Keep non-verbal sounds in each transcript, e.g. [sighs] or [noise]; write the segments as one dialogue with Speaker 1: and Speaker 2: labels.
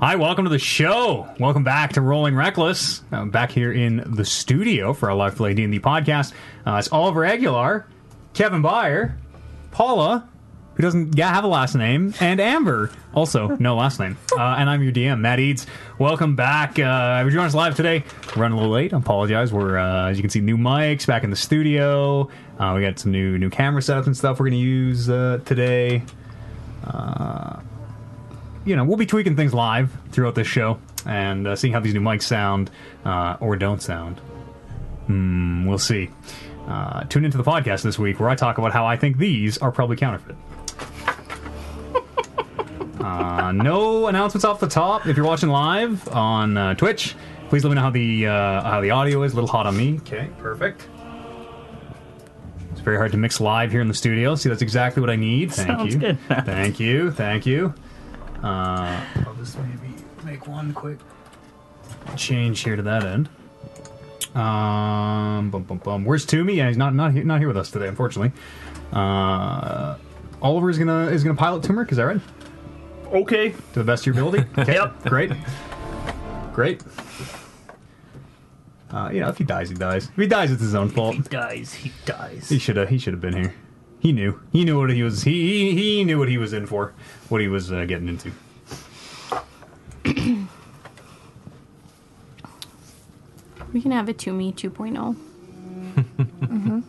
Speaker 1: Hi, welcome to the show. Welcome back to Rolling Reckless. i back here in the studio for our live play D and D podcast. Uh, it's Oliver Aguilar, Kevin Byer, Paula, who doesn't yeah, have a last name, and Amber, also no last name. Uh, and I'm your DM, Matt Eads. Welcome back. Uh, if you join us live today, we're running a little late. I apologize. We're uh, as you can see, new mics back in the studio. Uh, we got some new new camera setups and stuff we're going to use uh, today you know, we'll be tweaking things live throughout this show and uh, seeing how these new mics sound uh, or don't sound. Hmm, we'll see. Uh, tune into the podcast this week where I talk about how I think these are probably counterfeit. [laughs] Uh, no announcements off the top. If you're watching live on uh, Twitch, please let me know how the uh, how the audio is. A little hot on me. Okay, perfect. It's very hard to mix live here in the studio. See, that's exactly what I need. Thank
Speaker 2: Sounds
Speaker 1: you.
Speaker 2: good. [laughs]
Speaker 1: Thank you. Thank you. Uh, I'll just maybe make one quick change here to that end. Um, bum, bum, bum. Where's Toomey? Yeah, he's not not he- not here with us today, unfortunately. Uh, Oliver is gonna is gonna pilot Turmeric. Is that right?
Speaker 2: Okay.
Speaker 1: To the best of your ability. Okay,
Speaker 2: Yep.
Speaker 1: Great. Great. Uh, you know, if he dies, he dies. If he dies, it's his own fault.
Speaker 2: He dies. He dies.
Speaker 1: He should have. He should have been here. He knew. He knew what he was. He he, he knew what he was in for. What he was uh, getting into.
Speaker 3: We can have a Toomey oh. 2.0.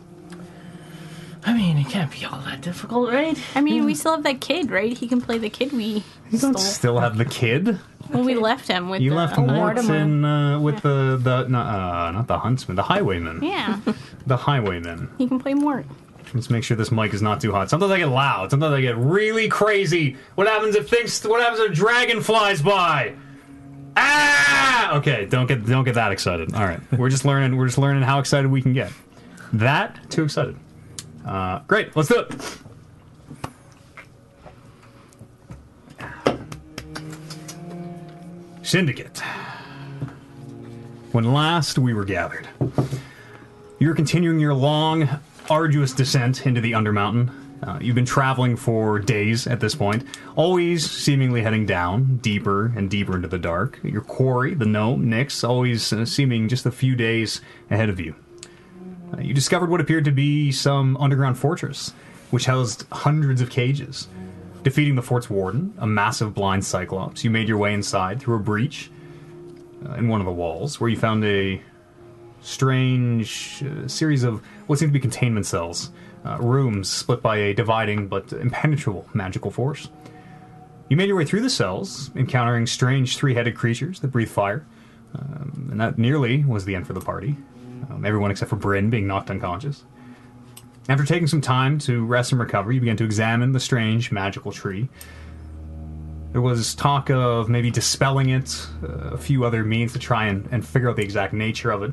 Speaker 2: I mean, it can't be all that difficult, right?
Speaker 3: I mean, we still have that kid, right? He can play the kid we
Speaker 1: You
Speaker 3: stole.
Speaker 1: don't still have the kid.
Speaker 3: Well,
Speaker 1: [laughs]
Speaker 3: we left him with
Speaker 1: You
Speaker 3: the
Speaker 1: left Morton uh, with
Speaker 3: Yeah.
Speaker 1: the the no, uh, not the huntsman, the highwayman,
Speaker 3: Yeah,
Speaker 1: the highwayman.
Speaker 3: he can play Mort.
Speaker 1: Let's make sure this mic is not too hot. Sometimes I get loud. Sometimes I get really crazy. What happens if things? What happens if a dragon flies by? Ah! Okay, don't get don't get that excited. All right, we're just learning. We're just learning how excited we can get. That too excited. Uh, great, let's do it. Syndicate. When last we were gathered. You're continuing your long, arduous descent into the Undermountain. Uh, you've been traveling for days at this point, always seemingly heading down, deeper and deeper into the dark. Your quarry, the gnome, Nyx, always uh, seeming just a few days ahead of you. Uh, you discovered what appeared to be some underground fortress, which housed hundreds of cages. Defeating the fort's warden, a massive blind cyclops, you made your way inside through a breach uh, in one of the walls, where you found a strange uh, series of what seem to be containment cells, uh, rooms split by a dividing but impenetrable magical force. You made your way through the cells, encountering strange three headed creatures that breathe fire, um, and that nearly was the end for the party, um, everyone except for Bryn being knocked unconscious. After taking some time to rest and recover, you began to examine the strange magical tree. There was talk of maybe dispelling it, uh, a few other means to try and, and figure out the exact nature of it.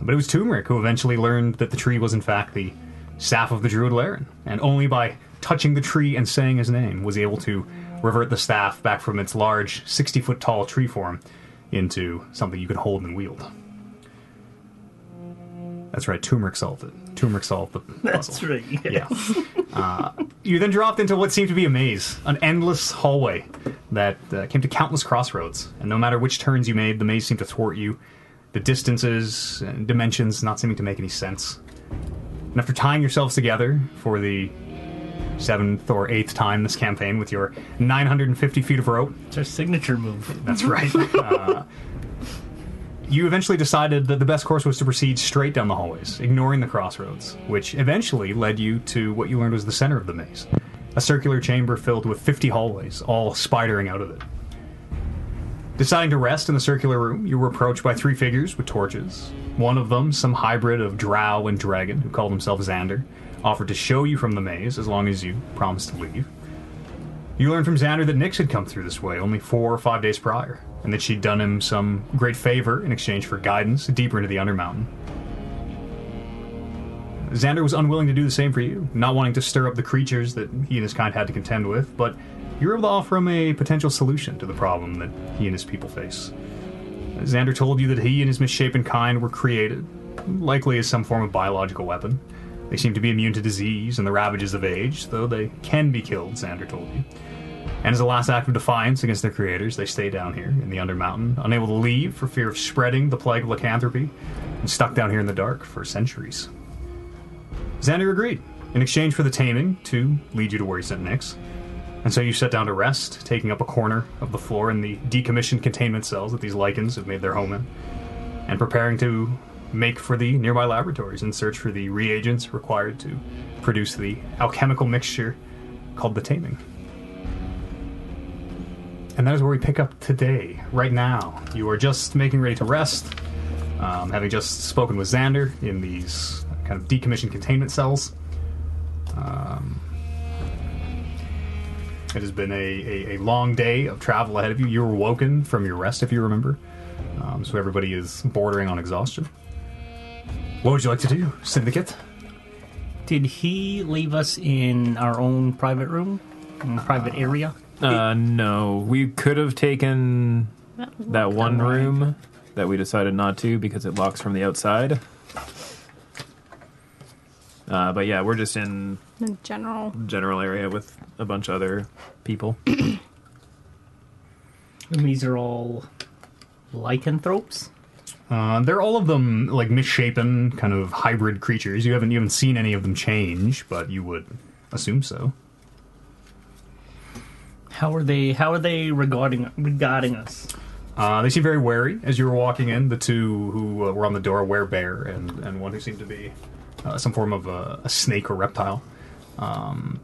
Speaker 1: But it was Turmeric who eventually learned that the tree was in fact the staff of the druid Laren, and only by touching the tree and saying his name was he able to revert the staff back from its large, 60 foot tall tree form into something you could hold and wield. That's right, Turmeric solved it. Turmeric solved the puzzle.
Speaker 2: That's right. [laughs] Yeah.
Speaker 1: Yeah. uh, you then dropped into what seemed to be a maze, an endless hallway that uh, came to countless crossroads. And no matter which turns you made, the maze seemed to thwart you, the distances and dimensions not seeming to make any sense. And after tying yourselves together for the seventh or eighth time this campaign with your 950 feet of rope,
Speaker 2: It's our signature move.
Speaker 1: that's [laughs] right. Uh, you eventually decided that the best course was to proceed straight down the hallways, ignoring the crossroads, which eventually led you to what you learned was the center of the maze a circular chamber filled with 50 hallways, all spidering out of it. Deciding to rest in the circular room, you were approached by three figures with torches. One of them, some hybrid of drow and dragon, who called himself Xander, offered to show you from the maze as long as you promised to leave. You learned from Xander that Nyx had come through this way only four or five days prior, and that she'd done him some great favor in exchange for guidance deeper into the Undermountain. Xander was unwilling to do the same for you, not wanting to stir up the creatures that he and his kind had to contend with, but you were able to offer him a potential solution to the problem that he and his people face. Xander told you that he and his misshapen kind were created, likely as some form of biological weapon. They seem to be immune to disease and the ravages of age, though they can be killed, Xander told you. And as a last act of defiance against their creators, they stay down here in the Undermountain, unable to leave for fear of spreading the plague of lycanthropy, and stuck down here in the dark for centuries. Xander agreed, in exchange for the taming, to lead you to where he sent Nyx. And so you set down to rest, taking up a corner of the floor in the decommissioned containment cells that these lichens have made their home in, and preparing to make for the nearby laboratories and search for the reagents required to produce the alchemical mixture called the taming. And that is where we pick up today, right now. You are just making ready to rest, um, having just spoken with Xander in these kind of decommissioned containment cells. Um, It has been a, a, a long day of travel ahead of you. You were woken from your rest, if you remember. Um, so everybody is bordering on exhaustion. What would you like to do, Syndicate?
Speaker 2: Did he leave us in our own private room? In private area?
Speaker 4: Uh, no, we could have taken that one room that we decided not to because it locks from the outside. Uh, but yeah, we're just in
Speaker 3: in general.
Speaker 4: general area with a bunch of other
Speaker 2: [clears throat]
Speaker 4: people.
Speaker 2: And these are all lycanthropes?
Speaker 1: Uh, they're all of them like misshapen, kind of hybrid creatures. You haven't even seen any of them change, but you would assume so.
Speaker 2: How are they how are they regarding regarding us?
Speaker 1: Uh, they seem very wary as you were walking in. The two who uh, were on the door were bear, and, and one who seemed to be uh, some form of a, a snake or reptile. Um,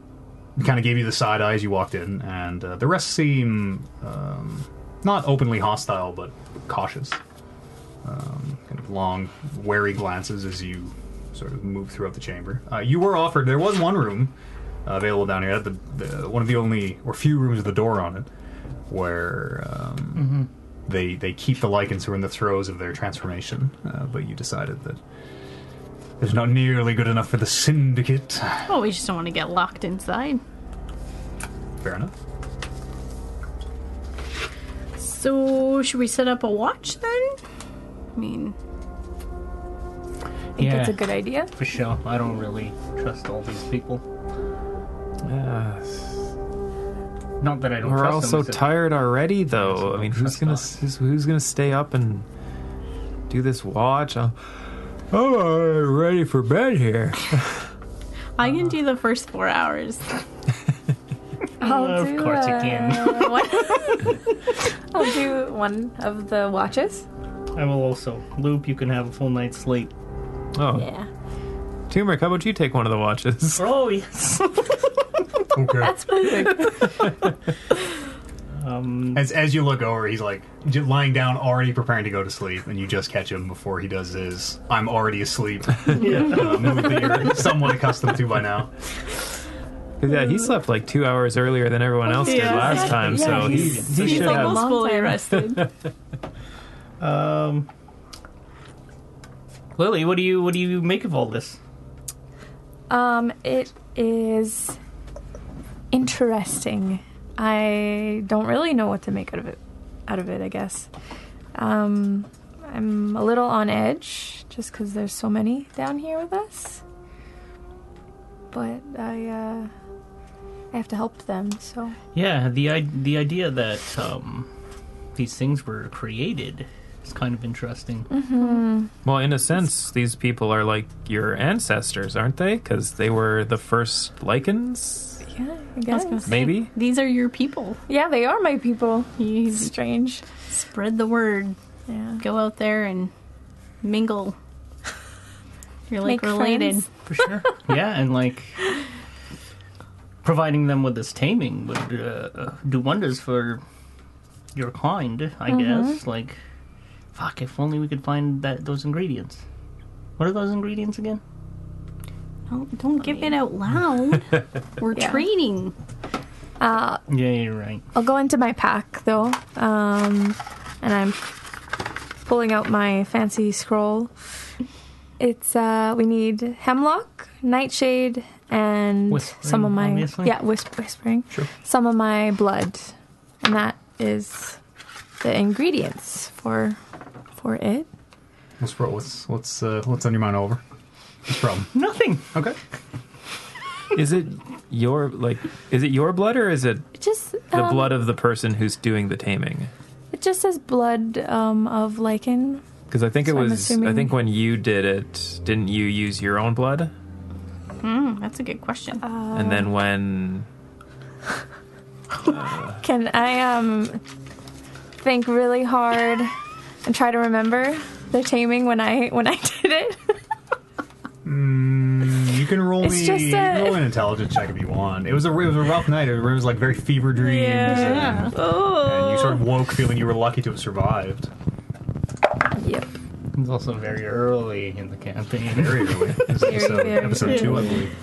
Speaker 1: kind of gave you the side eye as you walked in, and uh, the rest seem um, not openly hostile, but cautious. Um, kind of long, wary glances as you sort of move throughout the chamber. Uh, you were offered, there was one room uh, available down here, the, the, one of the only, or few rooms with a door on it, where. Um, they they keep the lichens who are in the throes of their transformation, uh, but you decided that it's not nearly good enough for the syndicate.
Speaker 3: Oh, we just don't want to get locked inside.
Speaker 1: Fair
Speaker 5: [laughs]
Speaker 1: enough.
Speaker 3: So, should we set up a watch then? I mean,
Speaker 2: yeah,
Speaker 3: that's a good idea.
Speaker 2: for sure. I don't really trust all these people. Not that I don't
Speaker 4: we're
Speaker 2: trust
Speaker 4: all so
Speaker 2: them. it's that-
Speaker 4: tired already, though. I mean, who's
Speaker 2: Trust
Speaker 4: gonna
Speaker 2: us.
Speaker 4: who's, who's gonna stay up and do this watch? I'm, I'm already ready for bed here.
Speaker 3: I
Speaker 1: Uh-huh.
Speaker 3: can do the first four
Speaker 5: [laughs]
Speaker 3: hours.
Speaker 5: I'll
Speaker 2: Of
Speaker 5: do,
Speaker 2: course you can.
Speaker 5: uh,
Speaker 3: What?
Speaker 5: I'll do one of the watches.
Speaker 2: I will also. Loop, you can have a full night's sleep.
Speaker 4: Oh,
Speaker 3: yeah.
Speaker 4: Turmeric, how about you take one of the watches?
Speaker 2: Oh, yes.
Speaker 1: Okay.
Speaker 2: Um,
Speaker 1: As as you look over, he's like j- lying down, already preparing to go to sleep, and you just catch him before he does his "I'm already [laughs] asleep" uh, move that [laughs] you're somewhat accustomed to by now.
Speaker 4: 'Cause, yeah, he slept like two hours earlier than everyone else did
Speaker 3: Yeah.
Speaker 4: last time,
Speaker 5: Mm. Yeah,
Speaker 4: so he,
Speaker 5: he's-
Speaker 4: he
Speaker 3: He's
Speaker 4: should have.
Speaker 3: almost
Speaker 5: Long
Speaker 3: fully
Speaker 5: time.
Speaker 3: arrested.
Speaker 2: Um, Lily, what do you what do you make of all this?
Speaker 5: [laughs] Um, it is interesting. I don't really know what to make out of it. Out of it, I guess. Um, I'm a little on edge just because there's so many down here with us. But I, uh, I have to help them. So
Speaker 2: Yeah, the i- the idea that um, these things were created is kind of interesting.
Speaker 4: Well, in a sense, these people are like your ancestors, aren't they? Because they were the first lichens,
Speaker 5: yeah, I
Speaker 3: was
Speaker 5: guess.
Speaker 3: gonna say-
Speaker 4: maybe.
Speaker 3: These are your people.
Speaker 5: Yeah, they are my people. [laughs]
Speaker 3: He's
Speaker 5: Strange.
Speaker 3: spread the word.
Speaker 5: Yeah.
Speaker 3: Go out there and
Speaker 5: [laughs]
Speaker 3: mingle. You're like
Speaker 5: Make
Speaker 3: related.
Speaker 5: friends.
Speaker 2: For sure. yeah, and like providing them with this taming would uh, do wonders for your kind, I guess. Like, fuck, if only we could find that those ingredients. What are those ingredients again?
Speaker 3: Don't, Oh, don't give it out [laughs] loud. We're
Speaker 5: Yeah.
Speaker 3: trading.
Speaker 5: Uh,
Speaker 2: Yeah, you're right.
Speaker 5: I'll go into my pack though, um, and I'm pulling out my fancy scroll. It's uh, we need hemlock, nightshade, and
Speaker 2: Whispering,
Speaker 5: some of my
Speaker 2: obviously.
Speaker 5: yeah whisp- whispering. Some of my blood, and that is the ingredients for for it.
Speaker 1: What's what's what's uh, what's on your mind, Oliver? What's the problem?
Speaker 2: Nothing.
Speaker 1: Okay.
Speaker 4: Is it your like? Is it your blood or is it
Speaker 5: Just
Speaker 4: The
Speaker 5: Um,
Speaker 4: blood of the person who's doing the taming.
Speaker 5: It just says blood um, of lichen.
Speaker 4: Because I think it
Speaker 5: So I'm
Speaker 4: was. I
Speaker 5: assuming-
Speaker 4: think when you did it, didn't you use your own blood?
Speaker 3: Hmm, that's a good question.
Speaker 4: and
Speaker 5: Uh,
Speaker 4: then when
Speaker 5: Can I um think really hard and try to remember the taming when I when I [laughs] did it?
Speaker 1: Mm, You can roll
Speaker 5: It's
Speaker 1: me.
Speaker 5: just
Speaker 1: you can
Speaker 5: a-
Speaker 1: roll an intelligence check if you want. It was a it was a rough night. It was like very fever dreams.
Speaker 5: Yeah.
Speaker 1: And, and
Speaker 5: Oh.
Speaker 1: you sort of woke feeling you were lucky to have survived.
Speaker 5: Yep.
Speaker 2: It's also very early in the [laughs] campaign.
Speaker 1: Very
Speaker 5: [laughs]
Speaker 1: early. This is
Speaker 5: Very,
Speaker 1: episode,
Speaker 5: very
Speaker 1: episode
Speaker 5: early.
Speaker 1: two, I believe.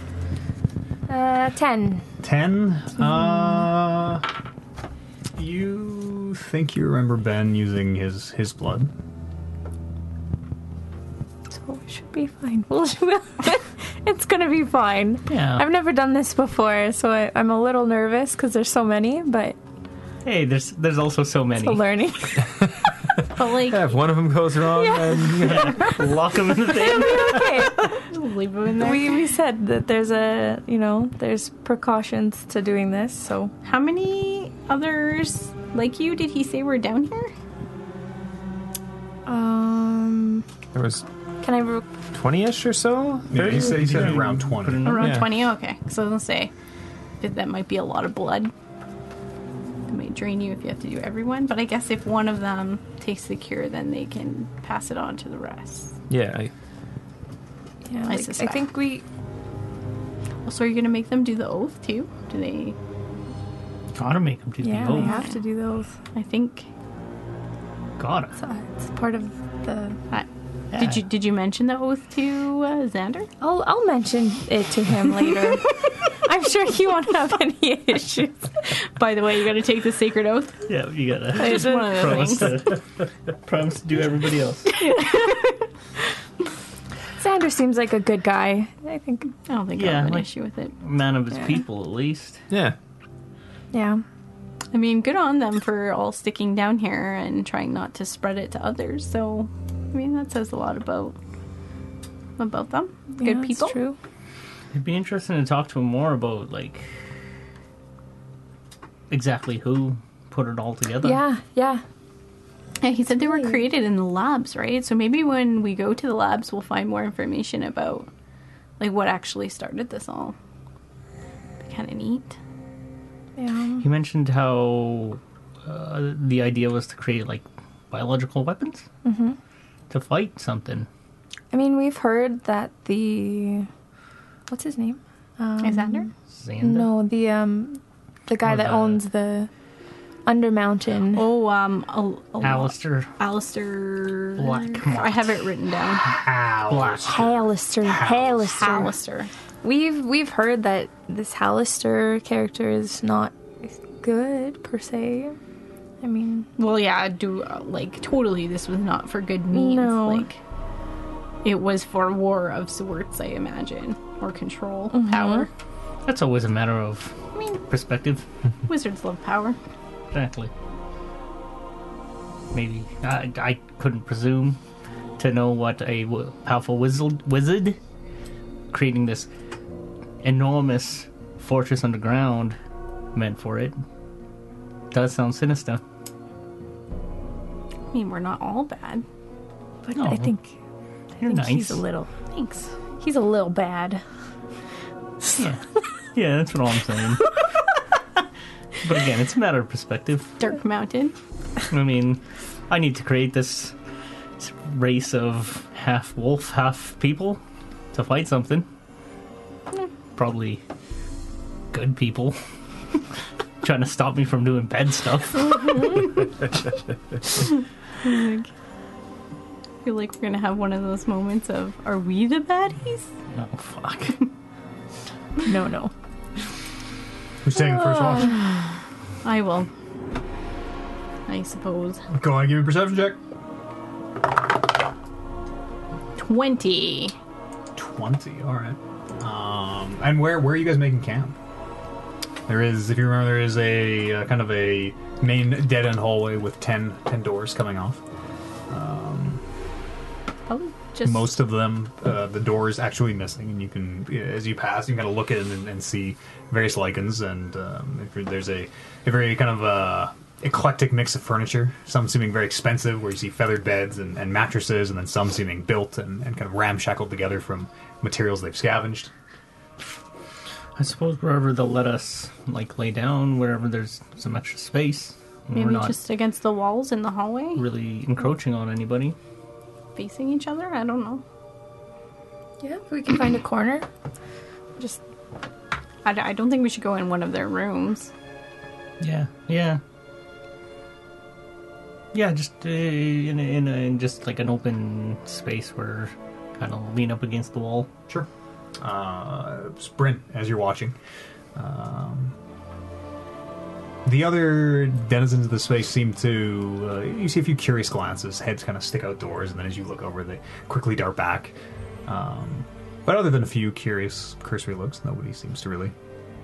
Speaker 5: Uh, ten.
Speaker 1: Ten.
Speaker 5: Mm-hmm.
Speaker 1: Uh, you think you remember Ben using his his blood?
Speaker 5: So we should be fine. We'll, [laughs] it's gonna be fine.
Speaker 2: Yeah.
Speaker 5: I've never done this before, so I, I'm a little nervous because there's so many, but
Speaker 2: Hey, there's there's also so many.
Speaker 5: it's a [laughs] learning.
Speaker 3: But like, [laughs]
Speaker 4: yeah, if one of them goes wrong, then
Speaker 2: Lock them in the
Speaker 5: [laughs]
Speaker 2: thing.
Speaker 5: okay.
Speaker 3: leave them in there.
Speaker 5: We, we said that there's a you know there's precautions to doing this, so
Speaker 3: How many others like you did he say were down here?
Speaker 5: um
Speaker 4: there was
Speaker 5: can I re-
Speaker 4: twenty-ish or so.
Speaker 1: Yeah, he said, he said
Speaker 4: Yeah.
Speaker 1: around twenty.
Speaker 3: Around
Speaker 4: Yeah.
Speaker 3: 20? Okay. Because I was going to say, that- that might be a lot of blood. It might drain you if you have to do everyone. But I guess if one of them takes the cure, then they can pass it on to the rest.
Speaker 4: Yeah, I-
Speaker 3: I
Speaker 5: Yeah, like, I
Speaker 3: suspect.
Speaker 5: think we.
Speaker 3: So are you going to make them do the oath too? Do they.
Speaker 2: Gotta make them do
Speaker 5: Yeah,
Speaker 2: the
Speaker 5: we
Speaker 2: oath.
Speaker 5: have to do those.
Speaker 3: I think.
Speaker 2: Gotta.
Speaker 5: It's, uh, it's part of the.
Speaker 3: I,
Speaker 2: Yeah.
Speaker 3: uh, Did you did you mention the oath to uh, Xander?
Speaker 5: I'll I'll mention it to him later. I'm sure he won't
Speaker 3: [laughs]
Speaker 5: have any issues.
Speaker 3: By the way, you got to take the sacred oath.
Speaker 2: Yeah, you
Speaker 5: [laughs]
Speaker 2: gotta
Speaker 3: It's one of the
Speaker 2: [laughs] promise
Speaker 3: things.
Speaker 2: to [laughs] promise to do everybody else.
Speaker 5: Xander seems like a good guy. I think.
Speaker 3: I don't think
Speaker 2: Yeah,
Speaker 3: I'll have an
Speaker 2: like-
Speaker 3: issue with it.
Speaker 2: Man of his people, at least.
Speaker 4: yeah.
Speaker 5: Yeah.
Speaker 3: I mean, good on them for all sticking down here and trying not to spread it to others. So, I mean, that says a lot about about them.
Speaker 5: Yeah,
Speaker 3: good
Speaker 5: it's
Speaker 3: people.
Speaker 5: True.
Speaker 2: It'd be interesting to talk to him more about like exactly who put it all together.
Speaker 5: Yeah. Yeah.
Speaker 3: Yeah, he said they were created in the labs, right? So maybe when we go to the labs, we'll find more information about like what actually started this all. Kind of neat.
Speaker 5: Yeah.
Speaker 2: He mentioned how uh, the idea was to create like biological weapons
Speaker 5: Mm-hmm.
Speaker 2: to fight something.
Speaker 5: I mean, we've heard that the. What's his name?
Speaker 3: Xander?
Speaker 2: Xander.
Speaker 5: No, the um, the guy
Speaker 2: Oh,
Speaker 5: that
Speaker 2: the-
Speaker 5: owns the Undermountain.
Speaker 3: Oh, um, Al- Al-
Speaker 2: Alistair
Speaker 3: Alistair.
Speaker 2: Blackmont.
Speaker 3: I have it written down.
Speaker 2: Black.
Speaker 5: Hallister. Hallister.
Speaker 3: Alistair.
Speaker 5: We've we've heard that this Hallister character is not good per se. I mean,
Speaker 3: Well, yeah, I do uh, like totally. This was not for good means.
Speaker 5: No.
Speaker 3: Like, it was for war of sorts, I imagine, or control, power.
Speaker 2: That's always a matter of
Speaker 3: I mean,
Speaker 2: perspective.
Speaker 3: wizards love power.
Speaker 2: Exactly. Maybe I, I couldn't presume to know what a w- powerful wizard, wizard creating this enormous fortress underground meant for it. Does sound sinister.
Speaker 3: I mean, we're not all bad.
Speaker 5: but
Speaker 2: No.
Speaker 5: I think,
Speaker 2: You're
Speaker 5: I think
Speaker 2: nice.
Speaker 5: he's a little
Speaker 3: Thanks.
Speaker 5: he's a little bad.
Speaker 2: yeah. yeah, that's what I'm
Speaker 5: [laughs]
Speaker 2: saying. but again, it's a matter of perspective.
Speaker 3: Dark Mountain.
Speaker 2: I mean, I need to create this this race of half wolf, half people to fight something.
Speaker 3: Hmm.
Speaker 2: Probably good people [laughs] trying to stop me from doing bad
Speaker 3: [laughs]
Speaker 2: stuff.
Speaker 3: I feel like we're gonna have one of those moments of, are we the baddies?
Speaker 2: oh fuck!
Speaker 5: No, no.
Speaker 1: Who's taking the first
Speaker 5: Ah.
Speaker 1: watch?
Speaker 3: I will. I suppose.
Speaker 1: Go on, give me a perception check.
Speaker 3: Twenty.
Speaker 1: Twenty. All right. Um, and where where are you guys making camp? There is, if you remember, there is a uh, kind of a main dead end hallway with 10, 10 doors coming off.
Speaker 3: Probably Just
Speaker 1: most of them, uh, the door is actually missing, and you can, as you pass, you can kind of look at it and, and see various lichens, and um, if there's a, a very kind of uh, eclectic mix of furniture. Some seeming very expensive, where you see feathered beds and, and mattresses, and then some seeming built and, and kind of ramshackled together from materials they've scavenged.
Speaker 2: I suppose wherever they'll let us like lay down, wherever there's some extra space, and
Speaker 3: maybe
Speaker 2: we're not
Speaker 3: just against the walls in the hallway,
Speaker 2: really encroaching on anybody.
Speaker 3: facing each other. I don't know.
Speaker 5: Yeah, if we can find a corner. Just
Speaker 3: I, d- I don't think we should go in one of their rooms.
Speaker 2: Yeah, yeah, yeah. Just uh, in a, in, a, in just like an open space where kind of lean up against the wall.
Speaker 1: Sure. Uh, sprint as you're watching. Um, the other denizens of the space seem to. Uh, you see a few curious glances. Heads kind of stick out doors, and then as you look over, they quickly dart back. Um, but other than a few curious, cursory looks, nobody seems to really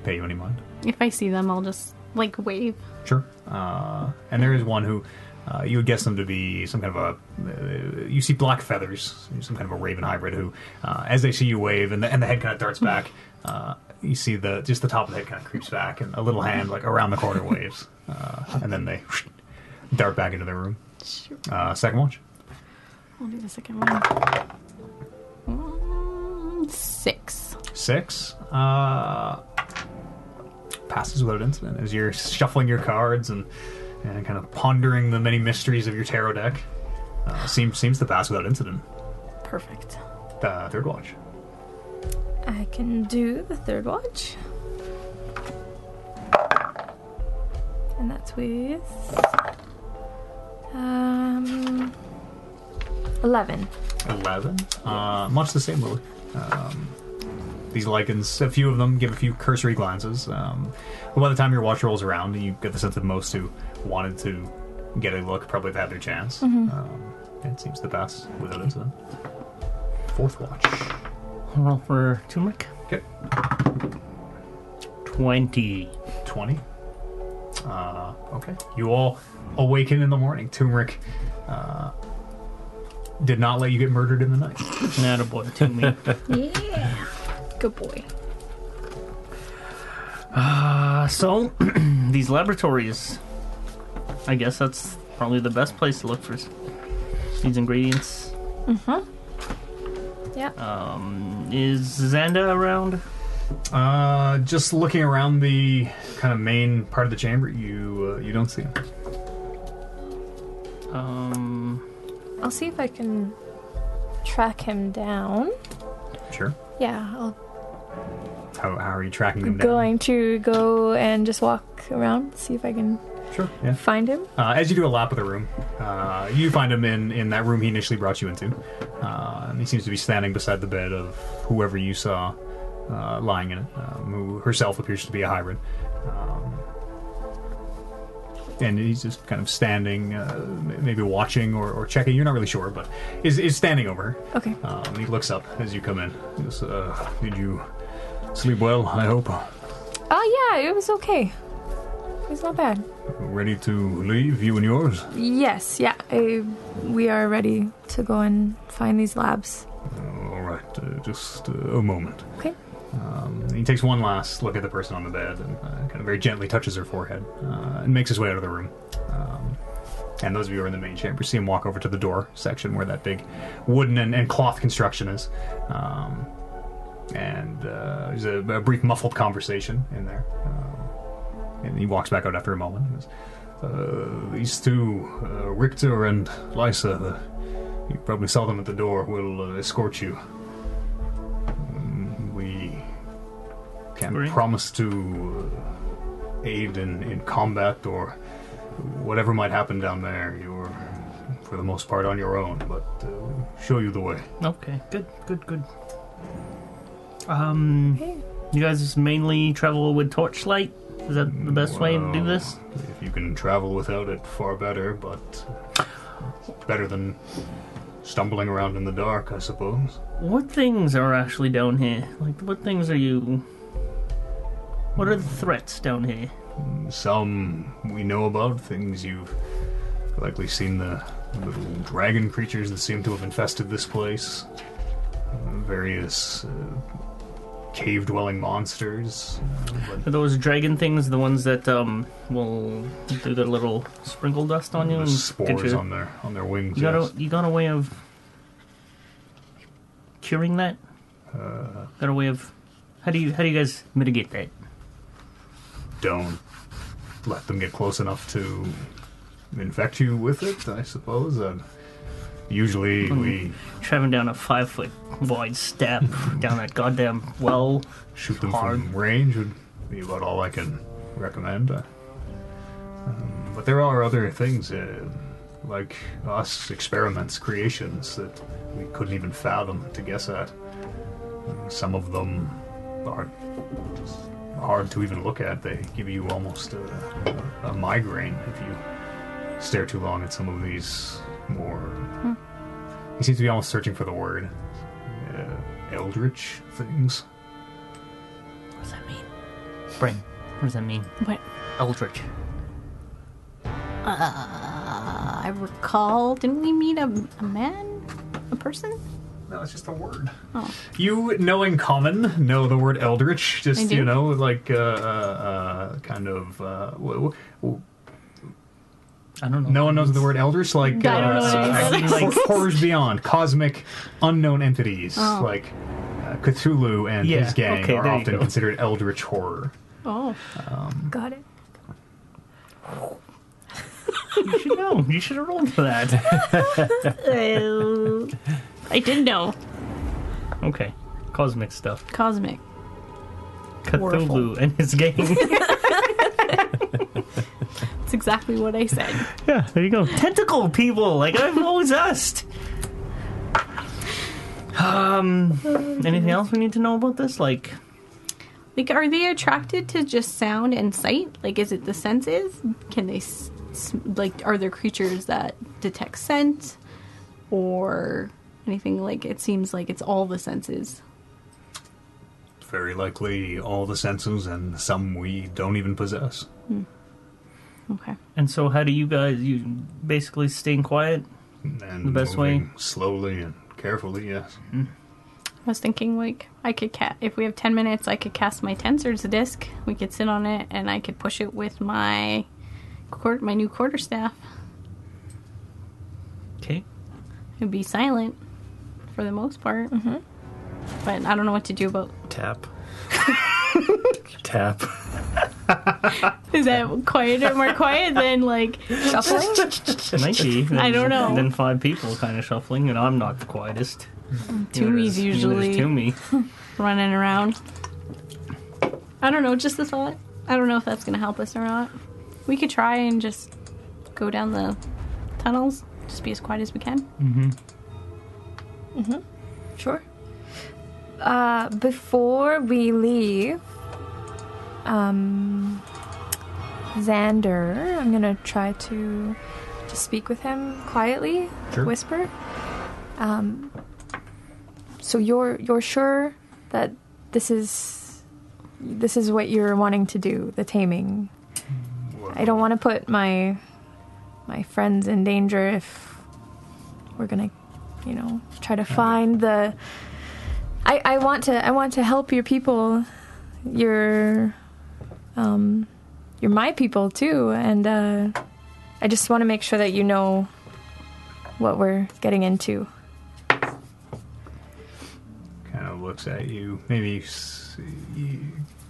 Speaker 1: pay you any mind.
Speaker 3: If I see them, I'll just like wave.
Speaker 1: Sure. Uh, and there is one who uh, you would guess them to be some kind of a. Uh, you see black feathers, some kind of a raven hybrid who, uh, as they see you wave and the, and the head kind of darts back, uh, you see the just the top of the head kind of creeps back and a little hand like around the corner waves. Uh, and then they dart back into their room.
Speaker 3: Shoot,
Speaker 1: Uh, second watch.
Speaker 3: I'll do the second one. Mm, Six.
Speaker 1: Six. Uh, passes without incident as you're shuffling your cards and, and kind of pondering the many mysteries of your tarot deck. Uh, seems seems to pass without incident.
Speaker 3: Perfect.
Speaker 1: Uh, third watch.
Speaker 5: I can do the third watch. And that's with um eleven.
Speaker 1: Eleven. Uh, much the same, Lily. Um, these lichens, a few of them give a few cursory glances. Um, but by the time your watch rolls around, you get the sense of most who wanted to get a look probably have had their chance. Um, it seems to pass without incident. Fourth watch.
Speaker 2: I'll roll for turmeric.
Speaker 1: Okay.
Speaker 2: Twenty.
Speaker 1: 20. Uh, okay. You all awaken in the morning. Turmeric uh, did not let you get murdered in the night.
Speaker 2: Not a boy to me.
Speaker 3: Yeah. Good boy.
Speaker 2: Uh, so, [clears throat] these laboratories. I guess that's probably the best place to look for s- these ingredients.
Speaker 5: Yeah.
Speaker 2: Um, is Xanda around?
Speaker 1: Uh, just looking around the kind of main part of the chamber, you uh, you don't see him.
Speaker 2: Um,
Speaker 5: I'll see if I can track him down.
Speaker 1: Sure.
Speaker 5: Yeah, I'll
Speaker 1: How, how are you tracking him
Speaker 5: I'm
Speaker 1: down?
Speaker 5: going to go and just walk around, see if I can
Speaker 1: Sure. Yeah.
Speaker 5: find him.
Speaker 1: Uh, as you do a lap of the room, uh, you find him in, in that room he initially brought you into. Uh, and he seems to be standing beside the bed of whoever you saw uh, lying in it, um, who herself appears to be a hybrid. Um, and he's just kind of standing, uh, m- maybe watching or, or checking. You're not really sure, but is, is standing over her.
Speaker 5: Okay.
Speaker 1: Um, he looks up as you come in. He goes, uh, Did you sleep well? I hope.
Speaker 5: Oh yeah, it was okay. It was not bad.
Speaker 1: Ready to leave, you and yours?
Speaker 5: Yes, yeah. I, we are ready to go and find these labs.
Speaker 1: All right, uh, just uh, a moment.
Speaker 5: Okay.
Speaker 1: Um, he takes one last look at the person on the bed and uh, kind of very gently touches her forehead uh, and makes his way out of the room. Um, and those of you who are in the main chamber see him walk over to the door section where that big wooden and, and cloth construction is. Um, and uh, there's a, a brief muffled conversation in there. Um, and he walks back out after a moment. and goes, uh, these two, uh, Richter and Lysa, the, you probably saw them at the door, will uh, escort you. Mm, We can't
Speaker 2: Great.
Speaker 1: promise to uh, aid in, in combat or whatever might happen down there. You're, for the most part, on your own, but uh, we'll show you the way.
Speaker 2: okay, good, good, good. Um,
Speaker 5: Okay.
Speaker 2: you guys mainly travel with torchlight? Is that the best way to do this?
Speaker 1: Well, If you can travel without it, far better, but better than stumbling around in the dark, I suppose.
Speaker 2: What things are actually down here? Like, what things are you. What are the threats down here?
Speaker 1: Some we know about, things you've likely seen the little dragon creatures that seem to have infested this place, uh, various uh, cave dwelling monsters. uh,
Speaker 2: Are those dragon things the ones that um, will do their little sprinkle dust on you?
Speaker 1: but
Speaker 2: and
Speaker 1: the
Speaker 2: get
Speaker 1: spores
Speaker 2: you-
Speaker 1: on their on their wings.
Speaker 2: You got
Speaker 1: yes.
Speaker 2: a you got a way of curing that?
Speaker 1: Uh.
Speaker 2: got a way of how do you how do you guys mitigate that?
Speaker 1: don't let them get close enough to infect you with it, I suppose. And usually we
Speaker 2: Traveling down a five foot wide step down that goddamn well.
Speaker 1: shoot them
Speaker 2: Hard.
Speaker 1: from range would be about all I can recommend. Uh, Um, but there are other things, uh, like us experiments, creations that we couldn't even fathom to guess at. And Some of them are just hard to even look at. They give you almost a, a migraine if you stare too long at some of these more. He seems to be almost searching for the word. Uh, eldritch things.
Speaker 2: What does that mean? Brain. What does that mean?
Speaker 3: What?
Speaker 2: Eldritch.
Speaker 3: I recall, didn't we meet a, a man? A person?
Speaker 1: No, it's just a word.
Speaker 3: Oh.
Speaker 1: You, knowing common, know the word eldritch.
Speaker 3: I
Speaker 1: Just
Speaker 3: do.
Speaker 1: you know, like uh, uh, uh, kind of. Uh, w- w-
Speaker 2: I don't know.
Speaker 1: no one knows the word eldritch. Like
Speaker 3: I don't know what
Speaker 1: uh, [laughs]
Speaker 3: it
Speaker 2: means.
Speaker 1: uh,
Speaker 2: Like-
Speaker 1: hor- horrors beyond, cosmic, unknown entities
Speaker 3: Oh.
Speaker 1: like uh, Cthulhu and
Speaker 2: Yeah,
Speaker 1: his gang
Speaker 2: okay,
Speaker 1: are
Speaker 2: there you
Speaker 1: often
Speaker 2: go.
Speaker 1: considered eldritch horror.
Speaker 3: Oh.
Speaker 5: Got it.
Speaker 2: You should know. You should have rolled for [laughs] that.
Speaker 3: [laughs] I did know.
Speaker 2: okay. Cosmic stuff.
Speaker 3: Cosmic.
Speaker 2: Cthulhu and his [laughs] gang.
Speaker 3: That's exactly what I said.
Speaker 2: yeah, there you go. Tentacle people, like I've always asked. Um, anything else we need to know about this? Like,
Speaker 3: Like, are they attracted to just sound and sight? Like, is it the senses? Can they, s- s- like, are there creatures that detect scent or anything? Like, it seems like it's all the senses.
Speaker 1: Very likely, all the senses and some we don't even possess.
Speaker 3: Okay.
Speaker 2: and so how do you guys? You basically staying quiet.
Speaker 1: And
Speaker 2: The best way-
Speaker 1: moving slowly and carefully. Yes.
Speaker 3: I was thinking, like, I could ca- if we have ten minutes, I could cast my tensor's disc. We could sit on it, and I could push it with my court, my new quarterstaff.
Speaker 2: Okay.
Speaker 3: It'd be silent for the most part. Mm-hmm. But I don't know what to do about.
Speaker 4: [laughs] Tap. Tap.
Speaker 3: Is [laughs] that quieter, more quiet than like?
Speaker 5: Shuffling?
Speaker 2: Might be.
Speaker 3: I don't know.
Speaker 2: Then five people kind of shuffling, and I'm not the quietest.
Speaker 3: Toomey's Mm, usually
Speaker 2: to me.
Speaker 3: running around. I don't know, just the thought. I don't know if that's going to help us or not. We could try and just go down the tunnels, just be as quiet as we can.
Speaker 5: Sure. Uh, before we leave, um, Xander, I'm gonna try to just speak with him quietly,
Speaker 1: Sure.
Speaker 5: whisper. Um, so you're you're sure that this is this is what you're wanting to do, the taming. I don't want to put my my friends in danger if we're gonna, you know, try to find the. I I want to I want to help your people, your, um, you're my people too, and uh, I just want to make sure that you know what we're getting into.
Speaker 1: kind of looks at you. Maybe you, s- you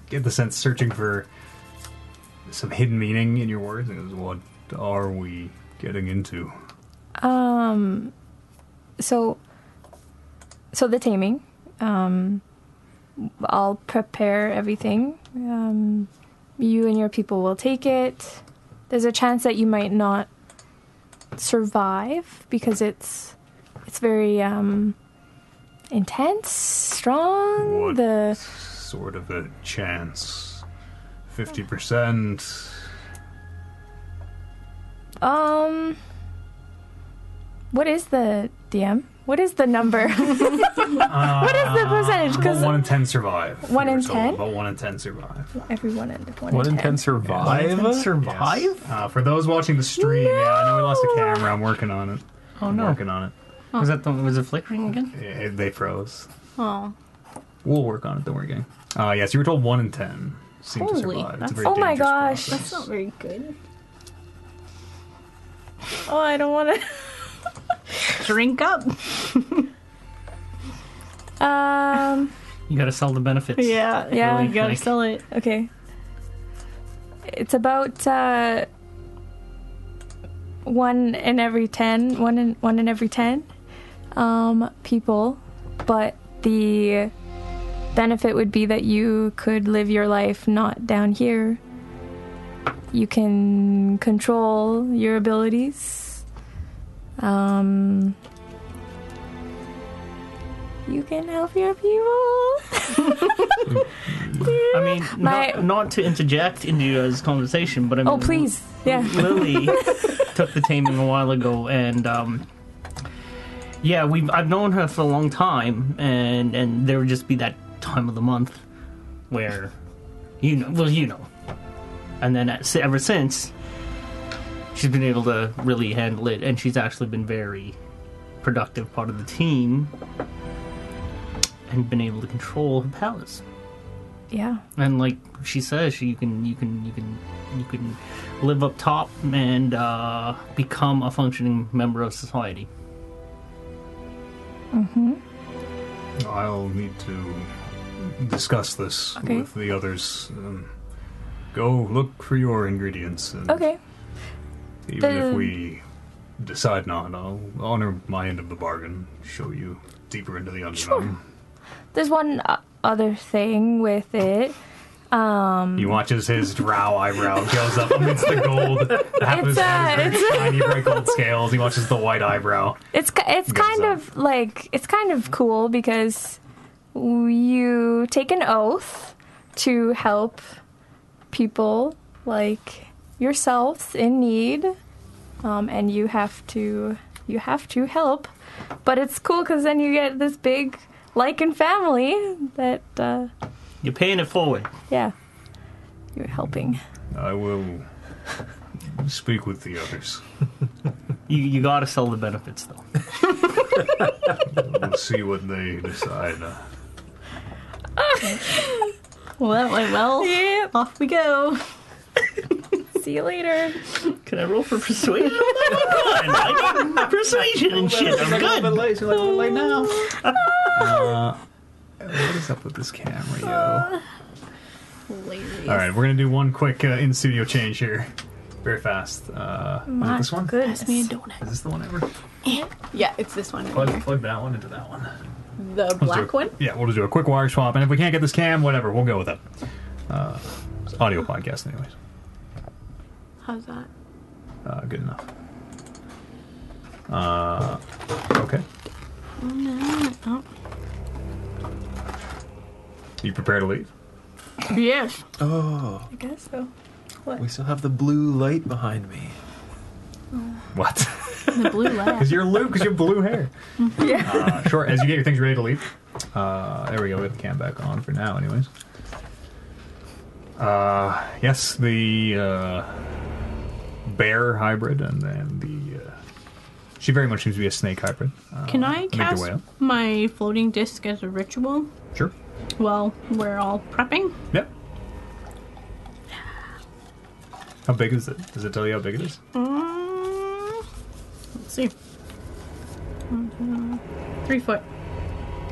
Speaker 1: get the sense searching for some hidden meaning in your words. And goes, what are we getting into?
Speaker 5: Um, so, so the taming. Um, I'll prepare everything. Um, you and your people will take it. There's a chance that you might not survive because it's it's very um, intense, strong.
Speaker 1: What
Speaker 5: The
Speaker 1: sort of a chance? Fifty percent.
Speaker 5: um, What is the DM? What is the number? [laughs] what is the percentage?
Speaker 1: Uh, About
Speaker 5: Because
Speaker 1: one in ten survive.
Speaker 5: One
Speaker 1: We were
Speaker 5: in
Speaker 1: told
Speaker 5: 10?
Speaker 1: About one in ten survive.
Speaker 5: everyone in one,
Speaker 4: One
Speaker 5: in
Speaker 4: in
Speaker 5: ten.
Speaker 4: ten survive.
Speaker 2: survive?
Speaker 1: Yes. Uh, for those watching the stream, yeah, I know we lost the camera. I'm working on it.
Speaker 2: Oh
Speaker 1: I'm
Speaker 2: no.
Speaker 1: working on it.
Speaker 2: Was that the, was it flickering again?
Speaker 1: Yeah, they froze.
Speaker 3: Oh,
Speaker 1: We'll work on it. Don't worry, gang. Uh, yes, you were told one in ten seem to
Speaker 3: Holy,
Speaker 1: survive. It's a
Speaker 3: that's-
Speaker 1: very
Speaker 5: Oh my
Speaker 1: dangerous
Speaker 5: gosh.
Speaker 1: process.
Speaker 3: that's not very good.
Speaker 5: Oh, I don't want
Speaker 3: Drink up.
Speaker 5: to. Um.
Speaker 2: You gotta sell the benefits.
Speaker 3: [laughs] Yeah,
Speaker 5: Yeah.
Speaker 3: You gotta
Speaker 2: Like-
Speaker 3: sell it.
Speaker 5: Okay. It's about uh, one in every ten, one in one in every ten um, people, but the benefit would be that you could live your life not down here. You can control your abilities. Um, you can help your [laughs] people.
Speaker 2: I mean,
Speaker 5: My-
Speaker 2: not, not to interject into your guys' conversation, but I mean,
Speaker 5: oh, please, yeah.
Speaker 2: Lily took the taming a while ago, and um, yeah, we have I've known her for a long time, and and there would just be that time of the month where, you know, well, you know, and then at, ever since, she's been able to really handle it, and she's actually been very productive part of the team, and been able to control her powers
Speaker 5: Yeah.
Speaker 2: and like she says she- you can you can you can you can live up top and uh, become a functioning member of society
Speaker 1: I'll need to discuss this
Speaker 5: Okay.
Speaker 1: with the others. Um, go look for your ingredients. And
Speaker 5: Okay.
Speaker 1: Even
Speaker 5: The-
Speaker 1: if we decide not, I'll honor my end of the bargain. Show you deeper into the unknown.
Speaker 5: There's one o- other thing with it.
Speaker 1: He watches his drow
Speaker 5: [laughs]
Speaker 1: eyebrow goes up amidst the gold. Half of his
Speaker 5: It's,
Speaker 1: head
Speaker 5: uh,
Speaker 1: is very shiny, bright gold scales. He watches the white eyebrow.
Speaker 5: It's ki- it's
Speaker 1: Goes
Speaker 5: kind
Speaker 1: up.
Speaker 5: of like it's kind of cool because you take an oath to help people like yourselves in need, um, and you have to you have to help. But it's cool because then you get this big like and family that uh,
Speaker 2: you're paying it forward
Speaker 5: yeah you're helping.
Speaker 1: I will speak with the others.
Speaker 2: you, you gotta sell the benefits though
Speaker 1: We'll see what they decide. Uh,
Speaker 3: Well, I will.
Speaker 5: Yep.
Speaker 3: Off we [laughs] go.
Speaker 5: See you later.
Speaker 2: can i roll for [laughs] persuasion I need persuasion and shit i'm good
Speaker 1: late. like, late now. what is up with this camera, yo?
Speaker 3: Hilarious.
Speaker 1: All right, we're gonna do one quick uh, in studio change here, very fast. Uh, is it
Speaker 5: My
Speaker 1: this one?
Speaker 5: goodness.
Speaker 3: Me a donut.
Speaker 1: Is this the one ever?
Speaker 3: Yeah, it's this one. Right
Speaker 1: Plug,
Speaker 3: here.
Speaker 1: plug that one into that one.
Speaker 3: The
Speaker 1: Let's do
Speaker 3: black
Speaker 1: a-
Speaker 3: one.
Speaker 1: Yeah, we'll just do a quick wire swap, and if we can't get this cam, whatever, we'll go with it. Uh, it's audio podcast, anyways.
Speaker 3: How's that?
Speaker 1: Uh, good enough. Uh, okay.
Speaker 3: Oh.
Speaker 1: You prepare to leave?
Speaker 3: Yes.
Speaker 4: Oh,
Speaker 5: I guess so.
Speaker 4: we still have the blue light behind me.
Speaker 1: What? [laughs]
Speaker 3: The blue light.
Speaker 1: Because you're blue. Because you're blue hair. Uh, sure. As you get your things ready to leave. Uh, there we go. We have the cam back on for now, anyways. Uh, yes, the uh, bear hybrid, and then the uh, she very much seems to be a snake hybrid. Uh,
Speaker 3: Can I
Speaker 1: make your
Speaker 3: cast
Speaker 1: way up.
Speaker 3: my floating disc as a ritual
Speaker 1: Sure.
Speaker 3: while we're all prepping?
Speaker 1: Yep. How big is it? Does it tell you how big it is?
Speaker 3: Mm, let's see. Three foot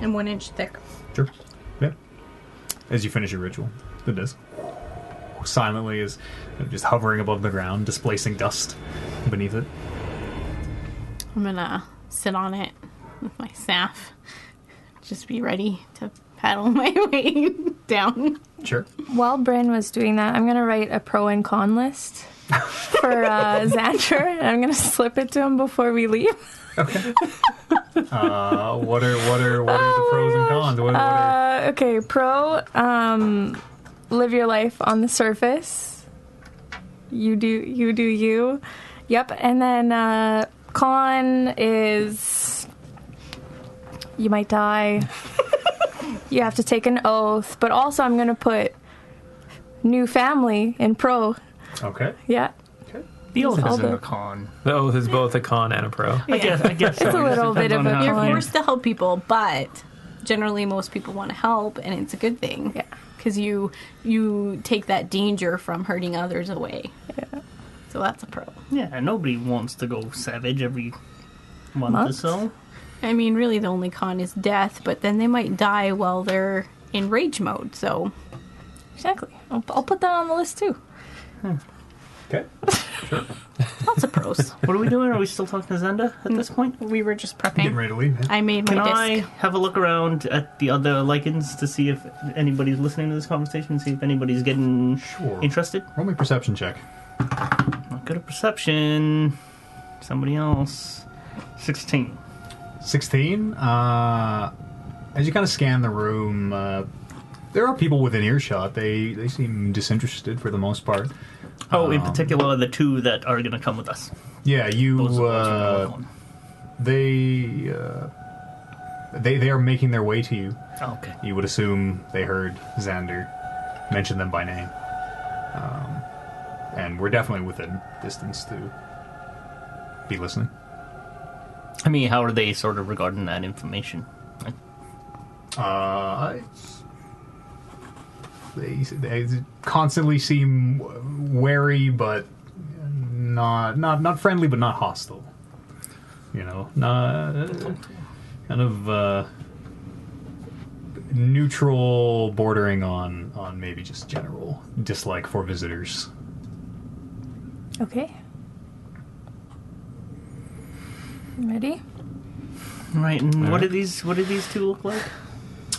Speaker 3: and one inch thick.
Speaker 1: Sure. Yeah. As you finish your ritual, the disc silently is just hovering above the ground, displacing dust beneath it.
Speaker 3: I'm gonna sit on it with my staff. Just be ready to paddle [laughs] my way down.
Speaker 1: Sure.
Speaker 5: While Bryn was doing that, I'm gonna write a pro and con list for uh, Xander, and I'm gonna slip it to him before we leave.
Speaker 1: Uh, what are what are what are the pros and cons? What, what are,
Speaker 5: Uh, okay, pro, um, live your life on the surface. You do you do you. Yep, and then uh, con is you might die. you have to take an oath, but also I'm going to put new family in pro.
Speaker 1: Okay.
Speaker 5: Yeah.
Speaker 2: The oath
Speaker 5: All
Speaker 2: is in
Speaker 5: the-
Speaker 2: the con.
Speaker 4: The oath Oh, is both a con and a pro.
Speaker 2: I guess. I guess
Speaker 5: It's [laughs]
Speaker 2: so. It
Speaker 5: a
Speaker 2: just
Speaker 5: little
Speaker 2: depends
Speaker 5: bit
Speaker 2: on
Speaker 5: of a
Speaker 2: how
Speaker 3: You're
Speaker 5: con.
Speaker 2: you-
Speaker 3: forced to help people, but generally most people want to help, and it's a good thing.
Speaker 5: Yeah.
Speaker 3: Because you you take that danger from hurting others away. Yeah. So that's a pro.
Speaker 2: Yeah, nobody wants to go savage every month, or
Speaker 5: Month?
Speaker 2: so.
Speaker 3: I mean, really, the only con is death, but then they might die while they're in rage mode. So
Speaker 5: Exactly. I'll, I'll put that on the list too.
Speaker 1: Okay.
Speaker 3: lots
Speaker 2: [laughs]
Speaker 3: of pros.
Speaker 2: What are we doing? Are we still talking to Zenda at this point?
Speaker 3: we were just
Speaker 1: Getting
Speaker 3: prepping.
Speaker 1: ready to leave. yeah.
Speaker 3: I made my
Speaker 2: Can
Speaker 3: disc.
Speaker 2: I have a look around at the other lichens to see if anybody's listening to this conversation, see if anybody's getting
Speaker 1: Sure.
Speaker 2: interested?
Speaker 1: Roll me a perception check.
Speaker 2: Not good at perception. Somebody else. 16.
Speaker 1: 16. Uh, as you kind of scan the room, uh, there are people within earshot. They they seem disinterested for the most part.
Speaker 2: Oh,
Speaker 1: Um,
Speaker 2: in particular, the two that are going to come with us.
Speaker 1: Yeah, you.
Speaker 2: Those are the ones we're gonna
Speaker 1: uh,
Speaker 2: work on.
Speaker 1: they uh, they they are making their way to you.
Speaker 2: Oh, okay.
Speaker 1: You would assume they heard Xander mention them by name, um, and we're definitely within distance to be listening.
Speaker 2: I mean, how are they sort of regarding that information? Like,
Speaker 1: Uh, it's- they, they constantly seem wary, but not not not friendly, but not hostile. You know, not kind of uh, neutral, bordering on on maybe just general dislike for visitors.
Speaker 5: Okay. Ready?
Speaker 2: Right, and
Speaker 1: right.
Speaker 2: what do these what do these two look like?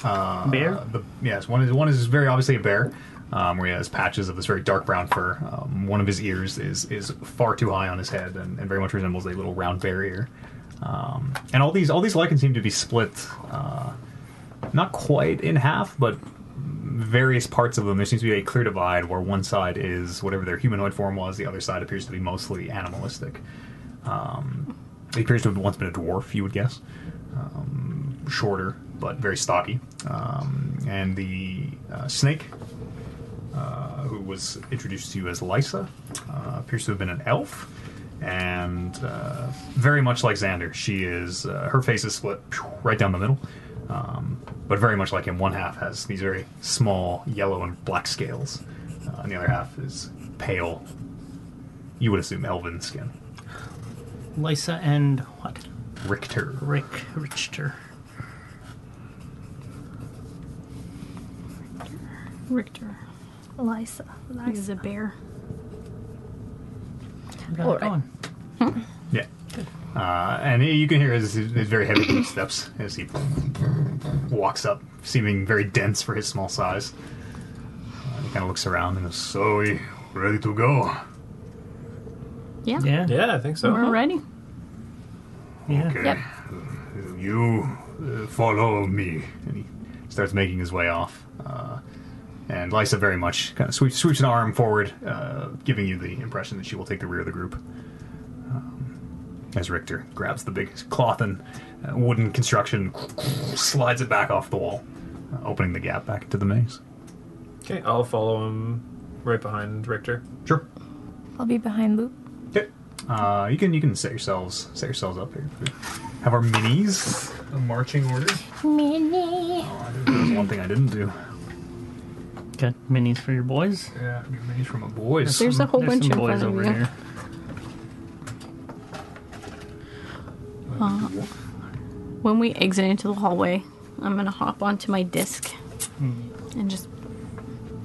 Speaker 1: Uh,
Speaker 2: Bear?
Speaker 1: The, yes, one is one is very obviously a bear, um, where he has patches of this very dark brown fur. Um, one of his ears is is far too high on his head, and, and very much resembles a little round bear ear. Um, and all these all these lichens seem to be split, uh, not quite in half, but various parts of them. There seems to be a clear divide where one side is whatever their humanoid form was, the other side appears to be mostly animalistic. Um, he appears to have once been a dwarf, you would guess Um, shorter but very stocky. Um, and the uh, snake, uh, who was introduced to you as Lysa, uh, appears to have been an elf. And uh, very much like Xander, she is uh, her face is split phew, right down the middle, um, but very much like him. One half has these very small yellow and black scales, uh, and the other half is pale. You would assume elven skin.
Speaker 2: Lysa and what?
Speaker 1: Richter.
Speaker 2: Rick Richter.
Speaker 3: Richter.
Speaker 5: Eliza.
Speaker 3: He's a bear.
Speaker 2: We got it
Speaker 5: All right.
Speaker 2: going.
Speaker 1: Yeah. Uh, and you can hear his, his very heavy [clears throat] footsteps as he walks up, seeming very dense for his small size. Uh, he kind of looks around and goes, So we ready to go?
Speaker 3: Yeah.
Speaker 2: Yeah.
Speaker 4: Yeah, I think
Speaker 3: We're
Speaker 2: Uh-huh.
Speaker 4: so.
Speaker 3: ready.
Speaker 2: yeah.
Speaker 1: Okay.
Speaker 5: Yep.
Speaker 1: Uh, You uh, follow me. And he starts making his way off. Uh, and Lysa very much kind of sweeps, sweeps an arm forward, uh, giving you the impression that she will take the rear of the group. Um, as Richter grabs the big cloth and uh, wooden construction, [sniffs] slides it back off the wall, uh, opening the gap back into the maze.
Speaker 4: Okay, I'll follow him right behind Richter.
Speaker 1: Sure.
Speaker 5: I'll be behind Luke.
Speaker 1: Okay. Uh, you can you can set yourselves set yourselves up here. Have our minis a marching order.
Speaker 5: Minnie.
Speaker 1: I didn't- There was one thing I didn't do.
Speaker 2: Got minis for your boys.
Speaker 1: Yeah, new minis from a boys.
Speaker 3: There's a whole
Speaker 2: There's
Speaker 3: bunch
Speaker 2: some
Speaker 3: in
Speaker 2: boys
Speaker 3: front of
Speaker 2: over
Speaker 3: you.
Speaker 2: here.
Speaker 3: When we exit into the hallway, I'm gonna hop onto my disc
Speaker 2: Hmm.
Speaker 3: and just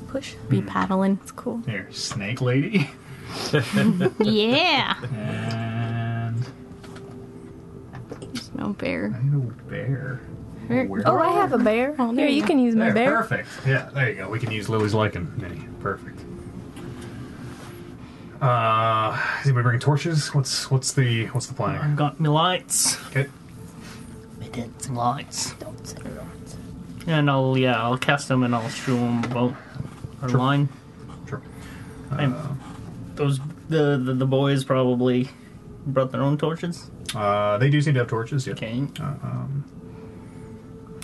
Speaker 5: Push.
Speaker 3: be paddling.
Speaker 5: It's cool.
Speaker 1: There, snake lady.
Speaker 3: yeah.
Speaker 1: And
Speaker 3: There's no bear.
Speaker 1: I need a bear.
Speaker 3: Where-
Speaker 1: Where-
Speaker 5: Oh, I have a bear.
Speaker 3: Oh, there
Speaker 5: Here,
Speaker 3: you
Speaker 5: you
Speaker 3: go.
Speaker 5: can use my
Speaker 1: There,
Speaker 5: bear.
Speaker 1: perfect. Yeah, there you go. We can use Lily's lichen mini. Perfect. Uh, is anybody bringing torches? What's what's the what's the plan?
Speaker 5: Um,
Speaker 2: I've got me lights.
Speaker 1: Okay.
Speaker 2: My dancing lights. And I'll yeah, I'll cast them and I'll strew them about our
Speaker 1: Sure.
Speaker 2: line.
Speaker 1: Sure.
Speaker 2: Uh, And those the, the the boys probably brought their own torches. Uh,
Speaker 1: Uh, they do seem to have torches. Yeah.
Speaker 2: Okay.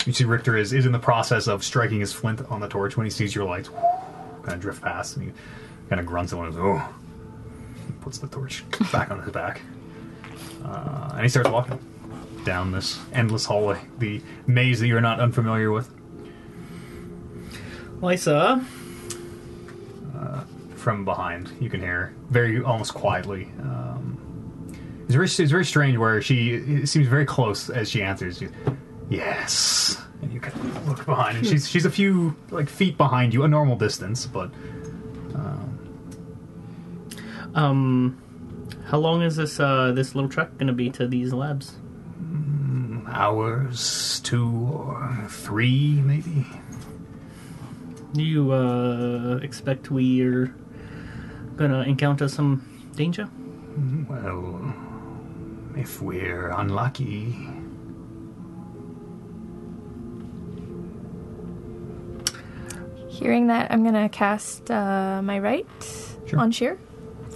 Speaker 1: You see, Richter is, is in the process of striking his flint on the torch when he sees your lights kind of drift past, and he kind of grunts and goes, "Oh," puts the torch back on his back, uh, and he starts walking down this endless hallway, the maze that you're not unfamiliar with.
Speaker 2: Lysa,
Speaker 1: From behind, you can hear very almost quietly. Um, it's very it's very strange where she it seems very close as she answers. She, yes, and you can look behind, and she's she's a few like feet behind you, a normal distance, but.
Speaker 2: um, how long is this uh this little truck gonna be to these labs?
Speaker 1: hours, two or three, maybe.
Speaker 2: Do you uh expect we are gonna encounter some danger?
Speaker 1: Well, if we're unlucky.
Speaker 5: Hearing that, I'm gonna cast uh, my right
Speaker 1: Sure.
Speaker 5: on sheer.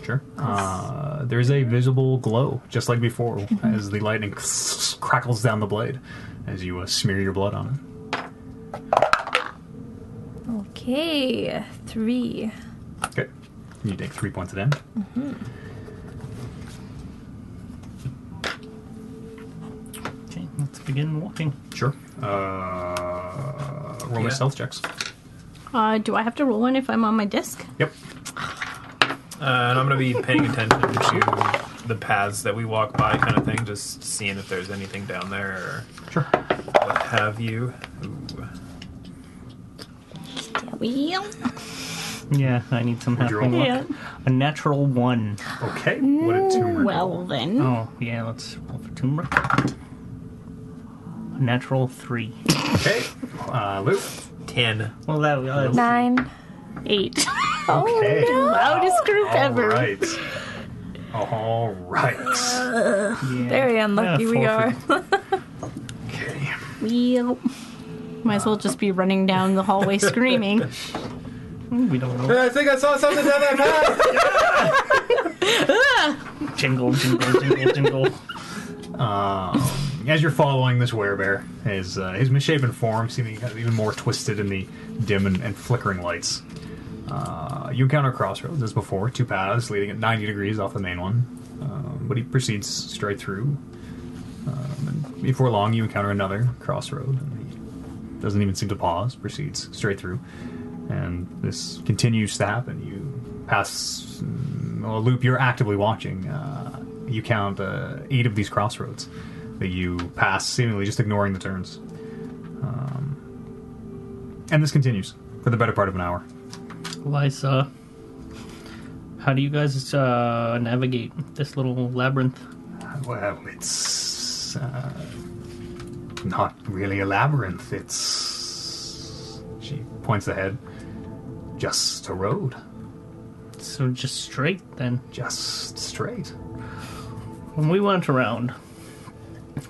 Speaker 1: Sure. Uh, there's a visible glow, just like before, as the lightning crackles down the blade as you uh, smear your blood on it.
Speaker 5: Okay, three.
Speaker 1: Okay. You take three points of damage.
Speaker 2: Okay, let's begin walking.
Speaker 1: Sure. Uh, roll my
Speaker 2: Yeah.
Speaker 1: stealth checks.
Speaker 3: Uh, do I have to roll one if I'm on my disc?
Speaker 1: Yep.
Speaker 4: Uh, and I'm gonna be paying attention to the paths that we walk by, kind of thing, just seeing if there's anything down there
Speaker 1: Sure.
Speaker 4: or what have you. Ooh.
Speaker 3: Well,
Speaker 2: Yeah, I need some
Speaker 1: Would you
Speaker 2: halfling
Speaker 1: roll
Speaker 2: luck.
Speaker 3: yeah.
Speaker 2: A natural one.
Speaker 1: Okay. What a tumor.
Speaker 3: Mm, Well then.
Speaker 2: Oh yeah, let's roll for turmeric. A natural three.
Speaker 1: Okay. Uh, Luke.
Speaker 4: Ten.
Speaker 2: Well, that uh,
Speaker 5: Nine.
Speaker 3: Eight. Oh,
Speaker 1: Okay.
Speaker 3: Loudest group
Speaker 1: All
Speaker 3: ever.
Speaker 1: right. All right.
Speaker 3: [laughs]
Speaker 2: yeah.
Speaker 5: Very unlucky
Speaker 2: Yeah,
Speaker 5: we are.
Speaker 2: forfeit.
Speaker 1: Okay.
Speaker 3: Well, might as well just be running down the
Speaker 4: [laughs]
Speaker 3: hallway screaming.
Speaker 2: We don't know.
Speaker 4: I think I saw something down that path.
Speaker 2: Jingle, jingle, jingle,
Speaker 5: [laughs]
Speaker 2: jingle.
Speaker 1: Um, as you're following this werebear, his uh, his misshapen form seeming kind of even more twisted in the dim and, and flickering lights. Uh, you encounter crossroads as before, two paths leading at 90 degrees off the main one, um, but he proceeds straight through. Um, and before long, you encounter another crossroad, and he doesn't even seem to pause, proceeds straight through, and this continues to happen. You pass mm, a loop you're actively watching. Uh, you count uh, eight of these crossroads that you pass, seemingly just ignoring the turns. Um, and this continues for the better part of an hour.
Speaker 2: Lysa, how do you guys uh, navigate this little labyrinth?
Speaker 1: Well, it's uh, not really a labyrinth. It's she points ahead, just a road,
Speaker 2: So just straight then.
Speaker 1: just straight.
Speaker 2: When we went around,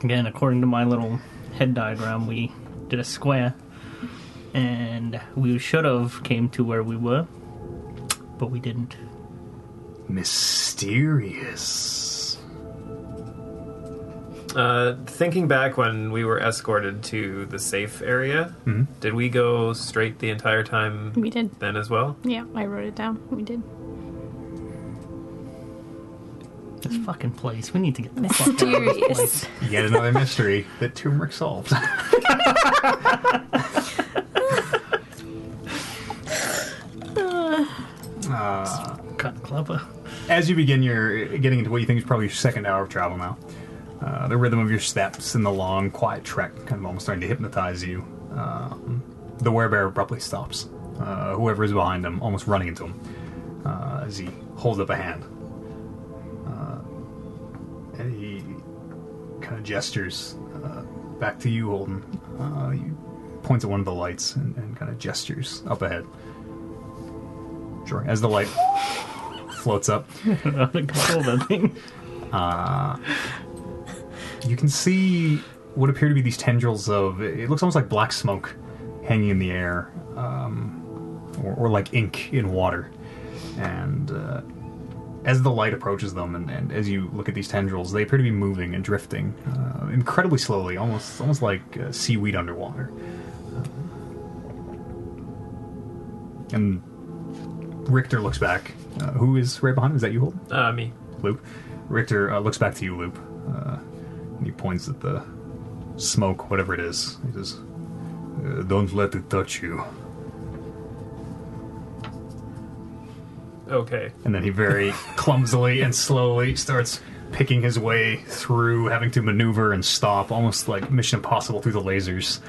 Speaker 2: again, according to my little head diagram, we did a square, and we should have came to where we were, but we didn't.
Speaker 1: Mysterious.
Speaker 4: Uh, thinking back when we were escorted to the safe area, did we go straight the entire time
Speaker 3: We did.
Speaker 4: then as well?
Speaker 3: Yeah, I wrote it down. We did.
Speaker 2: This fucking place. We need to get the fuck out of this place.
Speaker 5: Mysterious.
Speaker 1: Yet another mystery that Turmeric solved. [laughs] uh,
Speaker 2: Got clever. [laughs]
Speaker 1: as you begin your getting into what you think is probably your second hour of travel now, uh, the rhythm of your steps and the long, quiet trek kind of almost starting to hypnotize you. Um, the werebear abruptly stops. Uh, whoever is behind him, almost running into him, uh, as he holds up a hand. Uh, and he kind of gestures uh, back to you, Holden. Uh, he points at one of the lights and, and kind of gestures up ahead. Sure. As the light floats up,
Speaker 2: Out of control, that thing.
Speaker 1: You can see what appear to be these tendrils of. It looks almost like black smoke hanging in the air, um, or, or like ink in water. And uh, as the light approaches them and, and as you look at these tendrils, they appear to be moving and drifting uh, incredibly slowly, almost almost like uh, seaweed underwater. And Richter looks back. Uh, who is right behind him? Is that you, Holden?
Speaker 4: Uh, me.
Speaker 1: Loop. Richter uh, looks back to you, Loop. Uh, and he points at the smoke, whatever it is. He says, uh, Don't let it touch you.
Speaker 4: Okay.
Speaker 1: And then he very clumsily and slowly starts picking his way through, having to maneuver and stop, almost like Mission Impossible through the lasers,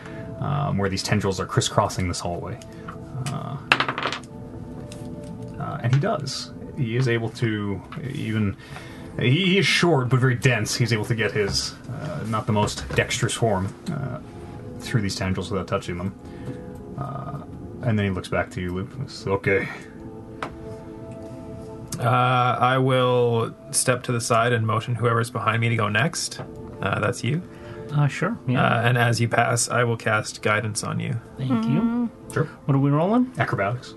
Speaker 1: um, where these tendrils are crisscrossing this hallway. Uh, uh, and he does. He is able to even. He, he is short but very dense. He's able to get his uh, not the most dexterous form uh, through these tendrils without touching them. Uh, and then he looks back to you, Luke. and says, Okay,
Speaker 4: Uh, I will step to the side and motion whoever's behind me to go next. Uh, that's you.
Speaker 2: Uh, sure. Yeah.
Speaker 4: Uh, and as you pass, I will cast guidance on you.
Speaker 2: Thank you.
Speaker 1: Sure.
Speaker 2: What are we rolling?
Speaker 1: Acrobatics.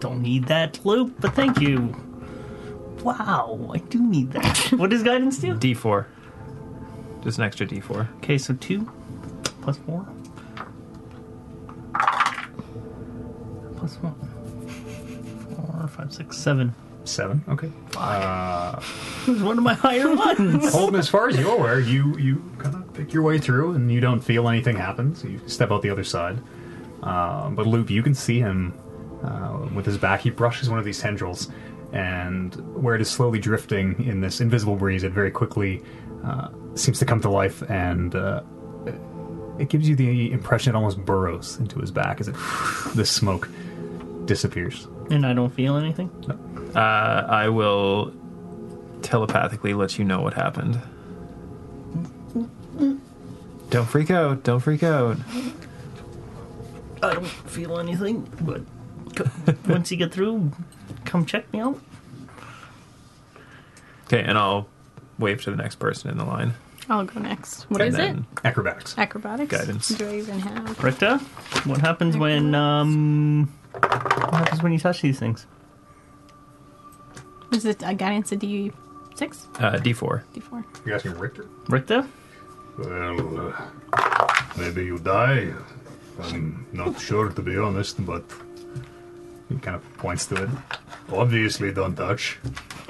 Speaker 2: Don't need that loop, but thank you. Wow, I do need that. what does guidance do?
Speaker 4: D4. Just an extra D4.
Speaker 2: Okay, so two plus four plus one. Four, five, six, seven.
Speaker 1: Seven. Okay.
Speaker 2: It was one of my higher ones.
Speaker 1: [laughs] Holden, as far as you're aware, you you kind of pick your way through, and you don't feel anything happen. So you step out the other side. Um, but Loop, you can see him uh, with his back. He brushes one of these tendrils, and where it is slowly drifting in this invisible breeze, it very quickly uh, seems to come to life, and uh, it gives you the impression it almost burrows into his back as it the smoke disappears.
Speaker 2: and I don't feel anything.
Speaker 4: Uh, I will telepathically let you know what happened. Don't freak out. Don't freak out.
Speaker 2: I don't feel anything, but c- once you get through, come check me out.
Speaker 4: Okay, and I'll wave to the next person in the line.
Speaker 3: I'll go next. What
Speaker 4: and
Speaker 3: is it?
Speaker 4: then
Speaker 1: Acrobatics.
Speaker 3: Acrobatics.
Speaker 4: Guidance.
Speaker 3: Do I even have?
Speaker 2: Richter, what happens when um, what happens when you touch these things?
Speaker 3: Is it a guidance a D six,
Speaker 4: Uh, D4.
Speaker 3: D four?
Speaker 1: You're asking Richter.
Speaker 2: Richter,
Speaker 6: Well, uh, maybe you die. I'm not sure, to be honest, but
Speaker 1: He kind of points to it.
Speaker 6: obviously don't touch.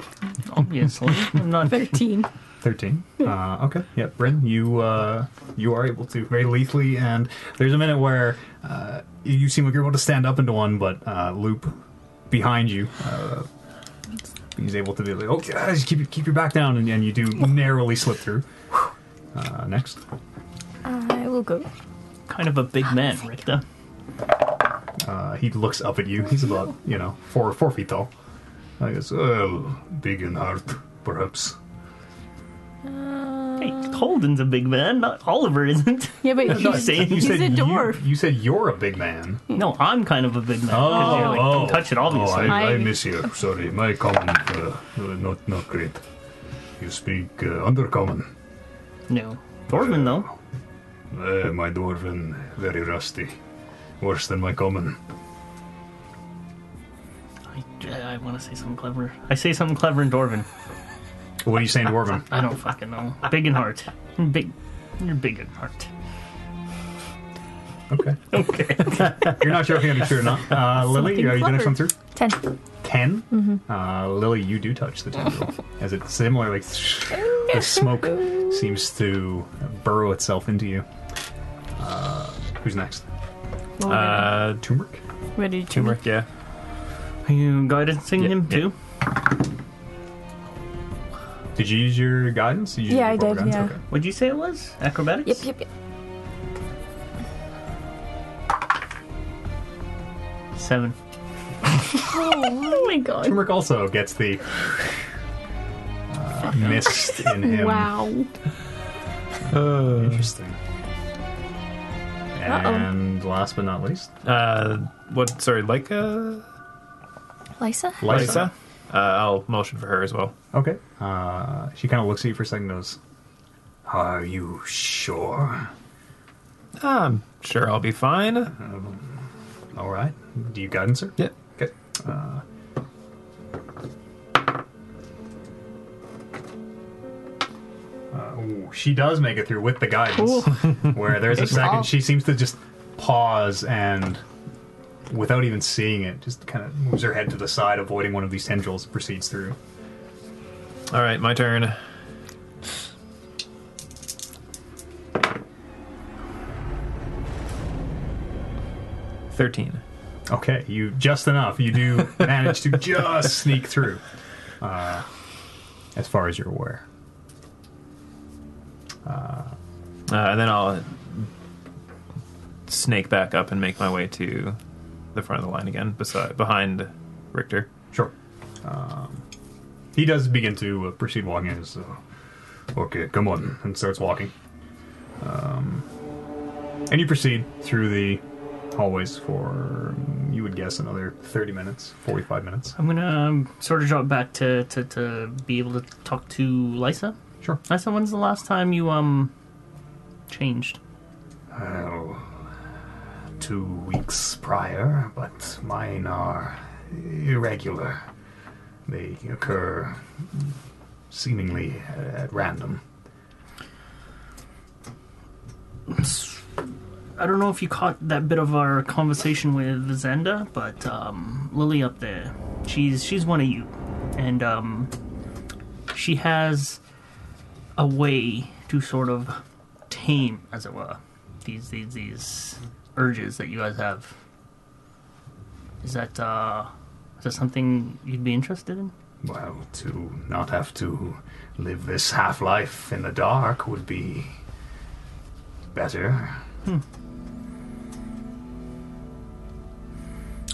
Speaker 2: [laughs] obviously, I'm not.
Speaker 3: Thirteen.
Speaker 1: 13 uh, okay yeah bryn you uh, you are able to very lethally and there's a minute where uh, you seem like you're able to stand up into one but uh, loop behind you uh, he's able to be like okay guys, keep, keep your back down and, and you do narrowly slip through uh, next
Speaker 5: I will go.
Speaker 2: Kind of a big man, Richter.
Speaker 1: uh, he looks up at you he's about you know four four feet tall
Speaker 6: I guess, well, big and hard, perhaps.
Speaker 2: Hey, Holden's a big man. Not Oliver isn't.
Speaker 3: Yeah,
Speaker 4: [laughs]
Speaker 3: but
Speaker 2: You
Speaker 3: he's,
Speaker 2: say- you
Speaker 3: he's a
Speaker 1: you-
Speaker 3: dwarf.
Speaker 1: You, said you're a big man
Speaker 3: [laughs]
Speaker 2: No, I'm kind of a big
Speaker 1: Oh,
Speaker 2: man. 'cause you're like, don't touch it,
Speaker 6: Oh,
Speaker 2: obviously.
Speaker 6: I,
Speaker 3: I-
Speaker 6: I miss you. Sorry, my common, uh, uh, not, not great. You speak uh, undercommon.
Speaker 2: no, Thorman though.
Speaker 6: Uh, my dwarven, very rusty. Worse than my common.
Speaker 2: I, I want to say something clever. I say something clever in Dwarven.
Speaker 1: what are you saying dwarven
Speaker 2: I don't fucking know. Big in heart. Big. You're big in heart.
Speaker 1: [laughs] okay
Speaker 2: Okay.
Speaker 1: [laughs] you're not joking i'm sure [laughs] or not uh, lily
Speaker 3: Something
Speaker 1: are you going to
Speaker 3: clever.
Speaker 1: come through
Speaker 5: 10.
Speaker 1: 10
Speaker 5: Mm-hmm.
Speaker 1: uh, lily you do touch the
Speaker 5: [laughs]
Speaker 1: tendril as it similarly the smoke seems to burrow itself into you uh, who's next
Speaker 3: Well,
Speaker 4: Uh,
Speaker 1: turmeric
Speaker 3: Oh, what did you do?
Speaker 4: turmeric, yeah.
Speaker 2: Are you guidancing
Speaker 4: Yeah,
Speaker 2: him
Speaker 4: yeah.
Speaker 2: too?
Speaker 1: did you use your guidance Did you use
Speaker 5: Yeah,
Speaker 1: your
Speaker 5: I did,
Speaker 1: guidance?
Speaker 5: yeah.
Speaker 1: okay.
Speaker 2: What'd you say it was? Acrobatics?
Speaker 5: Yep, yep, yep.
Speaker 2: Seven.
Speaker 3: Oh my god!
Speaker 1: turmeric also gets the uh, mist in him
Speaker 3: Wow.
Speaker 1: interesting and last but not least
Speaker 4: Uh, what, sorry, Leica?
Speaker 5: Lysa?
Speaker 1: Lysa.
Speaker 4: Lysa? Uh, I'll motion for her as well.
Speaker 1: okay uh, she kind of looks at you for a second and goes
Speaker 6: Are you sure?
Speaker 4: I'm sure I'll be fine.
Speaker 1: Uh, all right do you guidance her
Speaker 4: Yep.
Speaker 1: Okay. uh, Ooh, she does make it through with the guidance. Where there's a
Speaker 3: Good
Speaker 1: second,
Speaker 3: call.
Speaker 1: she seems to just pause and, without even seeing it, just kind of moves her head to the side, avoiding one of these tendrils, and proceeds through.
Speaker 4: All right, my turn. Thirteen.
Speaker 1: Okay, you just enough. You do manage to just sneak through, uh, as far as you're aware.
Speaker 4: Uh, and then I'll snake back up and make my way to the front of the line again, beside behind Richter.
Speaker 1: Sure. Um, he does begin to uh, proceed walking. and Is, uh, okay, come on, and starts walking. Um, and you proceed through the hallways for mm, you would guess another thirty minutes, forty-five minutes.
Speaker 2: I'm gonna um, sort of drop back to, to, to be able to talk to Lysa.
Speaker 1: Sure.
Speaker 2: Lysa, when's the last time you um changed?
Speaker 6: Oh,
Speaker 1: Two weeks prior, but mine are irregular. They occur mm, seemingly at random.
Speaker 2: I don't know if you caught that bit of our conversation with Zenda, but um, Lily up there, she's she's one of you, and um, she has a way to sort of tame, as it were, these these these urges that you guys have. Is that uh, is that something you'd be interested in?
Speaker 6: well, to not have to live this half life in the dark would be better.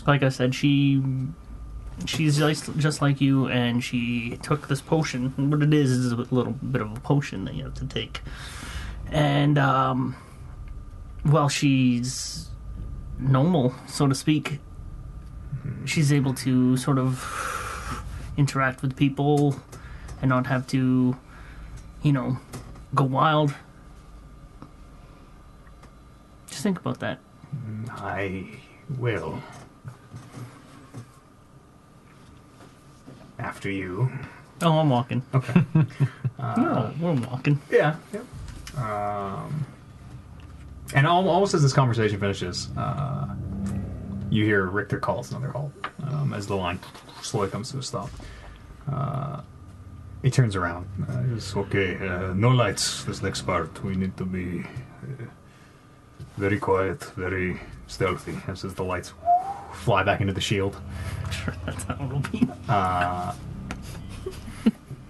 Speaker 2: like I said, she she's just, just like you, and she took this potion. What it is is a little bit of a potion that you have to take, and um, while she's normal, so to speak, she's able to sort of interact with people and not have to, you know, go wild. Just think about that.
Speaker 6: I will. After you.
Speaker 2: Oh, I'm walking. Okay. [laughs] no, we're [laughs] walking.
Speaker 1: Yeah. Yep. Um, and al- almost as this conversation finishes, uh, you hear Richter calls another halt um, as the line slowly comes to a stop. Uh, he turns around.
Speaker 6: Uh, It's okay. Uh, no lights this next part. We need to be uh, very quiet, very stealthy.
Speaker 1: This is the lights fly back into the shield.
Speaker 2: Sure, that's how it'll [laughs] be.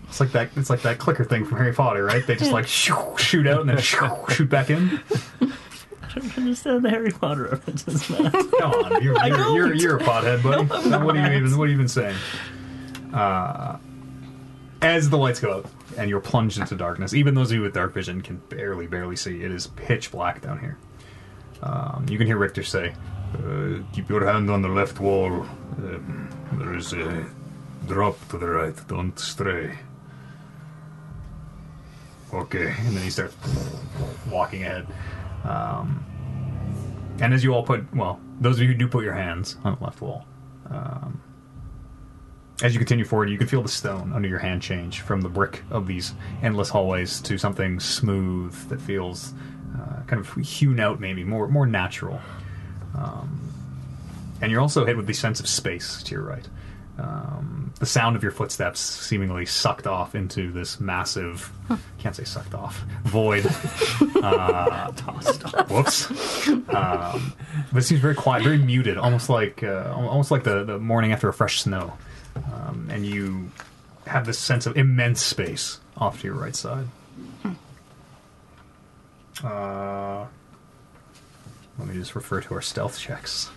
Speaker 1: It's like that. It's like that clicker thing from Harry Potter, right? They just like [laughs] shoo, shoot out and then shoo, shoot back in.
Speaker 2: I don't understand the Harry Potter references, man.
Speaker 1: Come on, you're, you're, you're, you're a pothead, buddy. what are you even? What are you even saying? Uh, as the lights go out and you're plunged into darkness, even those of you with dark vision can barely, barely see. It is pitch black down here. Um, you can hear Richter say,
Speaker 6: Uh, keep your hand on the left wall. Um, there is a drop to the right. Don't stray. Okay.
Speaker 1: and then he starts walking ahead. Um, and as you all put, well, those of you who do put your hands on the left wall, um, as you continue forward, you can feel the stone under your hand change from the brick of these endless hallways to something smooth that feels uh, kind of hewn out, maybe more more natural. Um, and you're also hit with the sense of space to your right. Um, the sound of your footsteps seemingly sucked off into this massive, can't say sucked off, void.
Speaker 4: Uh,
Speaker 2: Tossed off.
Speaker 1: Whoops. Um, but it seems very quiet, very muted, almost like uh, al- almost like the, the morning after a fresh snow. Um, and you have this sense of immense space off to your right side. Uh, let me just refer to our stealth checks.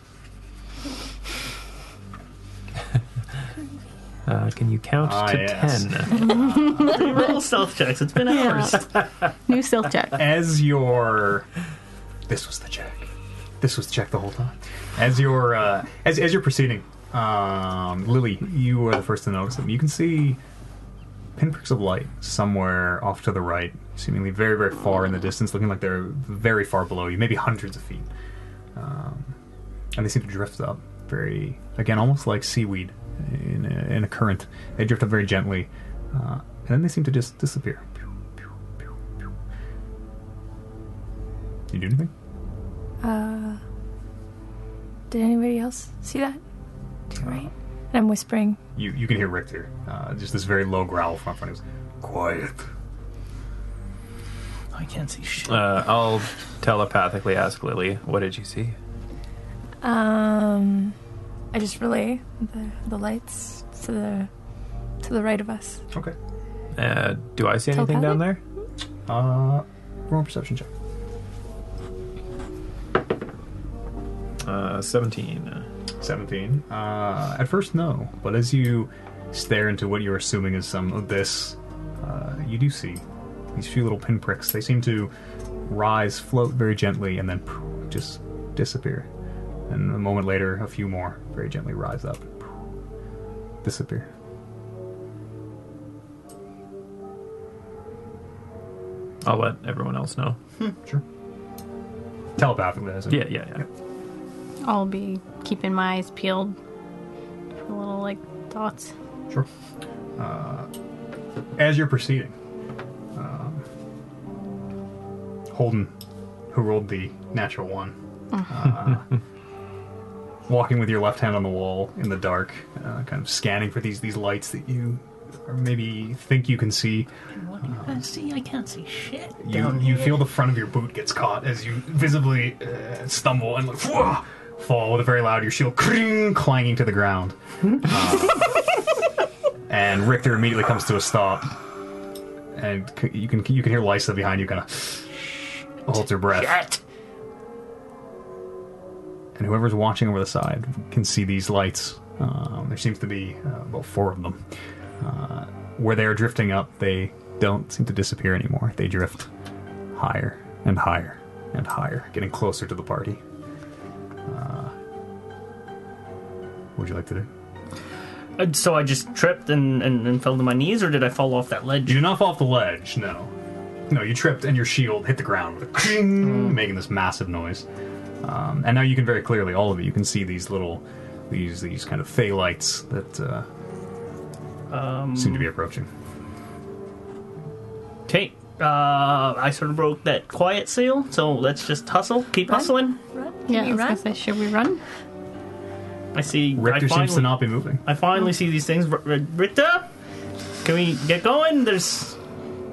Speaker 4: Uh, can you count
Speaker 1: Ah,
Speaker 4: to
Speaker 1: yes.
Speaker 4: ten?
Speaker 2: They [laughs] roll stealth checks. It's been hours.
Speaker 3: [laughs] New
Speaker 4: [laughs]
Speaker 3: stealth check.
Speaker 1: as your this was the check this was the check the whole time as your uh, as, as you're proceeding um, lily you are the first to notice them you can see pinpricks of light somewhere off to the right seemingly very very far in the distance looking like they're very far below you maybe hundreds of feet um, and they seem to drift up very again almost like seaweed in a, in a current they drift up very gently uh, and then they seem to just disappear Pew, pew, pew, Did you do anything?
Speaker 5: Uh, did anybody else see that? To your right? And I'm whispering.
Speaker 1: Uh, You you can hear Richter. Uh, just this very low growl from front of him.
Speaker 6: Quiet.
Speaker 2: I can't see shit.
Speaker 4: Uh, I'll telepathically ask Lily, what did you see?
Speaker 5: Um, I just relay the, the lights to the to the right of us.
Speaker 1: Okay.
Speaker 4: Uh, do I see anything down there?
Speaker 1: Uh, roll a perception check.
Speaker 4: Uh, 17.
Speaker 1: 17. Uh, at first, no. But as you stare into what you're assuming is some of this, uh, you do see these few little pinpricks. They seem to rise, float very gently, and then poof, just disappear. And a moment later, a few more very gently rise up, and poof, disappear.
Speaker 4: I'll let everyone else know.
Speaker 1: Sure. Telepathically, I assume.
Speaker 4: Yeah, yeah, yeah.
Speaker 3: I'll be keeping my eyes peeled for little like thoughts.
Speaker 1: Sure. Uh, as you're proceeding, um, Holden, who rolled the natural one, uh, walking with your left hand on the wall in the dark, uh, kind of scanning for these these lights that you or maybe think you can see.
Speaker 2: What do you guys see? I can't see shit.
Speaker 1: You you feel the front of your boot gets caught as you visibly uh, stumble and like, "Whoa!" fall with a very loud your shield cring, clanging to the ground. Uh, and Richter immediately comes to a stop, and c- you can you can hear Lysa behind you, kind of holds her breath. And whoever's watching over the side can see these lights. Um, there seems to be uh, about four of them. Uh, where they are drifting up, they don't seem to disappear anymore. They drift higher and higher and higher, getting closer to the party. Uh, what would you like to do?
Speaker 2: Uh, So I just tripped and, and, and fell to my knees, or did I fall off that ledge?
Speaker 1: You did not fall off the ledge, no. No, you tripped and your shield hit the ground with a
Speaker 2: Mm.
Speaker 1: cling, making this massive noise. Um, and now you can very clearly, all of it, you can see these little, these these kind of fey lights that uh,
Speaker 2: Um,
Speaker 1: seem to be approaching.
Speaker 2: Okay. Uh, I sort of broke that quiet seal, so let's just hustle. Keep hustling.
Speaker 5: Run? Can
Speaker 3: Yeah,
Speaker 5: you
Speaker 3: I
Speaker 5: run?
Speaker 3: was gonna say, should we run?
Speaker 2: I see. I
Speaker 1: Richter seems to
Speaker 2: finally-
Speaker 1: not be moving.
Speaker 2: I finally see these things. R- R- Richter, can we get going? There's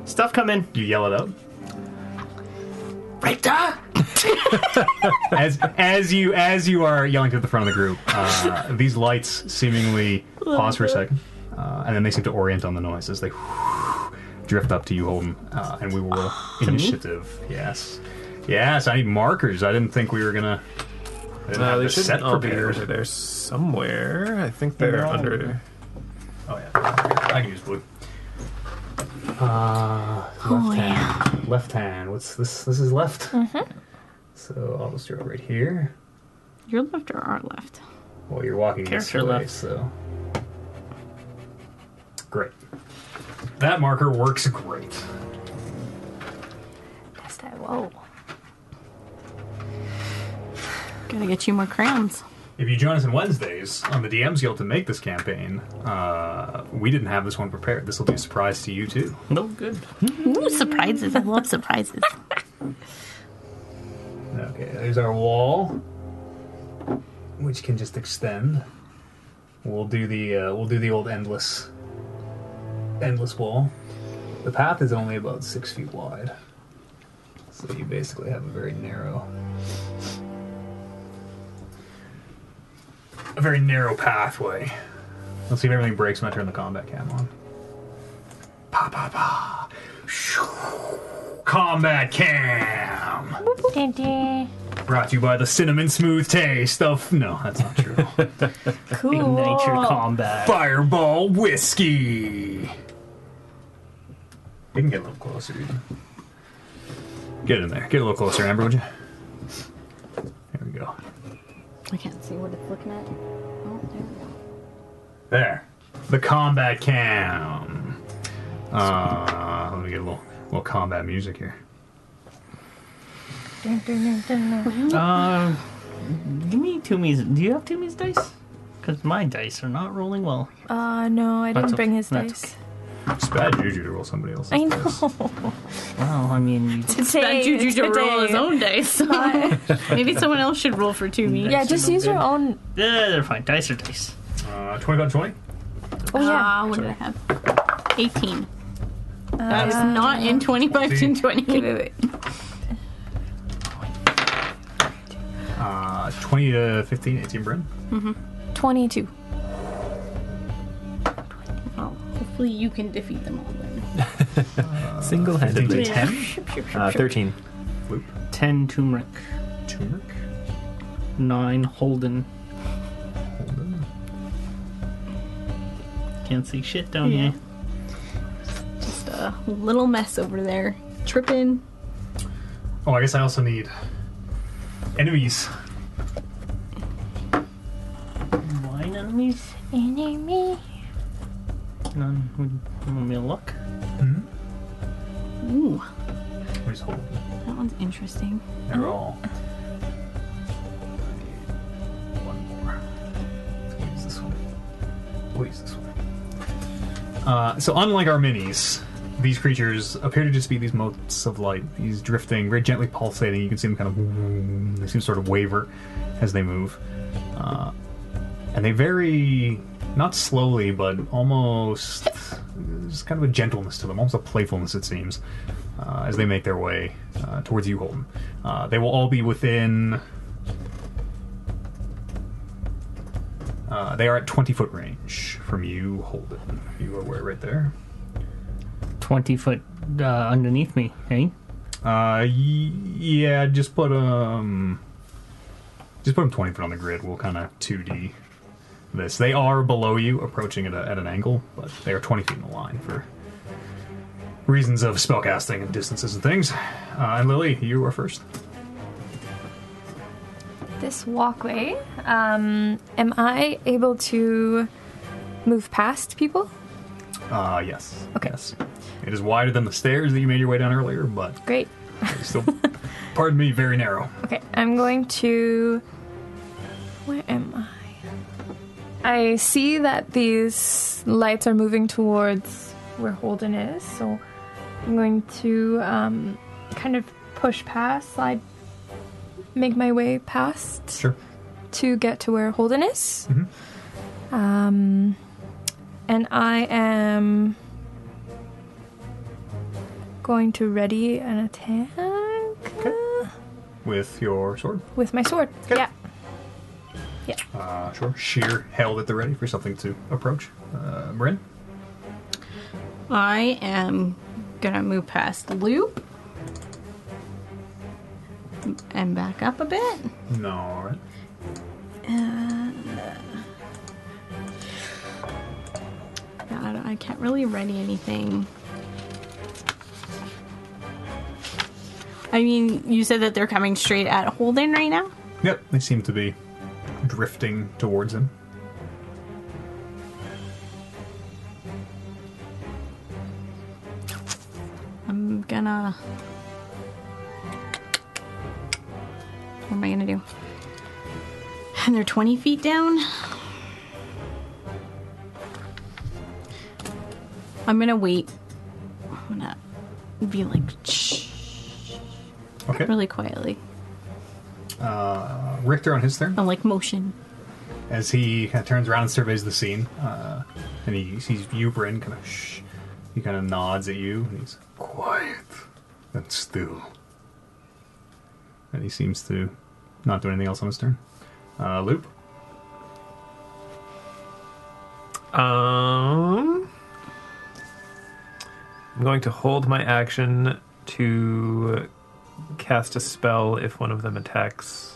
Speaker 2: stuff coming.
Speaker 1: You yell it out.
Speaker 2: Richter!
Speaker 1: as as you as you are yelling to the front of the group, uh, these lights seemingly pause for a second, uh, and then they seem to orient on the noise as they drift up to you, Holden, uh, and we will
Speaker 4: [gasps]
Speaker 1: roll
Speaker 4: Hmm?
Speaker 1: initiative. Yes, yes. I need markers. I didn't think we were gonna. I didn't
Speaker 4: Uh,
Speaker 1: have
Speaker 4: they
Speaker 1: the set
Speaker 4: should all be
Speaker 1: prepared.
Speaker 4: over there somewhere. I think
Speaker 2: they're
Speaker 4: they're
Speaker 2: all
Speaker 4: under.
Speaker 2: over.
Speaker 1: Oh yeah, I can use blue. Uh, left
Speaker 3: Oh, yeah. Mm-hmm.
Speaker 1: hand. Left hand. What's this? This is left. So I'll just draw right here.
Speaker 3: Your left or our left?
Speaker 1: Well, you're walking this
Speaker 2: Character
Speaker 1: way,
Speaker 2: left.
Speaker 1: so great. That marker works great.
Speaker 5: Test that. Whoa.
Speaker 3: Gotta get you more crowns.
Speaker 1: If you join us on Wednesdays on the DM's Guild to make this campaign, uh, we didn't have this one prepared. This will be a surprise to you too.
Speaker 2: No good.
Speaker 3: Ooh, surprises. I love surprises.
Speaker 1: Okay, there's our wall, which can just extend. We'll do the uh, we'll do the old endless endless wall. The path is only about six feet wide, so you basically have a very narrow a very narrow pathway. Let's see if everything breaks when I turn the combat cam on. Pa pa pa. Shoo. Combat cam. Brought to you by the cinnamon smooth taste of. No, that's not true.
Speaker 5: Cool.
Speaker 2: Ignite your combat.
Speaker 1: Fireball whiskey. You can get a little closer. Eden. Get in there. Get a little closer, Amber, would you? There we go.
Speaker 3: I can't see what it's looking at. Oh, there we go.
Speaker 1: There. The combat cam. Uh, let me get a little, little combat music here.
Speaker 5: Dun, dun, dun, dun, dun.
Speaker 2: Uh, give me Toomey's. Do you have Toomey's dice? Because my dice are not rolling well.
Speaker 5: Uh, no, I didn't
Speaker 2: That's
Speaker 5: bring
Speaker 2: okay.
Speaker 5: his
Speaker 2: That's
Speaker 5: dice.
Speaker 4: It's bad juju to roll somebody else's.
Speaker 5: I
Speaker 4: dice.
Speaker 5: know.
Speaker 2: Well, I mean,
Speaker 3: It's
Speaker 5: [laughs] Today,
Speaker 3: bad juju to roll
Speaker 5: today. Uh,
Speaker 3: his own dice. [laughs] so
Speaker 2: [laughs]
Speaker 3: Maybe someone else should roll for two me.
Speaker 5: yeah, just use your own.
Speaker 2: eh, they're fine. Dice are dice.
Speaker 4: Uh, 25 20?
Speaker 5: Oh yeah.
Speaker 3: Ah, what did I have? 18. I was not in 25
Speaker 4: See?
Speaker 3: to 20.
Speaker 5: Uh, Wait, wait, wait.
Speaker 1: Uh, 20 to 15, 18 Bryn.
Speaker 5: Twenty-two.
Speaker 3: Oh, hopefully you can defeat them all then.
Speaker 1: Uh,
Speaker 4: Single handedly.
Speaker 3: Yeah.
Speaker 1: 10.
Speaker 3: Ship, ship, ship,
Speaker 4: Uh,
Speaker 3: ship.
Speaker 4: 13.
Speaker 2: Ten turmeric,
Speaker 1: Turmeric.
Speaker 2: nine Holden. Can't see shit down
Speaker 3: Yeah.
Speaker 2: here.
Speaker 3: Just a little mess over there. Tripping.
Speaker 1: Oh, I guess I also need enemies.
Speaker 2: Wine enemies?
Speaker 5: Enemy.
Speaker 2: None would want me to look.
Speaker 3: Ooh,
Speaker 1: Let me just hold it.
Speaker 3: that one's interesting.
Speaker 1: They're all. I need One more. We'll use this one. We'll use this one. Uh, so, unlike our minis, these creatures appear to just be these motes of light. These drifting, very gently pulsating. You can see them kind of. They seem to sort of waver as they move. Uh, and they vary, not slowly, but almost. There's kind of a gentleness to them, almost a playfulness, it seems uh, as they make their way uh, towards you, Holden. Uh, they will all be within. Uh, they are at 20 foot range from you, Holden. You are where right there?
Speaker 2: 20 foot uh, underneath me, eh?
Speaker 1: Uh, y- yeah, just put um, just put them 20 foot on the grid. We'll kind of 2D this. They are below you, approaching at, a, at an angle, but they are 20 feet in the line for reasons of spellcasting and distances and things. Uh, and Lily, you are first.
Speaker 5: This walkway. Um, am I able to move past people?
Speaker 1: Uh, yes.
Speaker 5: Okay.
Speaker 1: Yes. It is wider than the stairs that you made your way down earlier, but
Speaker 5: Great.
Speaker 1: it's [laughs] still, pardon me, very narrow.
Speaker 5: Okay, I'm going to. Where am I? I see that these lights are moving towards where Holden is, so I'm going to um, kind of push past, slide, make my way past
Speaker 1: Sure.
Speaker 5: to get to where Holden is. Um, and I am going to ready an attack.
Speaker 1: With your sword.
Speaker 5: With my sword. Yeah.
Speaker 1: Uh, sure. Sheer held at the ready for something to approach. Uh, Bryn?
Speaker 3: I am gonna move past loop and back up a bit.
Speaker 1: No, alright.
Speaker 3: I, don't- I can't really ready anything. I mean, you said that they're coming straight at Holden right now.
Speaker 1: Yep, they seem to be drifting towards him.
Speaker 3: I'm gonna. What am I gonna do? And they're 20 feet down. I'm gonna wait. I'm gonna be like, shh,
Speaker 1: Okay.
Speaker 3: really quietly.
Speaker 1: Uh, Richter on his turn.
Speaker 3: I'm like, motion.
Speaker 1: as he kind of turns around and surveys the scene, uh, and he sees you, Bryn, kind of shh. He kind of nods at you, and he's quiet and still. And he seems to not do anything else on his turn. Uh, Loop,
Speaker 4: Um, I'm going to hold my action to cast a spell if one of them attacks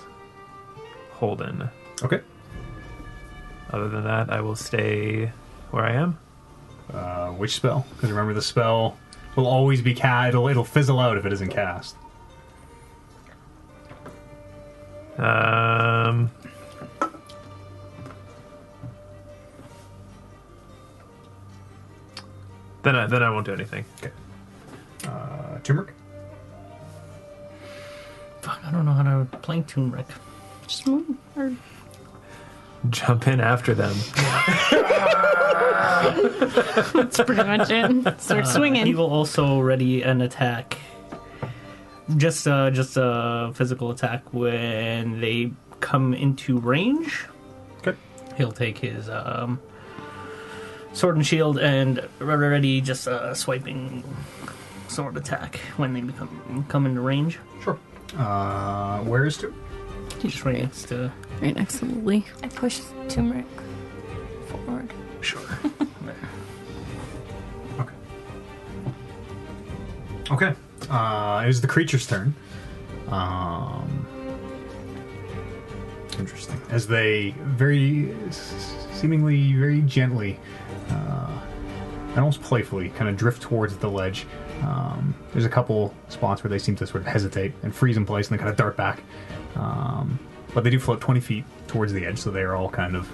Speaker 4: Holden.
Speaker 1: okay.
Speaker 4: Other than that, I will stay where I am.
Speaker 1: Uh, which spell? Because remember, the spell will always be cast. It'll, it'll fizzle out if it isn't cast.
Speaker 4: Um, then I, then I won't do anything.
Speaker 1: Uh, turmeric.
Speaker 2: Fuck, I don't know how to play turmeric.
Speaker 3: Just move. Or
Speaker 4: Jump in after them.
Speaker 3: That's pretty
Speaker 1: [laughs]
Speaker 3: much it. Start
Speaker 2: He
Speaker 3: swinging.
Speaker 2: will also ready an attack. Just uh, just a physical attack when they come into range.
Speaker 1: Okay.
Speaker 2: He'll take his um, sword and shield and ready just a swiping sword attack when they become come into range.
Speaker 1: Sure. Uh, where is two?
Speaker 2: Just right next to
Speaker 3: Right next to Lily.
Speaker 5: I push turmeric forward.
Speaker 1: Sure. okay. Okay. Uh, it is the creature's turn. Um, interesting. As they very, s- seemingly very gently, uh, and almost playfully, kind of drift towards the ledge. Um, there's a couple spots where they seem to sort of hesitate and freeze in place, and then kind of dart back. Um, but they do float 20 feet towards the edge, so they are all kind of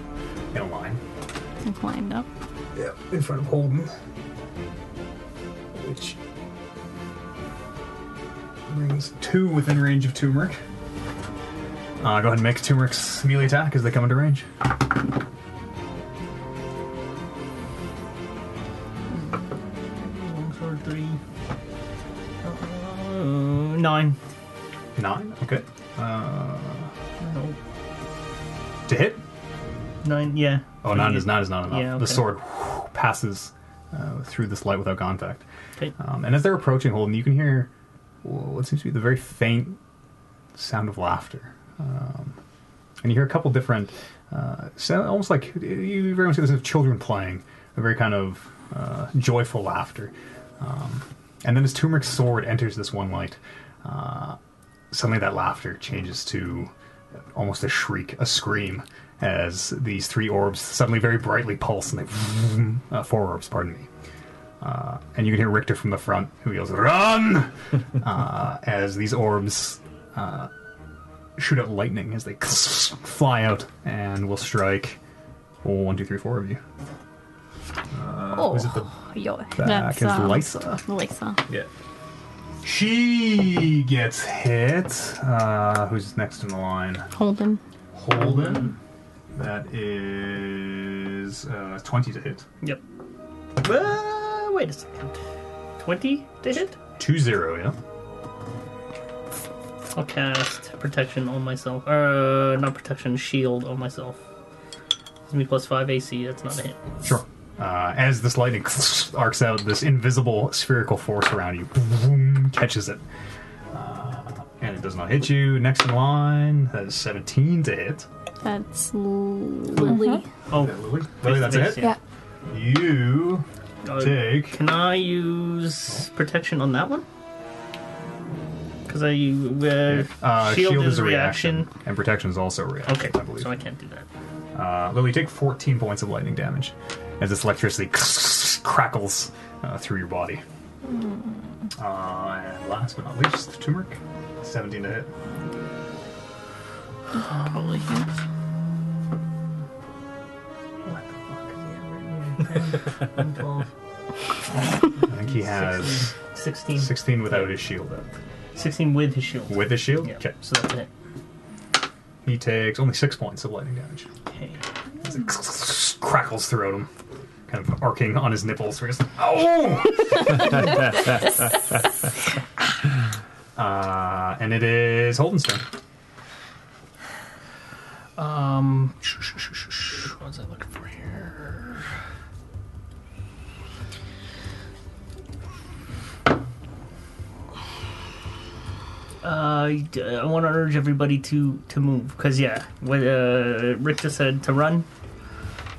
Speaker 1: in a line.
Speaker 3: And climbed up.
Speaker 1: Yeah, in front of Holden. Which brings two within range of Turmeric. Uh, go ahead and make Turmeric's melee attack as they come into range.
Speaker 2: one, four, three, uh, nine.
Speaker 1: Nine. Okay.
Speaker 2: No,
Speaker 1: To hit.
Speaker 2: nine. Yeah.
Speaker 1: Oh, nine is nine is not enough.
Speaker 2: Mm-hmm. Yeah, okay.
Speaker 1: The sword whoosh, passes uh, through this light without contact.
Speaker 2: Okay.
Speaker 1: Um, and as they're approaching Holden, you can hear what seems to be the very faint sound of laughter. Um, and you hear a couple different, uh, sound, almost like you very much get this of children playing, a very kind of uh, joyful laughter. Um, and then as Turmeric's sword enters this one light, uh, suddenly that laughter changes to almost a shriek, a scream, as these three orbs suddenly very brightly pulse and they. [laughs] Uh, four orbs, pardon me and you can hear Richter from the front who yells "Run!" uh, as these orbs uh, shoot out lightning as they [laughs] fly out and will strike one, two, three, four of you.
Speaker 5: Oh,
Speaker 1: Is it the
Speaker 5: yo.
Speaker 1: back? Is
Speaker 3: um,
Speaker 1: Lysa?
Speaker 3: Lysa.
Speaker 4: Yeah.
Speaker 1: She gets hit. Uh, who's next in the line?
Speaker 3: Holden.
Speaker 1: Holden. That is uh, twenty to hit.
Speaker 2: Yep. Uh, wait a second. Twenty to hit.
Speaker 1: Two zero. Yeah.
Speaker 2: I'll cast protection on myself. Uh, not protection, shield on myself. It's me plus five AC. That's not a hit.
Speaker 1: Sure. Uh, as this lightning [laughs] arcs out, this invisible spherical force around you boom, catches it. Uh, and it does not hit you. Next in line, that is 17 to hit.
Speaker 3: That's
Speaker 1: Uh-huh.
Speaker 3: Lily.
Speaker 2: Oh,
Speaker 1: Lily, Lily that's a hit.
Speaker 5: Yeah.
Speaker 1: You
Speaker 2: Uh,
Speaker 1: take.
Speaker 2: can I use protection on that one? Because I uh,
Speaker 1: Uh,
Speaker 2: shield, is a reaction.
Speaker 1: And protection is also a reaction,
Speaker 2: Okay,
Speaker 1: I believe.
Speaker 2: so I can't do that.
Speaker 1: Uh, Lily, take 14 points of lightning damage as this electricity [laughs] crackles uh, through your body.
Speaker 2: Hmm.
Speaker 1: Uh, and last but not least, Turmeric, 17 to hit.
Speaker 3: Probably hits.
Speaker 1: What the [laughs] fuck? I think he has
Speaker 2: 16.
Speaker 1: 16 without his shield up.
Speaker 2: 16 with his shield.
Speaker 1: With his shield?
Speaker 2: yeah,
Speaker 1: Okay.
Speaker 2: so that's a hit.
Speaker 1: He takes only 6 points of lightning damage.
Speaker 2: Okay.
Speaker 1: As it crackles throughout him, kind of arcing on his nipples. Where he's like, oh! [laughs] uh, and it is Holden's turn.
Speaker 2: Um, what was I looking for here? Uh, d- I want to urge everybody to to move because yeah, what uh, Richter said to run.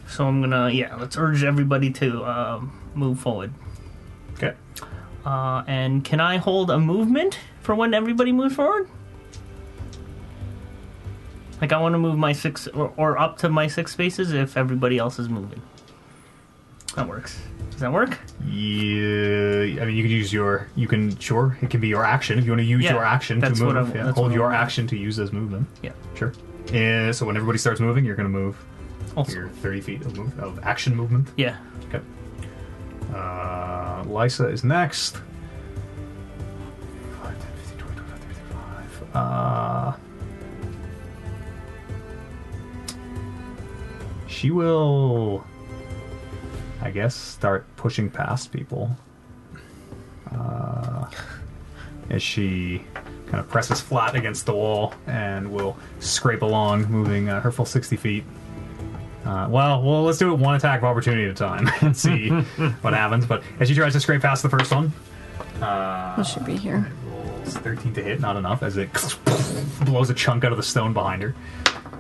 Speaker 2: So I'm gonna yeah, let's urge everybody to um, move forward.
Speaker 1: Okay.
Speaker 2: Uh, and can I hold a movement for when everybody moves forward? Like I want to move my six or, or up to my six spaces if everybody else is moving. That works. Does that work?
Speaker 1: Yeah, I mean, you could use your. You can sure it can be your action if you want to use
Speaker 2: Yeah,
Speaker 1: your action to
Speaker 2: that's what
Speaker 1: move.
Speaker 2: I-
Speaker 1: yeah,
Speaker 2: that's
Speaker 1: hold
Speaker 2: what I
Speaker 1: your
Speaker 2: want.
Speaker 1: action to use as movement.
Speaker 2: Yeah.
Speaker 1: Sure. Yeah, so when everybody starts moving, you're going to move
Speaker 2: Also.
Speaker 1: your 30 feet of, move, of action movement.
Speaker 2: Yeah.
Speaker 1: Okay. Uh, Lysa is next. Uh, she will, I guess, start pushing past people. Uh, as she kind of presses flat against the wall and will scrape along, moving uh, her full 60 feet. Uh, well, well, let's do it one attack of opportunity at a time [laughs] and see what happens. But as she tries to scrape past the first one, uh,
Speaker 3: This should be here.
Speaker 1: rolls 13 to hit, not enough, as it [laughs] blows a chunk out of the stone behind her.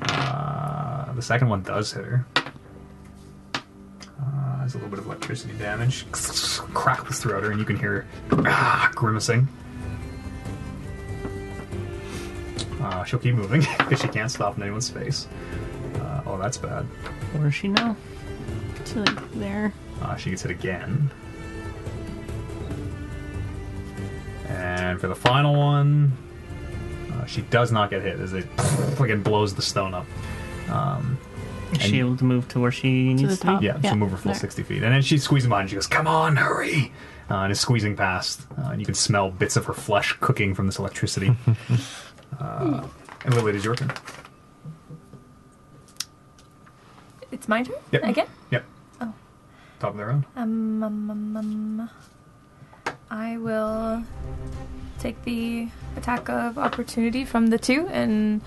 Speaker 1: Uh, the second one does hit her. Uh, there's a little bit of electricity damage. [laughs] Crackles throughout her, and you can hear her ah, grimacing. Uh, she'll keep moving [laughs] because she can't stop in anyone's face. Uh, oh, that's bad.
Speaker 2: Where is she now?
Speaker 3: To like there.
Speaker 1: Uh, she gets hit again. And for the final one, uh, she does not get hit as it [laughs] fucking blows the stone up. Um,
Speaker 2: Is she able to move to where she
Speaker 3: the
Speaker 2: needs to,
Speaker 5: Oh,
Speaker 3: top?
Speaker 2: be?
Speaker 1: Yeah,
Speaker 3: Yeah,
Speaker 1: she'll move her full
Speaker 3: there.
Speaker 1: 60 feet. And then she's squeezing behind. She goes, Come on, hurry! Uh, and is squeezing past. Uh, and you can smell bits of her flesh cooking from this electricity. uh, and Lily, it is your turn.
Speaker 5: It's my turn
Speaker 1: Yep.
Speaker 5: again.
Speaker 1: Yep.
Speaker 5: Oh.
Speaker 1: Top of the round.
Speaker 5: Um, um, um, um, I will take the attack of opportunity from the two and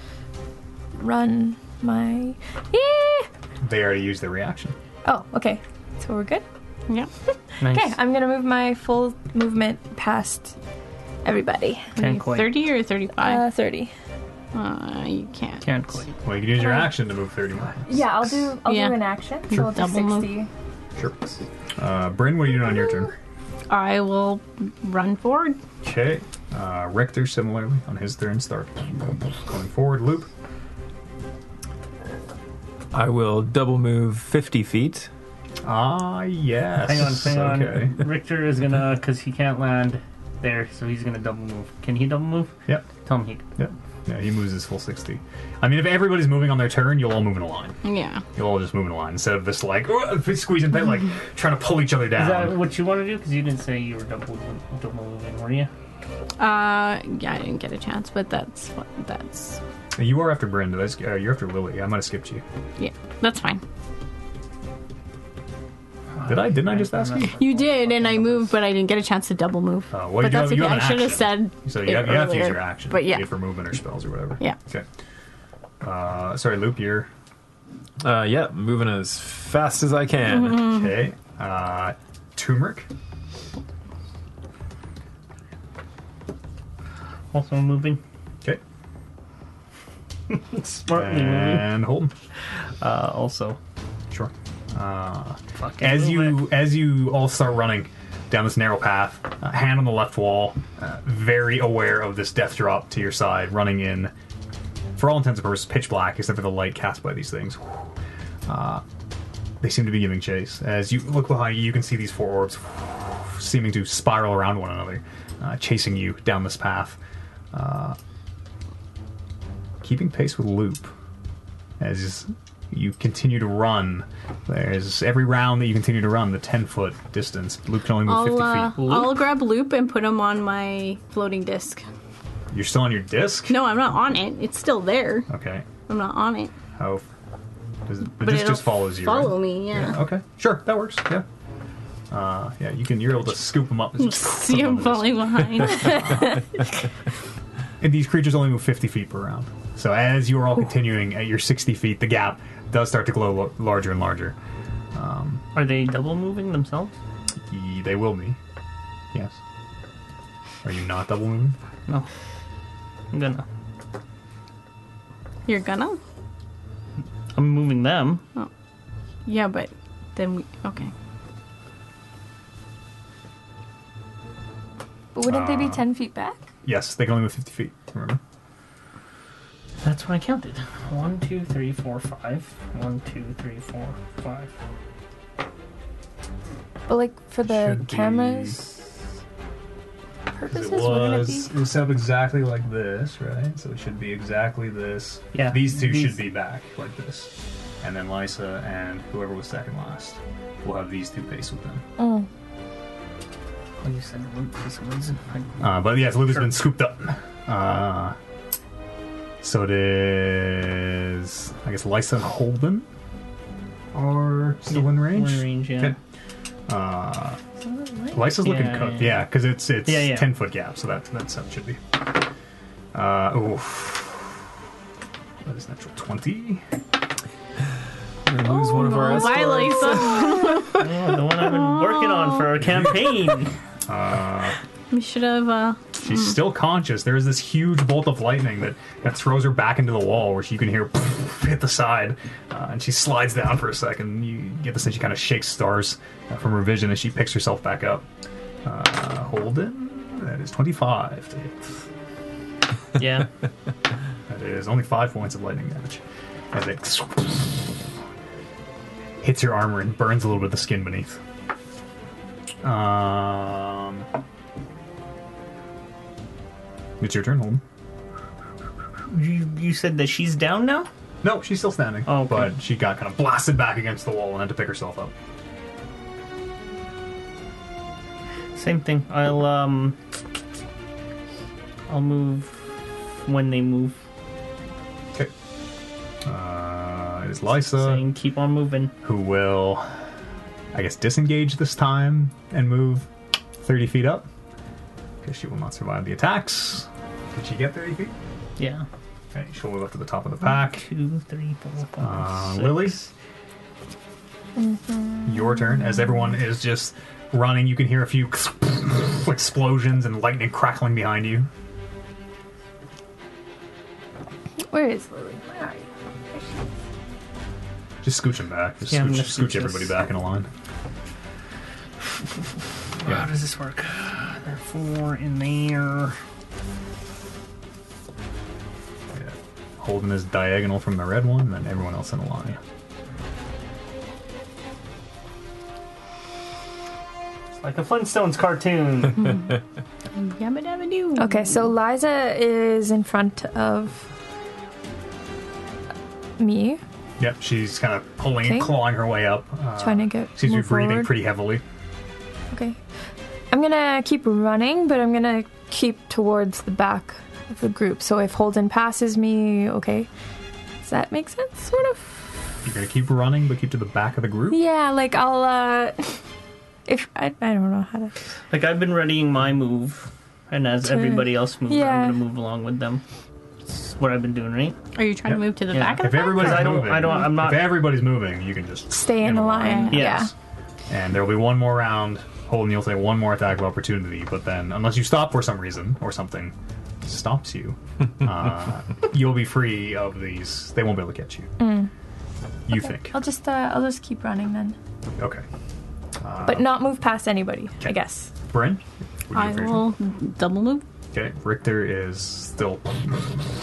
Speaker 5: run my. Yeah!
Speaker 1: They already used their reaction.
Speaker 5: Oh, okay. So we're good.
Speaker 3: Yeah.
Speaker 2: Nice.
Speaker 5: Okay, I'm gonna move my full movement past everybody.
Speaker 2: Can't quite.
Speaker 3: Thirty or thirty-five.
Speaker 5: Uh, thirty.
Speaker 3: Uh, you can't.
Speaker 2: Can't quite.
Speaker 1: Well, you can use your action to move 30 miles.
Speaker 5: Yeah, I'll do. I'll
Speaker 3: Yeah.
Speaker 5: do an action.
Speaker 3: Sure.
Speaker 5: So I'll do
Speaker 3: Double move.
Speaker 5: sixty.
Speaker 1: Sure. Uh, Bryn, what are you doing on your turn?
Speaker 3: I will run forward.
Speaker 1: Okay. Uh, Richter, similarly, on his turn, start going forward loop.
Speaker 4: I will double move 50 feet.
Speaker 1: Ah, yes.
Speaker 2: Hang on, hang
Speaker 1: okay. [laughs]
Speaker 2: on. Richter is gonna, because he can't land there, so he's gonna double move. Can he double move?
Speaker 1: Yep,
Speaker 2: Tell him he.
Speaker 1: yep. Yeah, he moves his full 60. I mean, if everybody's moving on their turn, you'll all move in a line.
Speaker 3: Yeah.
Speaker 1: You'll all just move in a line instead of this, like, squeezing, thing,
Speaker 2: [laughs]
Speaker 1: like, trying to pull each other
Speaker 2: Is that
Speaker 1: down.
Speaker 2: what you want to do? Because you didn't say you were double double moving, were you?
Speaker 3: Uh, yeah. I didn't get a chance, but that's what that's.
Speaker 1: You are after Brenda. That's, uh, you're after Lily. I might have skipped you.
Speaker 3: Yeah, that's fine.
Speaker 2: Uh,
Speaker 1: Did I? Didn't I just ask you?
Speaker 3: You did, and I moved, but I didn't get a chance to double move.
Speaker 1: Oh, well, you
Speaker 3: but
Speaker 1: do
Speaker 3: that's
Speaker 1: have- you
Speaker 3: okay.
Speaker 1: have an
Speaker 3: I should have
Speaker 1: action.
Speaker 3: said.
Speaker 1: So you
Speaker 3: it
Speaker 1: have, you have to use
Speaker 3: earlier,
Speaker 1: your action.
Speaker 3: But yeah.
Speaker 1: For movement or spells or whatever.
Speaker 3: Yeah.
Speaker 1: Okay. Uh, sorry, Loop, you're.
Speaker 4: Uh, yeah, moving as fast as I can.
Speaker 1: Oh, Okay. Uh, turmeric.
Speaker 2: Also moving,
Speaker 1: Okay.
Speaker 2: smartly moving.
Speaker 1: And hold 'em.
Speaker 2: Uh, also,
Speaker 1: Sure. Uh,
Speaker 2: fucking
Speaker 1: as
Speaker 2: move it.
Speaker 1: you as you all start running down this narrow path, uh, hand on the left wall, uh, very aware of this death drop to your side, running in, for all intents and purposes, pitch black except for the light cast by these things. Uh, they seem to be giving chase. As you look behind you, you can see these four orbs seeming to spiral around one another, uh, chasing you down this path, uh, keeping pace with Loop as you continue to run. There's every round that you continue to run, the 10 foot distance. Luke can only move
Speaker 3: I'll
Speaker 1: 50
Speaker 3: uh,
Speaker 1: feet.
Speaker 3: I'll grab loop and put him on my floating disc.
Speaker 1: You're still on your disc?
Speaker 3: uh, No, I'm not on it. It's still there.
Speaker 1: Okay.
Speaker 3: I'm not on it.
Speaker 1: How? Does it, the
Speaker 3: But
Speaker 1: disc
Speaker 3: it'll
Speaker 1: just follows you.
Speaker 3: Follow
Speaker 1: right?
Speaker 3: me. Yeah.
Speaker 1: Yeah, Okay. Sure. That works. Yeah. Uh, yeah. You can. You're able to scoop them
Speaker 3: [laughs]
Speaker 1: up. and just
Speaker 3: See
Speaker 1: put 'em on
Speaker 3: him
Speaker 1: the disc.
Speaker 3: falling behind.
Speaker 1: And these creatures only move 50 feet per round. So as you are all continuing at your 60 feet, the gap does start to glow lo- larger and larger.
Speaker 2: Are they double moving themselves?
Speaker 1: Ye- They will be. Yes. Are you not double moving?
Speaker 2: No. I'm gonna.
Speaker 3: You're gonna.
Speaker 2: I'm moving them.
Speaker 3: Yeah, but then we. Okay.
Speaker 5: But wouldn't they be ten feet back?
Speaker 1: Yes. They can only move 50 feet. Remember.
Speaker 2: That's what I counted. One, two, three, four, five. One, two, three, four, five.
Speaker 5: But like for the
Speaker 1: Should be-
Speaker 5: cameras.
Speaker 1: It
Speaker 5: Purposes, wouldn't it
Speaker 1: was
Speaker 5: be?
Speaker 1: it was set up exactly like this, right? So it should be exactly this.
Speaker 2: Yeah,
Speaker 1: These two
Speaker 2: these-
Speaker 1: should be back like this, and then Lysa and whoever was second last will have these two pace with them.
Speaker 5: Mm.
Speaker 2: Oh, you said loop for some reason. I-
Speaker 1: Uh, but yes, Luther's been scooped up. Uh, so it is, I guess, Lysa Holden. are still in range.
Speaker 2: One range, yeah.
Speaker 1: Okay. Lice is looking
Speaker 2: Yeah,
Speaker 1: cooked.
Speaker 2: yeah.
Speaker 1: Yeah, because it's it's
Speaker 2: Yeah, yeah.
Speaker 1: ten foot gap, so that that sound should be. Uh, oof. That is natural twenty.
Speaker 4: We're gonna lose one of our escorts.
Speaker 3: Why, Lisa?
Speaker 2: [laughs] Oh, the one I've been working on for our [laughs] campaign.
Speaker 3: we should have. Uh,
Speaker 1: She's still conscious. There is this huge bolt of lightning that, that throws her back into the wall, where she can hear [laughs] hit the side, uh, and she slides down for a second. You get the sense she kind of shakes stars uh, from her vision as she picks herself back up. Uh, Holden, that is twenty-five to hit.
Speaker 2: Yeah.
Speaker 1: That is only five points of lightning damage. As it hits your armor and burns a little bit of the skin beneath. Um, it's your turn, Holden.
Speaker 2: You, you said that she's down now?
Speaker 1: No, she's still standing.
Speaker 2: Oh, okay.
Speaker 1: but she got kind of blasted back against the wall and had to pick herself up.
Speaker 2: Same thing. I'll um I'll move when they move.
Speaker 1: Okay. Uh, it is Lysa
Speaker 2: Saying keep on moving.
Speaker 1: who will, I guess, disengage this time and move thirty feet up because she will not survive the attacks. Did she get thirty feet?
Speaker 2: Yeah.
Speaker 1: Okay, she'll move up to the top of the pack.
Speaker 2: Two, three, four,
Speaker 1: Uh,
Speaker 2: five, six.
Speaker 1: Lily? Your turn. As everyone is just running, you can hear a few [laughs] explosions and lightning crackling behind you.
Speaker 5: Where is Lily? Where are you?
Speaker 1: Just scooch them back. Just
Speaker 2: Yeah, I'm
Speaker 1: scooch,
Speaker 2: gonna
Speaker 1: scooch
Speaker 2: scooch
Speaker 1: everybody
Speaker 2: this.
Speaker 1: back in a line.
Speaker 2: How does this work? Ah, There are four in there.
Speaker 1: Yeah. Holding this diagonal from the red one, then everyone else in a line.
Speaker 2: It's like a
Speaker 1: [laughs]
Speaker 2: Flintstones cartoon.
Speaker 3: yabba dabba doo.
Speaker 5: Okay, so Liza is in front of me,
Speaker 1: Yep, she's kind of pulling and
Speaker 5: Okay.
Speaker 1: clawing her way up. Uh,
Speaker 5: trying to get.
Speaker 1: seems to be
Speaker 5: move
Speaker 1: breathing
Speaker 5: forward.
Speaker 1: pretty heavily.
Speaker 5: Okay. I'm gonna keep running, but I'm gonna keep towards the back of the group. So if Holden passes me, okay. Does that make sense? Sort of.
Speaker 1: You're going to keep running, but keep to the back of the group.
Speaker 5: Yeah, like I'll, uh. [laughs] If. I, I don't know how to.
Speaker 2: like I've been readying my move, and as
Speaker 5: Turn.
Speaker 2: everybody else moves,
Speaker 5: Yeah.
Speaker 2: I'm gonna move along with them. It's what I've been doing, right?
Speaker 3: Are you trying to
Speaker 1: Yeah.
Speaker 3: move to the
Speaker 2: Yeah.
Speaker 3: back of
Speaker 1: If
Speaker 3: the pack?
Speaker 1: everybody's
Speaker 2: I don't-
Speaker 1: moving,
Speaker 2: I don't- I'm not-
Speaker 1: If everybody's moving, you can just
Speaker 5: Stay in the
Speaker 1: a
Speaker 5: line.
Speaker 2: Yes.
Speaker 1: And there will be one more round. Holden, you'll take one more attack of opportunity, but then, unless you stop for some reason or something stops
Speaker 2: [laughs]
Speaker 1: you, uh, you'll be free of these. They won't be able to catch you. You think?
Speaker 5: Mm. I'll just, uh, I'll just keep running then.
Speaker 1: Okay.
Speaker 5: but not move past anybody, I guess.
Speaker 1: Bryn? would you
Speaker 3: I
Speaker 1: agree?
Speaker 3: will double move.
Speaker 1: Okay, Richter is still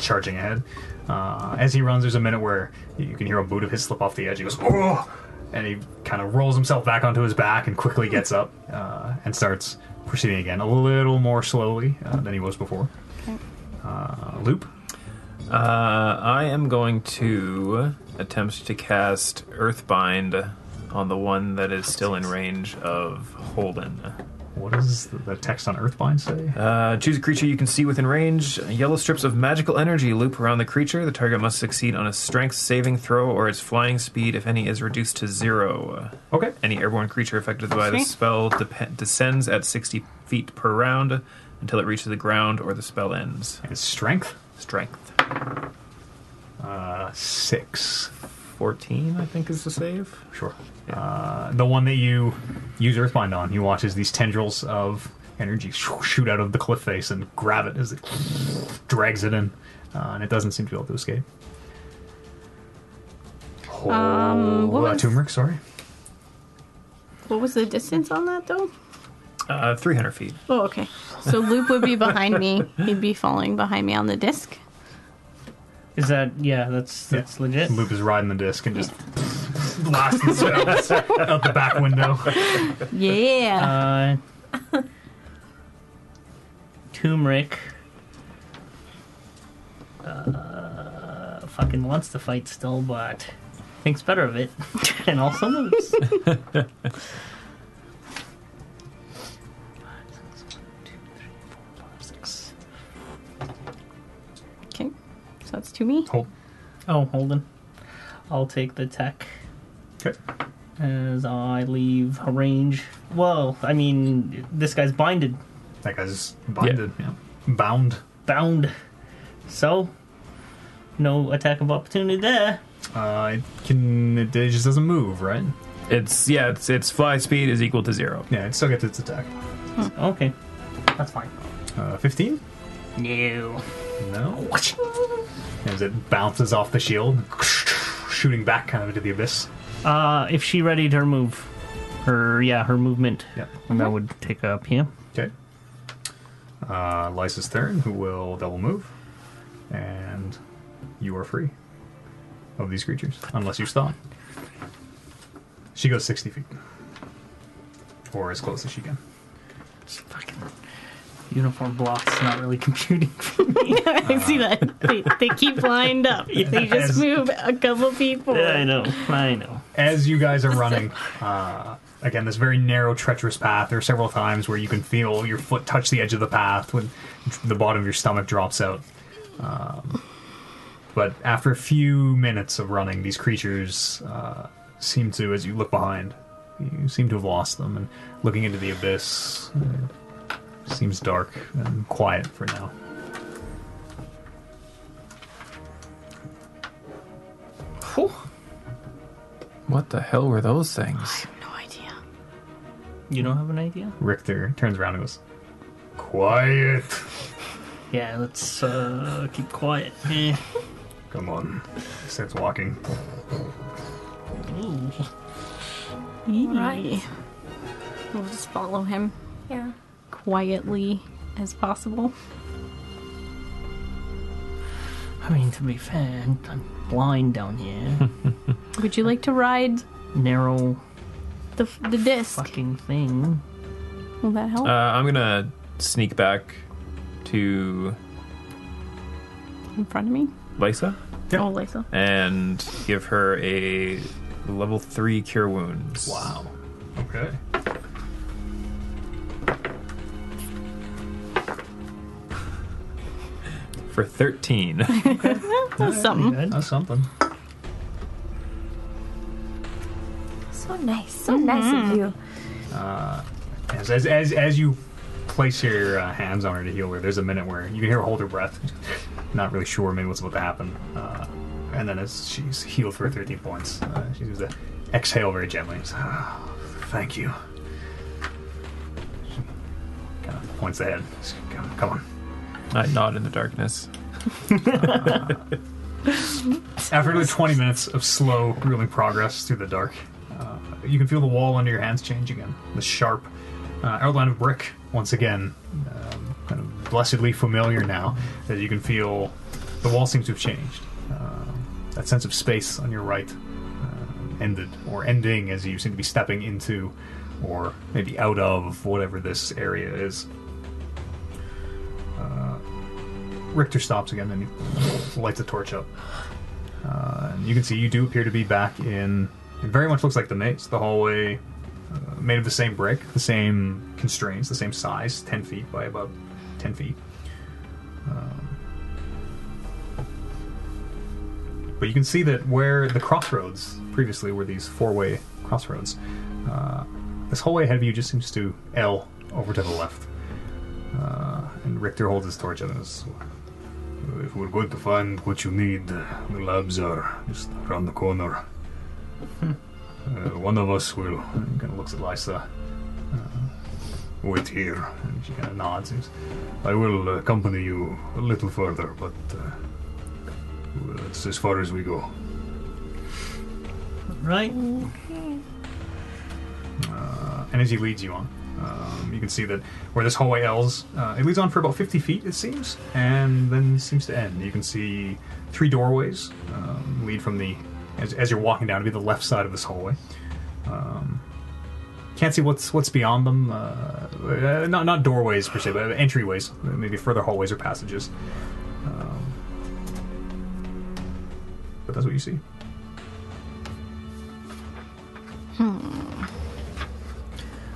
Speaker 1: charging ahead. Uh, as he runs, there's a minute where you can hear a boot of his slip off the edge. He goes, oh! And he kind of rolls himself back onto his back and quickly gets up uh, and starts proceeding again, a little more slowly uh, than he was before. Uh, loop.
Speaker 4: Uh, I am going to attempt to cast Earthbind on the one that is still in range of Holden.
Speaker 1: What does the, the text on Earthbind say?
Speaker 4: Uh, choose a creature you can see within range. Yellow strips of magical energy loop around the creature. The target must succeed on a strength saving throw or its flying speed, if any, is reduced to zero.
Speaker 1: Okay.
Speaker 4: Any airborne creature affected by the
Speaker 3: Sweet.
Speaker 4: spell dep- descends at 60 feet per round until it reaches the ground or the spell ends.
Speaker 1: And strength?
Speaker 4: Strength.
Speaker 1: Uh, six.
Speaker 4: 14, I think, is the save.
Speaker 1: Sure. Uh, the one that you use Earthbind on, he watches these tendrils of energy shoo- shoot out of the cliff face and grab it as it drags it in, uh, and it doesn't seem to be able to escape. Oh,
Speaker 3: Um, what
Speaker 1: uh,
Speaker 3: was-
Speaker 1: turmeric, sorry.
Speaker 3: What was the distance on that though?
Speaker 4: Uh, 300 feet.
Speaker 3: Oh, okay. So Loop would be behind me. He'd be following behind me on the disc.
Speaker 2: Is that yeah? That's
Speaker 1: Yeah.
Speaker 2: that's legit.
Speaker 1: Loop is riding the disc and just blasts themselves [laughs] out the back window.
Speaker 3: Yeah.
Speaker 2: Uh, turmeric. Uh, fucking wants to fight still, but thinks better of it, [laughs] and also moves.
Speaker 3: okay. So that's to me.
Speaker 1: Hold.
Speaker 2: Oh, Holden. I'll take the tech
Speaker 1: Okay.
Speaker 2: as I leave a range. Well, I mean, this guy's blinded,
Speaker 1: That guy's binded. Yeah. Bound.
Speaker 2: bound, so no attack of opportunity there.
Speaker 1: Uh, it can. It just doesn't move, right?
Speaker 4: It's yeah, it's its fly speed is equal to zero.
Speaker 1: Yeah, it still gets its attack.
Speaker 2: Okay, that's fine.
Speaker 1: Uh, 15?
Speaker 2: No.
Speaker 1: No. As it bounces off the shield, shooting back kind of into the abyss.
Speaker 2: Uh, if she readied her move, her yeah, her movement,
Speaker 1: Yeah.
Speaker 2: and that would take up him.
Speaker 1: Okay. Uh, Lysa's turn, who will double move. And you are free of these creatures, unless you stop. She goes 60 feet. Or as close as she can.
Speaker 2: It's fucking uniform blocks, not really [laughs] computing.
Speaker 3: [laughs] I see that. They, they keep lined up. They
Speaker 1: Yes.
Speaker 3: just move a couple feet forward.
Speaker 2: I know, I know.
Speaker 1: as you guys are running, uh, again, this very narrow, treacherous path, there are several times where you can feel your foot touch the edge of the path when the bottom of your stomach drops out. Um, but after a few minutes of running, these creatures uh, seem to, as you look behind, you seem to have lost them. And looking into the abyss uh, seems dark and quiet for now.
Speaker 4: What the hell were those things?
Speaker 3: No idea.
Speaker 2: You don't have an idea?
Speaker 1: Richter turns around and goes,
Speaker 6: Quiet.
Speaker 2: Yeah, let's uh, keep quiet. Eh.
Speaker 6: Come on. Starts walking.
Speaker 2: Ooh.
Speaker 3: Right. We'll just follow him
Speaker 5: Yeah.
Speaker 3: quietly as possible.
Speaker 2: I mean, to be fair, I'm blind down [laughs] here.
Speaker 3: Would you like to ride
Speaker 2: Narrow
Speaker 3: the the disc?
Speaker 2: fucking thing.
Speaker 3: Will that help?
Speaker 4: Uh, I'm gonna sneak back to
Speaker 3: in front of me?
Speaker 4: Lysa
Speaker 1: Yeah.
Speaker 3: Oh, Lisa.
Speaker 4: and give her a level three cure wounds.
Speaker 1: Wow.
Speaker 6: Okay.
Speaker 4: For [laughs] thirteen.
Speaker 3: That's something.
Speaker 1: That's something.
Speaker 5: So nice. So nice of you.
Speaker 1: As, as, as, as you place your uh, hands on her to heal her, there's a minute where you can hear her hold her breath. [laughs] Not really sure maybe what's about to happen. Uh, and then as she's healed for 13 points, uh, she does a exhale very gently. It's, "Ah, thank you. She kind of points the head. She's, Come, come on.
Speaker 4: I nod in the darkness.
Speaker 1: After the 20 minutes of slow, grueling progress through the dark, uh, you can feel the wall under your hands change again. The sharp uh, outline of brick, once again, um, kind of blessedly familiar now, that you can feel the wall seems to have changed. Uh, that sense of space on your right uh, ended, or ending as you seem to be stepping into, or maybe out of, whatever this area is. Uh, Richter stops again and he lights a torch up. Uh, And you can see you do appear to be back in. It very much looks like the maze. The hallway uh, made of the same brick, the same constraints, the same size, 10 feet by about 10 feet. Um, but you can see that where the crossroads previously were these four way crossroads, uh, this hallway ahead of you just seems to L over to the left. Uh, and Richter holds his torch up and goes,
Speaker 6: If we're going to find what you need, uh, the labs are just around the corner. Uh, one of us will
Speaker 1: and kind of looks at Lysa.
Speaker 6: uh, wait here.
Speaker 1: And she kind of nods. And goes,
Speaker 6: I will accompany you a little further, but uh, that's as far as we go.
Speaker 2: Right?
Speaker 1: and as he uh, leads you on, um, you can see that where this hallway L's, uh, it leads on for about 50 feet, it seems, and then seems to end. You can see three doorways um, lead from the, as, as you're walking down, to be the left side of this hallway. Um, can't see what's what's beyond them. Uh, uh, not not doorways per se, but entryways, maybe further hallways or passages. Um, but that's what you see.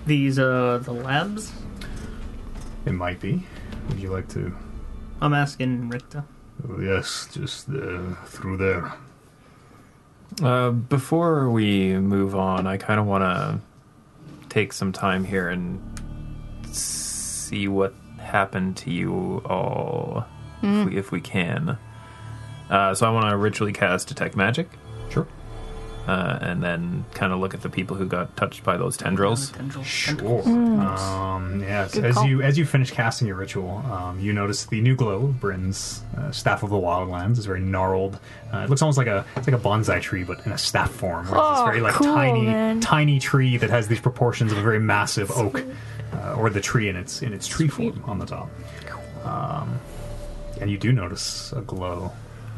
Speaker 2: These uh, the labs.
Speaker 1: It might be. Would you like to?
Speaker 2: I'm asking Richter.
Speaker 6: Yes, just uh, through there.
Speaker 4: Uh, before we move on, I kind of want to take some time here and see what happened to you all, if, we, if we can. Uh, so I want to ritually cast detect magic,
Speaker 1: Sure.
Speaker 4: uh, and then kind of look at the people who got touched by those tendrils.
Speaker 2: Tendril-
Speaker 1: Sure. Um, yes.
Speaker 3: Mm. Good
Speaker 1: as
Speaker 3: call.
Speaker 1: you as you finish casting your ritual, um, you notice the new glow of Bryn's uh, staff of the wildlands is very gnarled. Uh, it looks almost like a it's like a bonsai tree, but in a staff form. Where it's this
Speaker 5: Oh,
Speaker 1: very like
Speaker 5: cool,
Speaker 1: tiny
Speaker 5: man.
Speaker 1: tiny tree that has these proportions of a very massive oak, uh, or the tree in its in its tree form on the top. Um, and you do notice a glow.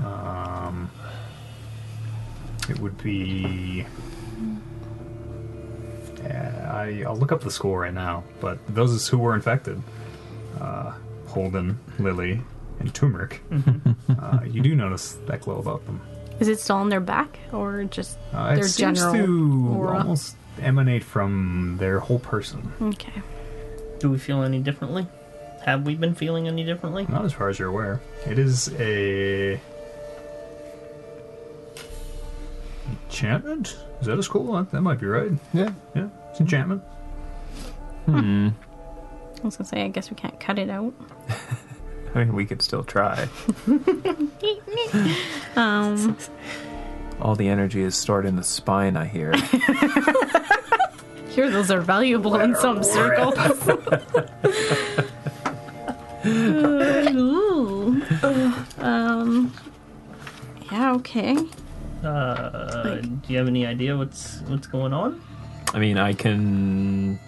Speaker 1: Um, it would be. Yeah, I, I'll look up the score right now, but those who were infected uh, Holden, Lily, and Turmeric
Speaker 5: Mm-hmm.
Speaker 1: uh, you do notice that glow about them.
Speaker 3: Is it still on their back or just
Speaker 1: Uh, it
Speaker 3: their
Speaker 1: seems
Speaker 3: general
Speaker 1: to
Speaker 3: aura?
Speaker 1: almost emanate from their whole person.
Speaker 3: Okay.
Speaker 2: Do we feel any differently? Have we been feeling any differently?
Speaker 1: Not as far as you're aware. It is a. Enchantment? Is that a school? That- That might be right.
Speaker 4: Yeah.
Speaker 1: Yeah, it's enchantment.
Speaker 4: Hmm.
Speaker 3: I was gonna say I guess we can't cut it out.
Speaker 4: I mean, we could still try.
Speaker 1: [laughs]
Speaker 3: Um
Speaker 4: All the energy is stored in the spine, I hear.
Speaker 3: sure those are valuable in some circles. [laughs]
Speaker 1: [laughs]
Speaker 3: Ooh. Um Yeah, okay.
Speaker 2: Uh, do you have any idea what's what's going on?
Speaker 4: I mean, I can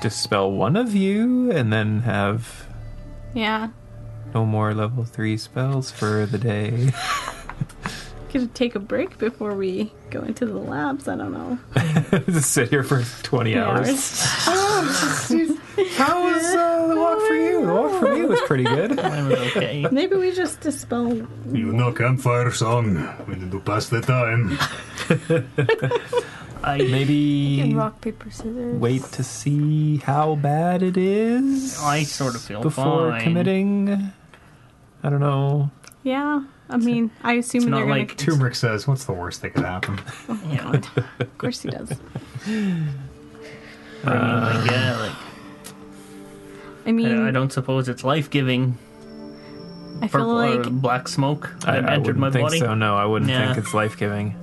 Speaker 4: dispel one of you and then have
Speaker 3: Yeah.
Speaker 4: no more level 3 spells for the day. [laughs]
Speaker 3: Could take a break before we go into the labs, I don't know.
Speaker 4: Just sit here for 20 [laughs] hours. Oh,
Speaker 3: Hours.
Speaker 4: How was uh, the walk for you? The walk for me was pretty good.
Speaker 2: Mine was
Speaker 3: [laughs]
Speaker 2: okay.
Speaker 3: [laughs] Maybe we just dispel
Speaker 6: You know campfire song. We need to pass the time.
Speaker 2: I
Speaker 5: And
Speaker 4: Maybe
Speaker 5: rock, paper, scissors.
Speaker 4: wait to see how bad it is
Speaker 2: I sort of feel
Speaker 4: before
Speaker 2: fine.
Speaker 4: committing. I don't know.
Speaker 3: Yeah. I mean I assume
Speaker 2: not
Speaker 3: they're gonna
Speaker 1: [laughs]
Speaker 2: like
Speaker 1: Turmeric says, "What's the worst that could happen?"
Speaker 2: Yeah,
Speaker 3: of course he does.
Speaker 2: I mean,
Speaker 4: Uh,
Speaker 2: like, yeah, like
Speaker 3: I mean
Speaker 2: I, I don't suppose it's life giving.
Speaker 3: I feel like
Speaker 2: black smoke
Speaker 4: I,
Speaker 2: that
Speaker 4: I
Speaker 2: entered
Speaker 4: wouldn't
Speaker 2: my
Speaker 4: think
Speaker 2: body.
Speaker 4: so. No, I wouldn't
Speaker 2: Yeah.
Speaker 4: think it's life giving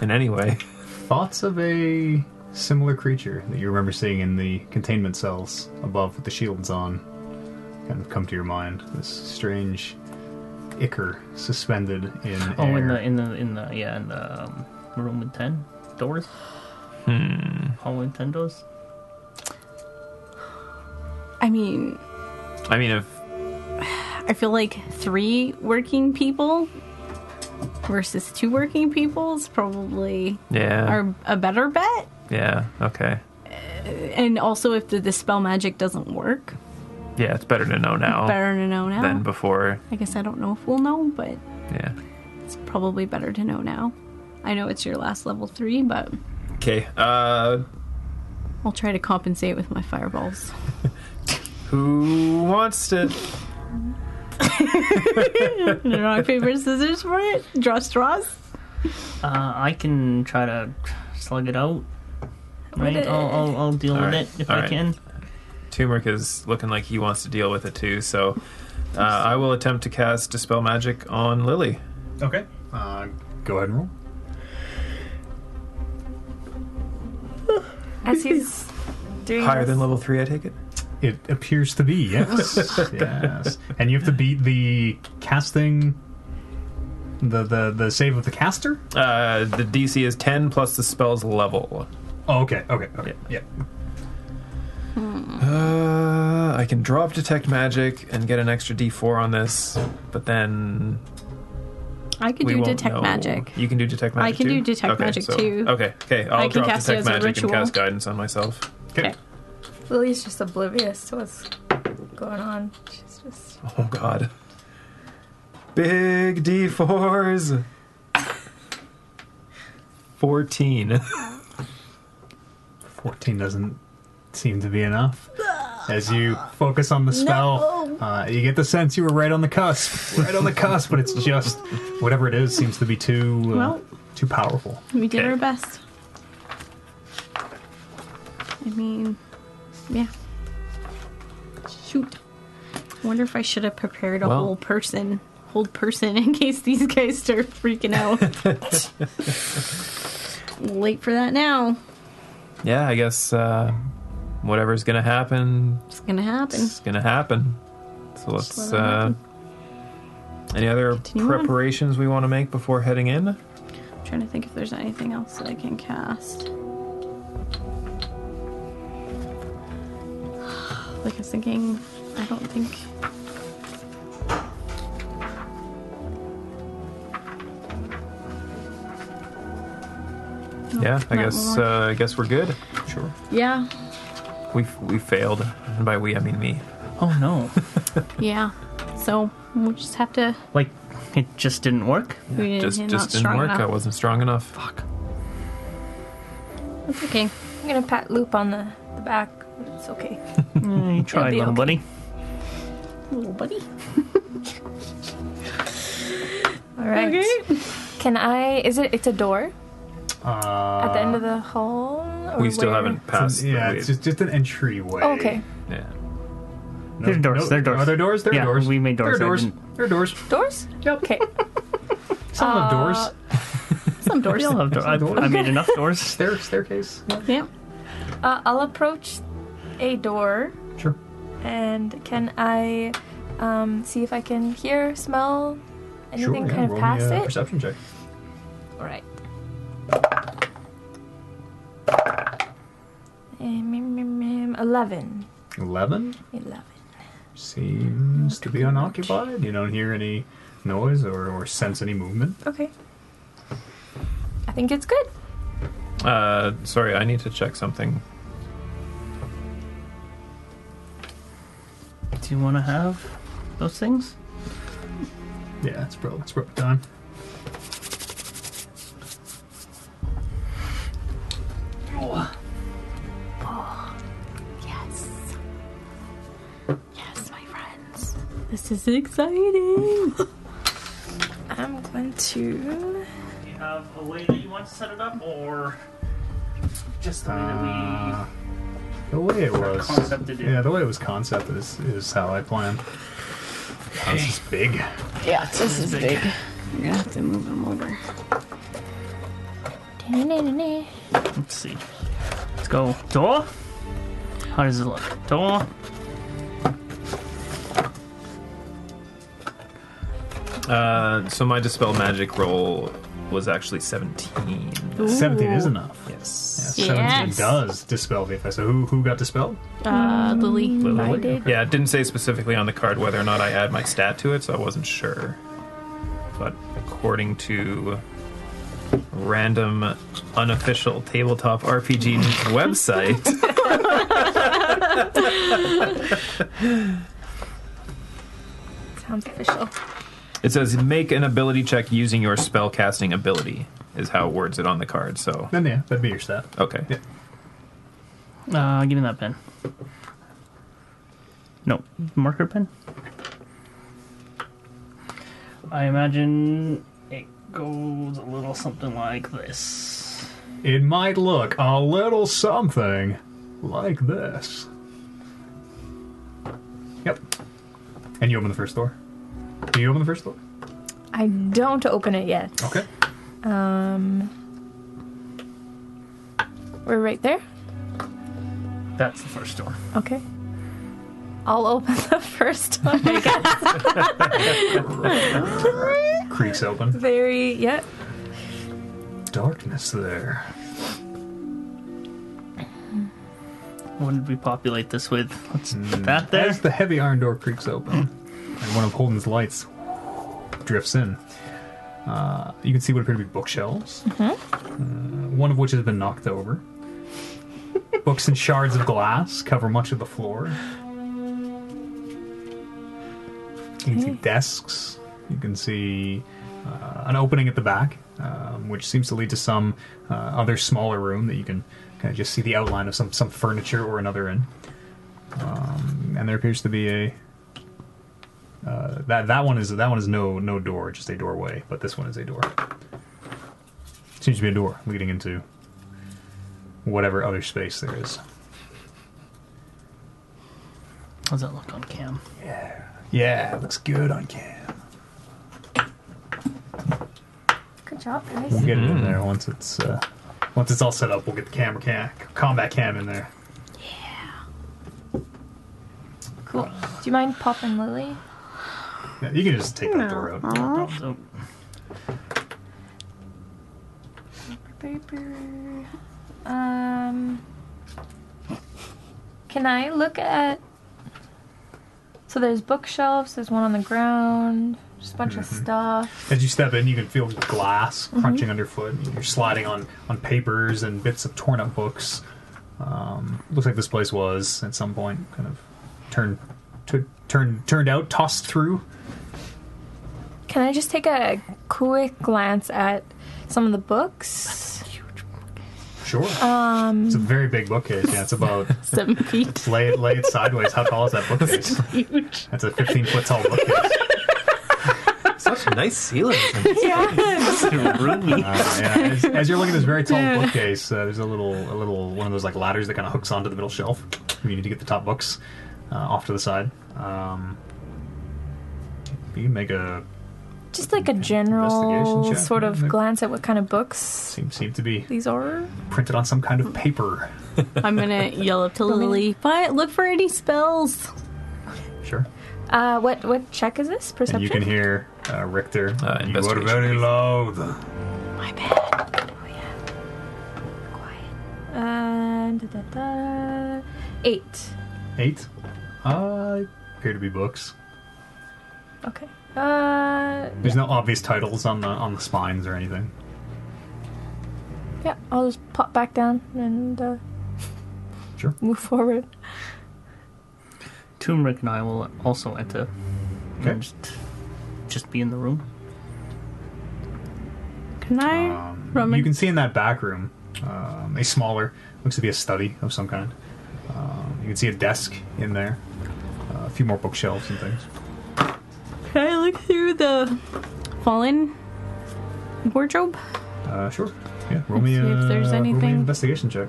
Speaker 4: in any way. [laughs]
Speaker 1: Thoughts of a similar creature that you remember seeing in the containment cells above with the shields on kind of come to your mind. This strange ichor suspended in
Speaker 2: Oh,
Speaker 1: air.
Speaker 2: in the in the in the yeah in the um, room with ten doors. Hmm. Hall with ten doors.
Speaker 3: I mean
Speaker 4: I mean, if
Speaker 3: I feel like three working people versus two working people is probably
Speaker 4: yeah,
Speaker 3: are a better bet.
Speaker 4: yeah, okay,
Speaker 3: And also, if the dispel magic doesn't work,
Speaker 4: yeah, it's better to know now
Speaker 3: better to know now.
Speaker 4: than before.
Speaker 3: I guess I don't know if we'll know, but
Speaker 4: Yeah.
Speaker 3: it's probably better to know now. I know it's your last level three, but
Speaker 4: Okay. Uh,
Speaker 3: I'll try to compensate with my fireballs.
Speaker 4: who wants to?
Speaker 3: Rock, paper, scissors for it? Draw straws?
Speaker 2: Uh, I can try to slug it out. Right,
Speaker 5: it-
Speaker 2: I'll, I'll, I'll deal with
Speaker 4: Alright,
Speaker 2: it if I
Speaker 4: alright.
Speaker 2: can.
Speaker 4: Turmeric is looking like he wants to deal with it too, so uh, I will attempt to cast dispel magic on Lily.
Speaker 1: Okay. Uh, go ahead and roll.
Speaker 5: As he's doing
Speaker 4: Higher
Speaker 5: this-
Speaker 4: than level three, I take it.
Speaker 1: It appears to be, yes. [laughs] yes. And you have to beat the casting the, the the save of the caster?
Speaker 4: Uh, the DC is ten plus the spell's level.
Speaker 1: Oh, okay, okay, okay. Yeah.
Speaker 4: Uh, I can drop detect magic and get an extra D4 on this, but then
Speaker 3: I could
Speaker 4: we
Speaker 3: do
Speaker 4: won't
Speaker 3: detect
Speaker 4: know.
Speaker 3: magic.
Speaker 4: You can do detect magic.
Speaker 3: can
Speaker 4: too?
Speaker 3: do detect
Speaker 4: okay,
Speaker 3: magic
Speaker 4: so-
Speaker 3: too.
Speaker 4: Okay, okay. I'll
Speaker 3: I can
Speaker 4: drop
Speaker 3: cast it
Speaker 4: detect
Speaker 3: as a
Speaker 4: magic
Speaker 3: ritual.
Speaker 4: and cast guidance on myself.
Speaker 1: Okay.
Speaker 3: Okay.
Speaker 5: Lily's just oblivious to what's going on. She's just.
Speaker 4: Oh God. Big D4s. Fourteen.
Speaker 1: 14 doesn't seem to be enough. As you focus on the spell, Uh, you get the sense you were right on the cusp, right on the cusp, but it's just whatever it is seems to be too uh,
Speaker 3: Well-
Speaker 1: too powerful.
Speaker 3: We did
Speaker 4: Okay.
Speaker 3: our best. I mean, yeah. Shoot. Wonder if I should have prepared a
Speaker 4: Well-
Speaker 3: whole person, whole person, [laughs] in case these guys start freaking
Speaker 4: [laughs]
Speaker 3: out. Late for that now.
Speaker 4: Yeah, I guess uh, whatever's gonna happen,
Speaker 3: It's gonna happen.
Speaker 4: it's gonna happen. So let's.
Speaker 3: let it
Speaker 4: Uh, any other
Speaker 3: Continue on.
Speaker 4: preparations we want to make before heading in?
Speaker 3: I'm trying to think if there's anything else that I can cast. [sighs] Like I was thinking, I don't think. No,
Speaker 4: yeah, I
Speaker 3: not
Speaker 4: guess.
Speaker 3: more.
Speaker 4: Uh, I guess we're good. Sure.
Speaker 3: yeah,
Speaker 4: We we failed, and by we I mean me.
Speaker 2: Oh no. [laughs]
Speaker 3: yeah. So we'll just have to.
Speaker 2: like, it just didn't work?
Speaker 3: we didn't,
Speaker 4: just
Speaker 3: not
Speaker 4: just didn't
Speaker 3: strong
Speaker 4: work. I
Speaker 3: enough.
Speaker 4: wasn't strong enough. Fuck.
Speaker 3: It's okay.
Speaker 5: I'm gonna pat Loop on the, the back. It's okay.
Speaker 2: Yeah, you tried,
Speaker 3: be
Speaker 2: little
Speaker 3: okay.
Speaker 2: buddy.
Speaker 3: Little buddy.
Speaker 5: All right.
Speaker 3: Okay.
Speaker 5: Can I? Is it? It's a door
Speaker 1: Uh,
Speaker 5: at the end of the hall. or
Speaker 4: We still
Speaker 5: where-
Speaker 4: haven't passed. the-
Speaker 1: yeah,
Speaker 4: we-
Speaker 1: it's just, just an entryway.
Speaker 5: Oh, okay.
Speaker 4: yeah.
Speaker 1: No,
Speaker 2: There's doors,
Speaker 1: no-
Speaker 2: there's doors.
Speaker 1: Are there doors? There are
Speaker 2: Yeah,
Speaker 1: doors.
Speaker 2: we made doors,
Speaker 1: There are
Speaker 2: I
Speaker 1: doors.
Speaker 2: didn't-
Speaker 1: There are doors.
Speaker 5: Doors. Yep. Okay. Uh,
Speaker 1: Some of them doors.
Speaker 3: Some [laughs]
Speaker 4: [laughs]
Speaker 3: doors.
Speaker 2: We all have doors. I,
Speaker 1: doors.
Speaker 2: I made enough
Speaker 3: [laughs]
Speaker 2: doors.
Speaker 1: Stair, staircase. Yeah,
Speaker 3: Yeah.
Speaker 5: Uh, I'll approach a door,
Speaker 1: sure.
Speaker 5: and can I um, see if I can hear, smell, anything
Speaker 1: sure. yeah, roll
Speaker 5: kind of
Speaker 1: me
Speaker 5: past
Speaker 1: a
Speaker 5: it?
Speaker 1: Perception check.
Speaker 5: All right. Um, mm, mm, mm, Eleven.
Speaker 1: Eleven
Speaker 5: Eleven.
Speaker 1: seems to be unoccupied. You don't hear any noise or, or sense any movement.
Speaker 5: Okay. I think it's good.
Speaker 4: Uh, sorry, I need to check something.
Speaker 2: Do you want to have those things?
Speaker 1: Yeah, it's probably it's probably time.
Speaker 3: Yes. Yes, my friends. This is exciting.
Speaker 5: I'm going to.
Speaker 2: Do you have a way that you want to set it up, or just the way
Speaker 1: Uh, the way it was
Speaker 2: concepted it.
Speaker 1: Yeah, the way it was concepted is, is how I planned. Oh, This is big.
Speaker 3: Yeah, this is big. You're gonna have to move them over.
Speaker 2: Let's see. Let's go. Door? How does it look? Door?
Speaker 4: Uh, so my dispel magic roll was actually seventeen.
Speaker 1: Seventeen is enough.
Speaker 4: Yes.
Speaker 1: Yeah, Seventeen
Speaker 3: Yes.
Speaker 1: does dispel the effect. So who who got dispelled?
Speaker 3: Uh, Lily.
Speaker 5: I did.
Speaker 4: Yeah, it didn't say specifically on the card whether or not I add my stat to it, so I wasn't sure. But according to random unofficial tabletop RPG news website,
Speaker 5: Sounds official.
Speaker 4: it says make an ability check using your spellcasting ability is how it words it on the card. So
Speaker 1: Then yeah, that'd be your stat.
Speaker 4: okay.
Speaker 1: Yeah.
Speaker 2: Uh, give me that pen. No, marker pen. I imagine it goes a little something like this.
Speaker 1: It might look a little something like this. Yep. And you open the first door. Do you open the first door?
Speaker 5: I don't open it yet.
Speaker 1: Okay.
Speaker 5: Um, we're right there.
Speaker 2: That's the first door.
Speaker 5: Okay. I'll open [laughs] the first one. I guess.
Speaker 1: Creaks open.
Speaker 5: [laughs] Very yeah.
Speaker 1: Darkness there.
Speaker 2: What did we populate this with? Let's put that there.
Speaker 1: As the heavy iron door creaks open, and one of Holden's lights drifts in, uh, you can see what appear to be bookshelves, uh, one of which has been knocked over. Books and shards of glass cover much of the floor. You can see desks. You can see uh, an opening at the back, um, which seems to lead to some uh, other smaller room that you can kind of just see the outline of some, some furniture or another in and there appears to be a Uh, that that one is that one is no no door, just a doorway. But this one is a door. Seems to be a door leading into whatever other space there is.
Speaker 2: How's that look on cam?
Speaker 1: Yeah, looks good on cam.
Speaker 5: Good job,
Speaker 1: We'll
Speaker 5: guys.
Speaker 1: get it in there once it's uh, once it's all set up. We'll get the camera cam, combat cam in there.
Speaker 5: Cool. Do you mind popping Lily?
Speaker 1: Yeah, you can just take that door out.
Speaker 2: So,
Speaker 5: Um, can I look at? So there's bookshelves. There's one on the ground. Just a bunch of stuff.
Speaker 1: As you step in, you can feel glass crunching underfoot. You're sliding on, on papers and bits of torn up books. Um, looks like this place was at some point kind of turned tu- turned turned out, tossed through.
Speaker 5: Can I just take a quick glance at some of the books?
Speaker 1: Sure, um, it's [laughs] a very big bookcase. Yeah, it's about
Speaker 3: Seven feet.
Speaker 1: lay it lay it sideways. How tall is that bookcase?
Speaker 3: Huge.
Speaker 1: That's a 15 foot tall bookcase.
Speaker 4: Such nice ceilings. and
Speaker 2: roomy.
Speaker 1: Uh, yeah, as, as you're looking at this very tall bookcase, uh, there's a little, a little one of those like ladders that kind of hooks onto the middle shelf. You need to get the top books uh, off to the side. Um, you can make a
Speaker 5: Just like a
Speaker 1: Investigation
Speaker 5: general
Speaker 1: check,
Speaker 5: sort of
Speaker 1: maybe.
Speaker 5: glance at what kind of books
Speaker 1: seem seem to be
Speaker 5: these are.
Speaker 1: printed on some kind of paper.
Speaker 3: I'm gonna yell up to Lily, but look for any spells.
Speaker 1: Sure.
Speaker 5: Uh, what what check is this? Perception.
Speaker 1: And you can hear uh, Richter.
Speaker 4: Uh,
Speaker 6: You are
Speaker 4: investigation.
Speaker 6: very loud.
Speaker 3: My bad.
Speaker 5: Uh, da, da, da. Eight.
Speaker 1: Eight. Uh, appear to be books.
Speaker 5: Okay. Uh,
Speaker 1: There's no obvious titles on the on the spines or anything.
Speaker 5: yeah. I'll just pop back down and uh,
Speaker 1: Sure.
Speaker 5: [laughs] move forward.
Speaker 2: Turmeric and I will also enter.
Speaker 1: Okay.
Speaker 2: And just, just be in the room. [laughs]
Speaker 3: Can I?
Speaker 1: Um,
Speaker 3: Roman.
Speaker 1: You can see in that back room um, a smaller, looks to be a study of some kind. Um, you can see a desk in there, uh, a few more bookshelves and things.
Speaker 3: Can I look through the fallen wardrobe?
Speaker 1: Uh, sure. Yeah. Roll me,
Speaker 3: see if
Speaker 1: a-
Speaker 3: there's
Speaker 1: roll me an
Speaker 3: anything.
Speaker 1: investigation check.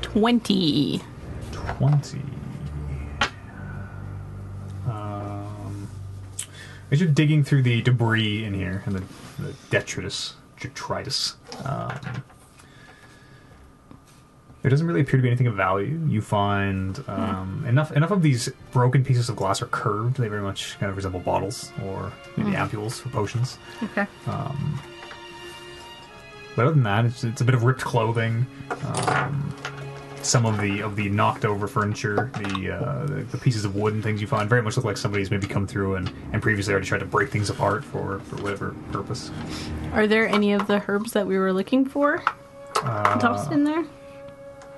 Speaker 3: 20.
Speaker 1: Twenty. Um, as you're digging through the debris in here and the, the detritus, detritus, um, there doesn't really appear to be anything of value. You find um, enough enough of these broken pieces of glass are curved. They very much kind of resemble bottles or maybe ampules for potions.
Speaker 3: Okay.
Speaker 1: Um, but other than that, it's, it's a bit of ripped clothing, um, some of the of the knocked over furniture, the, uh, the the pieces of wood and things you find very much look like somebody's maybe come through and, and previously already tried to break things apart for, for whatever purpose.
Speaker 3: Are there any of the herbs that we were looking for
Speaker 1: Uh,
Speaker 3: tossed in there?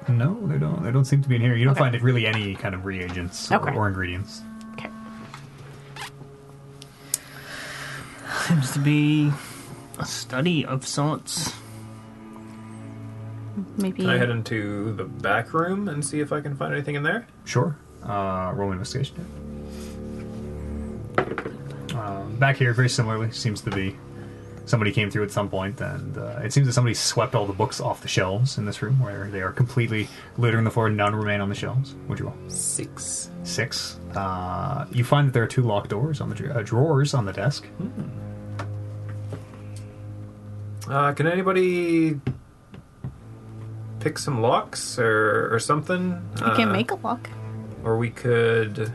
Speaker 1: No, they don't. They don't seem to be in here. You don't
Speaker 3: Okay.
Speaker 1: find really any kind of reagents
Speaker 3: Okay.
Speaker 1: or, or ingredients.
Speaker 3: Okay.
Speaker 2: Seems to be a study of sorts.
Speaker 3: Maybe.
Speaker 4: Can
Speaker 3: Hmm.
Speaker 4: I head into the back room and see if I can find anything in there?
Speaker 1: Sure. Uh, roll an investigation. check. Um, back here, very similarly, seems to be somebody came through at some point, and uh, it seems that somebody swept all the books off the shelves in this room, where they are completely littering the floor. None remain on the shelves. Would you roll
Speaker 4: Six.
Speaker 1: six? Uh, you find that there are two locked doors on the dra- uh, drawers on the desk.
Speaker 4: Uh, can anybody pick some locks or, or something?
Speaker 3: I can
Speaker 4: Uh,
Speaker 3: make a lock.
Speaker 4: Or we could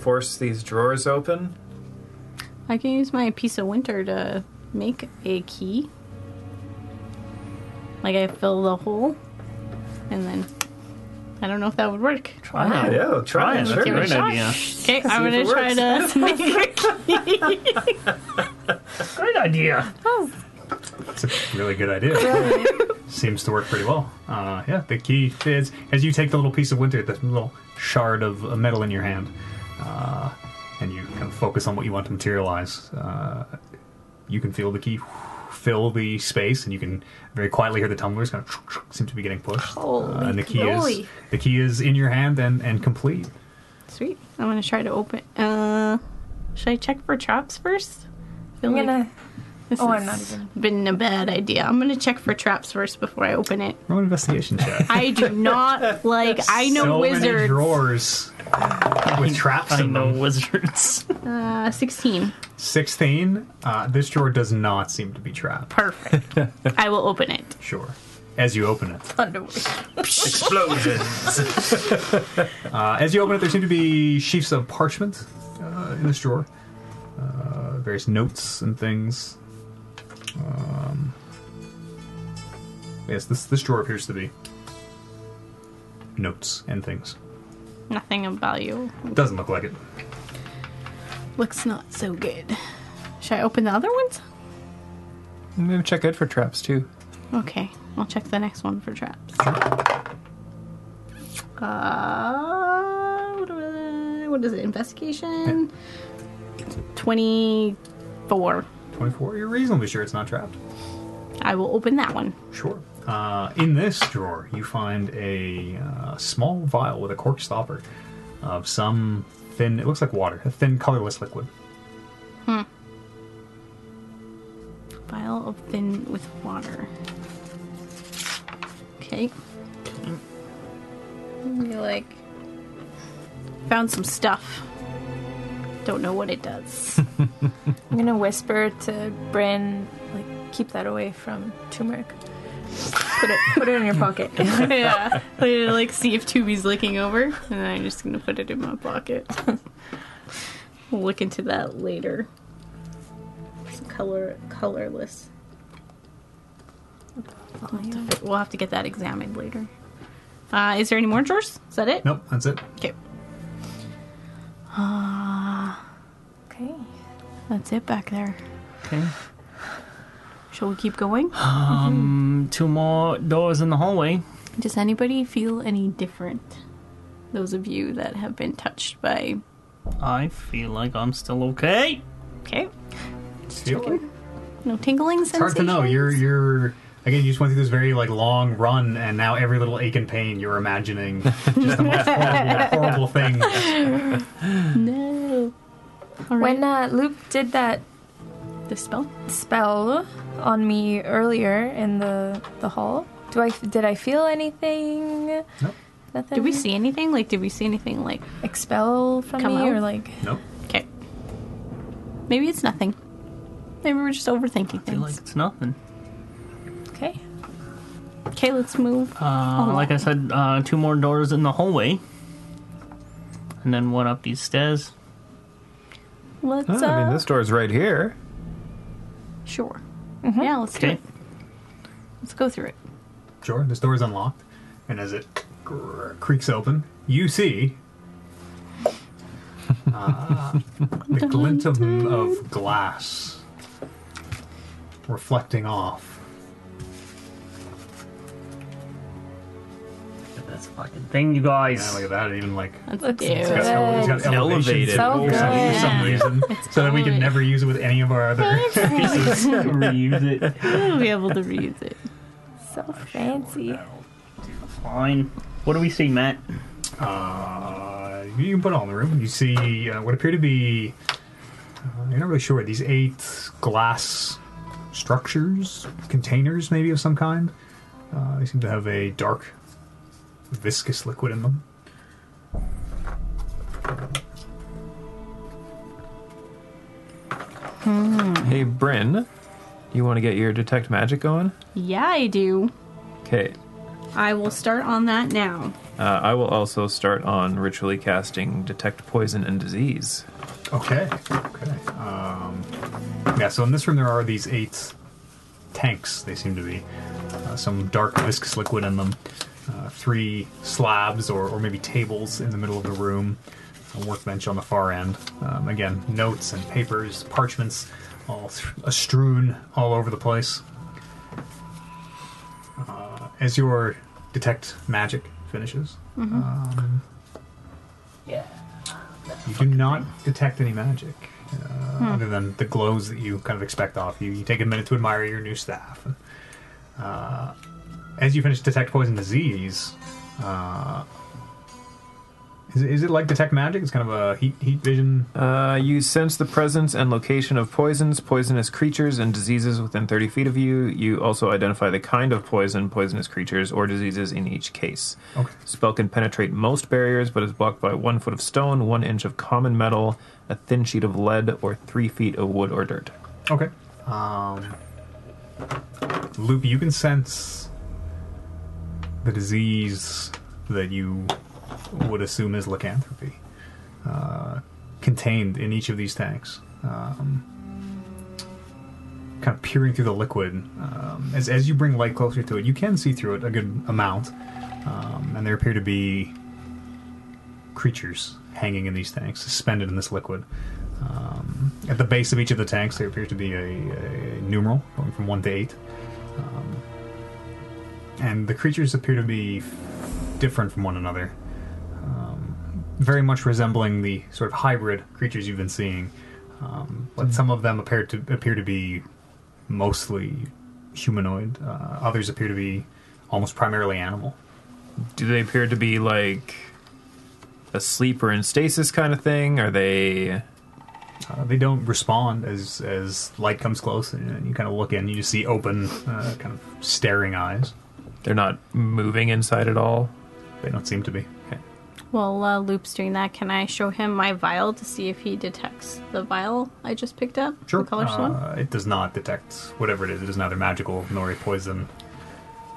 Speaker 4: force these drawers open.
Speaker 3: I can use my piece of winter to make a key. Like I fill the hole, and then I don't know if that would work.
Speaker 2: Try it.
Speaker 4: Yeah, try it.
Speaker 2: Oh, That's a
Speaker 3: Give
Speaker 4: Sure.
Speaker 3: it
Speaker 2: great
Speaker 3: a shot.
Speaker 2: idea.
Speaker 3: Okay, I'm
Speaker 4: if
Speaker 3: gonna
Speaker 4: it
Speaker 3: try to make a key.
Speaker 2: Great idea.
Speaker 1: It's a really good
Speaker 3: [laughs]
Speaker 1: idea. Seems to work pretty well. Uh, yeah, the key is as you take the little piece of winter, the little shard of uh, metal in your hand, uh, and you kind of focus on what you want to materialize. Uh, you can feel the key fill the space, and you can very quietly hear the tumblers kind of seem to be getting pushed. Uh,
Speaker 5: Holy
Speaker 1: and the key
Speaker 5: cannoli.
Speaker 1: is the key is in your hand and and complete.
Speaker 3: Sweet. I'm gonna try to open. Uh, should I check for traps first? I feel
Speaker 5: I'm
Speaker 3: like
Speaker 5: gonna.
Speaker 3: this
Speaker 5: oh, I'm
Speaker 3: has
Speaker 5: not
Speaker 3: Been a bad idea. I'm gonna check for traps first before I open it.
Speaker 1: Roll an investigation check.
Speaker 3: I do not like. I know
Speaker 1: so many
Speaker 3: wizards.
Speaker 1: drawers with traps
Speaker 2: I
Speaker 1: in
Speaker 2: know
Speaker 1: them. [laughs]
Speaker 2: wizards.
Speaker 3: Uh, sixteen.
Speaker 1: Sixteen. Uh, this drawer does not seem to be trapped.
Speaker 3: Perfect. [laughs] I will open it.
Speaker 1: Sure. As you open it,
Speaker 4: Explosions.
Speaker 1: Uh, as you open it, there seem to be sheafs of parchment uh, in this drawer, uh, various notes and things. Um, yes, this this drawer appears to be notes and things.
Speaker 3: Nothing of value.
Speaker 1: Doesn't look like it.
Speaker 3: Looks not so good. Should I open the other ones?
Speaker 4: Maybe check it for traps too.
Speaker 3: Okay, I'll check the next one for traps. Uh, what do I- what is it? Investigation? 24.
Speaker 1: Twenty-four. You're reasonably sure it's not trapped.
Speaker 3: I will open that one.
Speaker 1: Sure. Uh, in this drawer, you find a uh, small vial with a cork stopper of some thin. It looks like water, a thin, colorless liquid.
Speaker 3: Vial of thin with water. Okay. You like found some stuff. Don't know what it does.
Speaker 5: I'm gonna whisper to Bryn, like, keep that away from turmeric. Put it, put it in your pocket.
Speaker 3: [laughs]
Speaker 5: [laughs]
Speaker 3: yeah. I, like see if Tubi's looking over, and then I'm just gonna put it in my pocket. we'll look into that later. It's color colorless. We'll have, to, fi- we'll have to get that examined later. Uh, is there any more drawers? Is that it?
Speaker 1: Nope, that's it.
Speaker 3: Okay. Uh,
Speaker 5: Okay.
Speaker 3: that's it back there.
Speaker 2: Okay.
Speaker 3: Shall we
Speaker 1: [gasps]
Speaker 3: keep going?
Speaker 2: Um, two more doors in the hallway.
Speaker 3: Does anybody feel any different? Those of you that have been touched by.
Speaker 2: I feel like I'm still okay.
Speaker 3: Okay.
Speaker 1: Feel like-
Speaker 3: No tingling
Speaker 1: It's hard to know. You're you're again. You just went through this very like long run, and now every little ache and pain you're imagining just the most horrible, horrible thing.
Speaker 3: no. All right.
Speaker 5: When uh, Luke did that
Speaker 3: the spell?
Speaker 5: spell on me earlier in the the hall, do I did I feel anything?
Speaker 1: Nope.
Speaker 5: Nothing.
Speaker 3: Did we see anything? Like, did we see anything? Like,
Speaker 5: expel from
Speaker 3: Come
Speaker 5: me
Speaker 3: out?
Speaker 5: or like?
Speaker 1: Nope.
Speaker 3: okay. Maybe it's nothing. Maybe we're just overthinking
Speaker 2: I feel like
Speaker 3: things.
Speaker 2: it's nothing.
Speaker 5: Okay.
Speaker 3: Okay, let's move.
Speaker 2: Uh,
Speaker 3: Oh.
Speaker 2: Like I said, uh, two more doors in the hallway. And then one up these stairs.
Speaker 3: Let's.
Speaker 4: Oh,
Speaker 3: uh,
Speaker 4: I mean, this door's right here.
Speaker 3: Sure. Yeah, let's do
Speaker 2: Okay.
Speaker 3: it. Let's go through it.
Speaker 1: Sure. This door is unlocked, and as it gr- creaks open, you see uh, the glint of, of glass reflecting off.
Speaker 2: That's a fucking thing, you
Speaker 1: Yeah,
Speaker 2: guys.
Speaker 1: look at that. It even like
Speaker 3: Let's,
Speaker 5: Let's
Speaker 3: do
Speaker 5: do
Speaker 1: it's got,
Speaker 3: it.
Speaker 1: ele- it's got
Speaker 4: It's
Speaker 1: elevation
Speaker 4: elevated.
Speaker 5: So
Speaker 1: for some- for
Speaker 5: good.
Speaker 1: some reason, so that we can
Speaker 3: elevated.
Speaker 1: never use it with any of our other.
Speaker 2: [laughs]
Speaker 1: [laughs]
Speaker 2: Reuse it.
Speaker 3: We'll be able to read it.
Speaker 5: So fancy.
Speaker 2: Fine. What do we see, Matt?
Speaker 1: Uh, you can put it all in the room. You see uh, what appear to be. Uh, you're not really sure. These eight glass structures, containers maybe of some kind. Uh, they seem to have a dark, viscous liquid in them.
Speaker 4: Hey, Bryn, you want to get your detect magic on?
Speaker 3: Yeah, I do.
Speaker 4: Okay.
Speaker 3: I will start on that now.
Speaker 4: Uh, I will also start on ritually casting detect poison and disease.
Speaker 1: Okay. Okay. Um, yeah, so in this room there are these eight tanks, they seem to be. Uh, some dark viscous liquid in them. Uh, three slabs or, or maybe tables in the middle of the room. A workbench on the far end. Um, again, notes and papers, parchments, all th- uh, strewn all over the place. Uh, as your detect magic finishes, um,
Speaker 2: Yeah.
Speaker 1: you do not detect any magic, uh, other than the glows that you kind of expect off you. You take a minute to admire your new staff. Uh, as you finish detect poison disease, uh, Is, is it like detect magic? It's kind of a heat heat vision.
Speaker 4: Uh, you sense the presence and location of poisons, poisonous creatures, and diseases within 30 feet of you. You also identify the kind of poison, poisonous creatures, or diseases in each case.
Speaker 1: Okay.
Speaker 4: Spell can penetrate most barriers, but is blocked by one foot of stone, one inch of common metal, a thin sheet of lead, or three feet of wood or dirt.
Speaker 1: Okay. Um, Loop, you can sense the disease that you would assume is lycanthropy uh, contained in each of these tanks. Um, kind of peering through the liquid. Um, as, as you bring light closer to it, you can see through it a good amount. Um, and there appear to be creatures hanging in these tanks, suspended in this liquid. Um, at the base of each of the tanks, there appears to be a, a numeral going from one to eight, um, and the creatures appear to be f- different from one another, um, very much resembling the sort of hybrid creatures you've been seeing. Um, but some of them appear to appear to be mostly humanoid. Uh, others appear to be almost primarily animal.
Speaker 4: Do they appear to be like asleep or in stasis kind of thing? Are they.
Speaker 1: Uh, they don't respond as as light comes close, and you kind of look in. You just see open, uh, kind of staring eyes.
Speaker 4: They're not moving inside at all?
Speaker 1: They don't seem to be.
Speaker 3: Well, uh, Loop's doing that. Can I show him my vial to see if he detects the vial I just picked up? The color one?
Speaker 1: Uh, it does not detect whatever it is. It is neither magical nor a poison.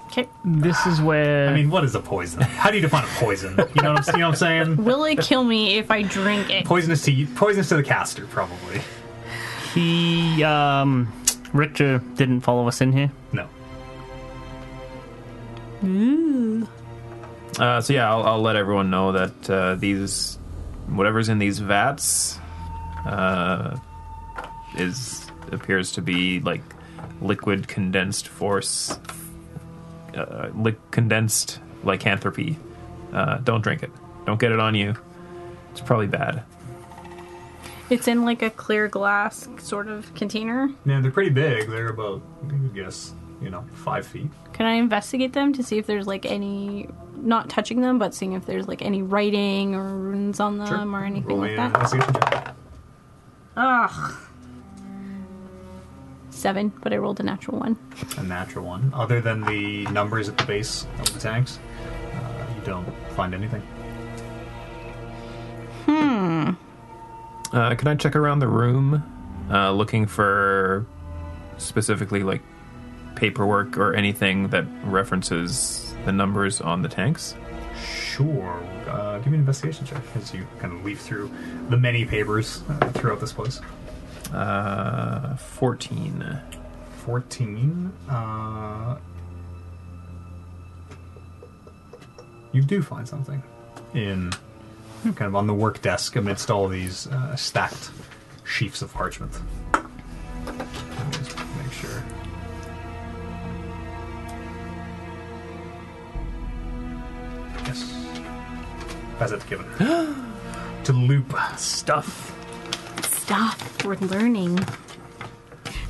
Speaker 3: Okay.
Speaker 2: This is where
Speaker 1: I mean, what is a poison? How do you define a poison? You know what I'm, you know what I'm saying?
Speaker 3: Will it kill me if I drink it?
Speaker 1: Poisonous to you, poisonous to the caster, probably.
Speaker 2: he, um, Richter didn't follow us in here.
Speaker 1: No.
Speaker 4: Uh, so yeah, I'll, I'll let everyone know that uh, these, whatever's in these vats, uh, is appears to be like liquid condensed force, uh, li- condensed lycanthropy. Uh, don't drink it. Don't get it on you. It's probably bad.
Speaker 3: It's in like a clear glass sort of container.
Speaker 1: Yeah, they're pretty big. They're about, I guess, you know, five feet.
Speaker 3: Can I investigate them to see if there's like any, not touching them, but seeing if there's like any writing or runes on them Um, or anything
Speaker 1: Roll
Speaker 3: like
Speaker 1: me an
Speaker 3: that?
Speaker 1: investigation check.
Speaker 3: Ugh. Seven, but I rolled a natural one.
Speaker 1: A natural one. Other than the numbers at the base of the tanks, uh, you don't find anything.
Speaker 4: Uh, can I check around the room, uh, looking for specifically like paperwork or anything that references the numbers on the tanks?
Speaker 1: Sure. Uh, give me an investigation check as you kind of leaf through the many papers uh, throughout this place.
Speaker 4: Uh, 14.
Speaker 1: 14. Uh, you do find something in kind of on the work desk amidst all these uh, stacked sheafs of parchment. Let me just make sure. Yes. Has it given? to loop.
Speaker 2: Stuff.
Speaker 3: Stop. We're learning.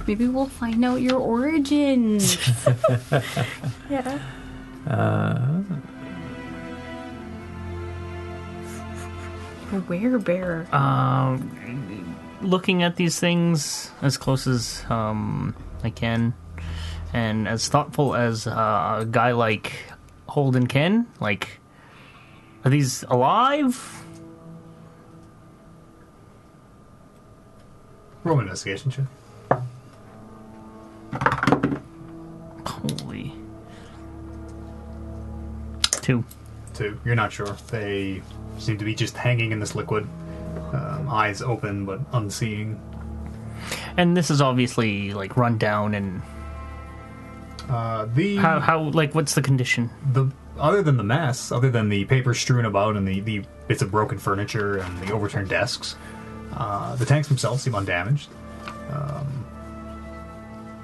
Speaker 3: Maybe we'll find out your origin.
Speaker 1: [laughs]
Speaker 5: Yeah.
Speaker 4: Uh,
Speaker 3: A werebear.
Speaker 2: Um, looking at these things as close as um, I can, and as thoughtful as uh, a guy like Holden can. Like, are these alive?
Speaker 1: Roll an investigation check.
Speaker 2: Holy. Two.
Speaker 1: too. You're not sure. They seem to be just hanging in this liquid, um, eyes open but unseeing.
Speaker 2: And this is obviously like run down and
Speaker 1: Uh, the
Speaker 2: how how like what's the condition?
Speaker 1: the other than the mess, other than the paper strewn about and the, the bits of broken furniture and the overturned desks, uh, the tanks themselves seem undamaged. Um,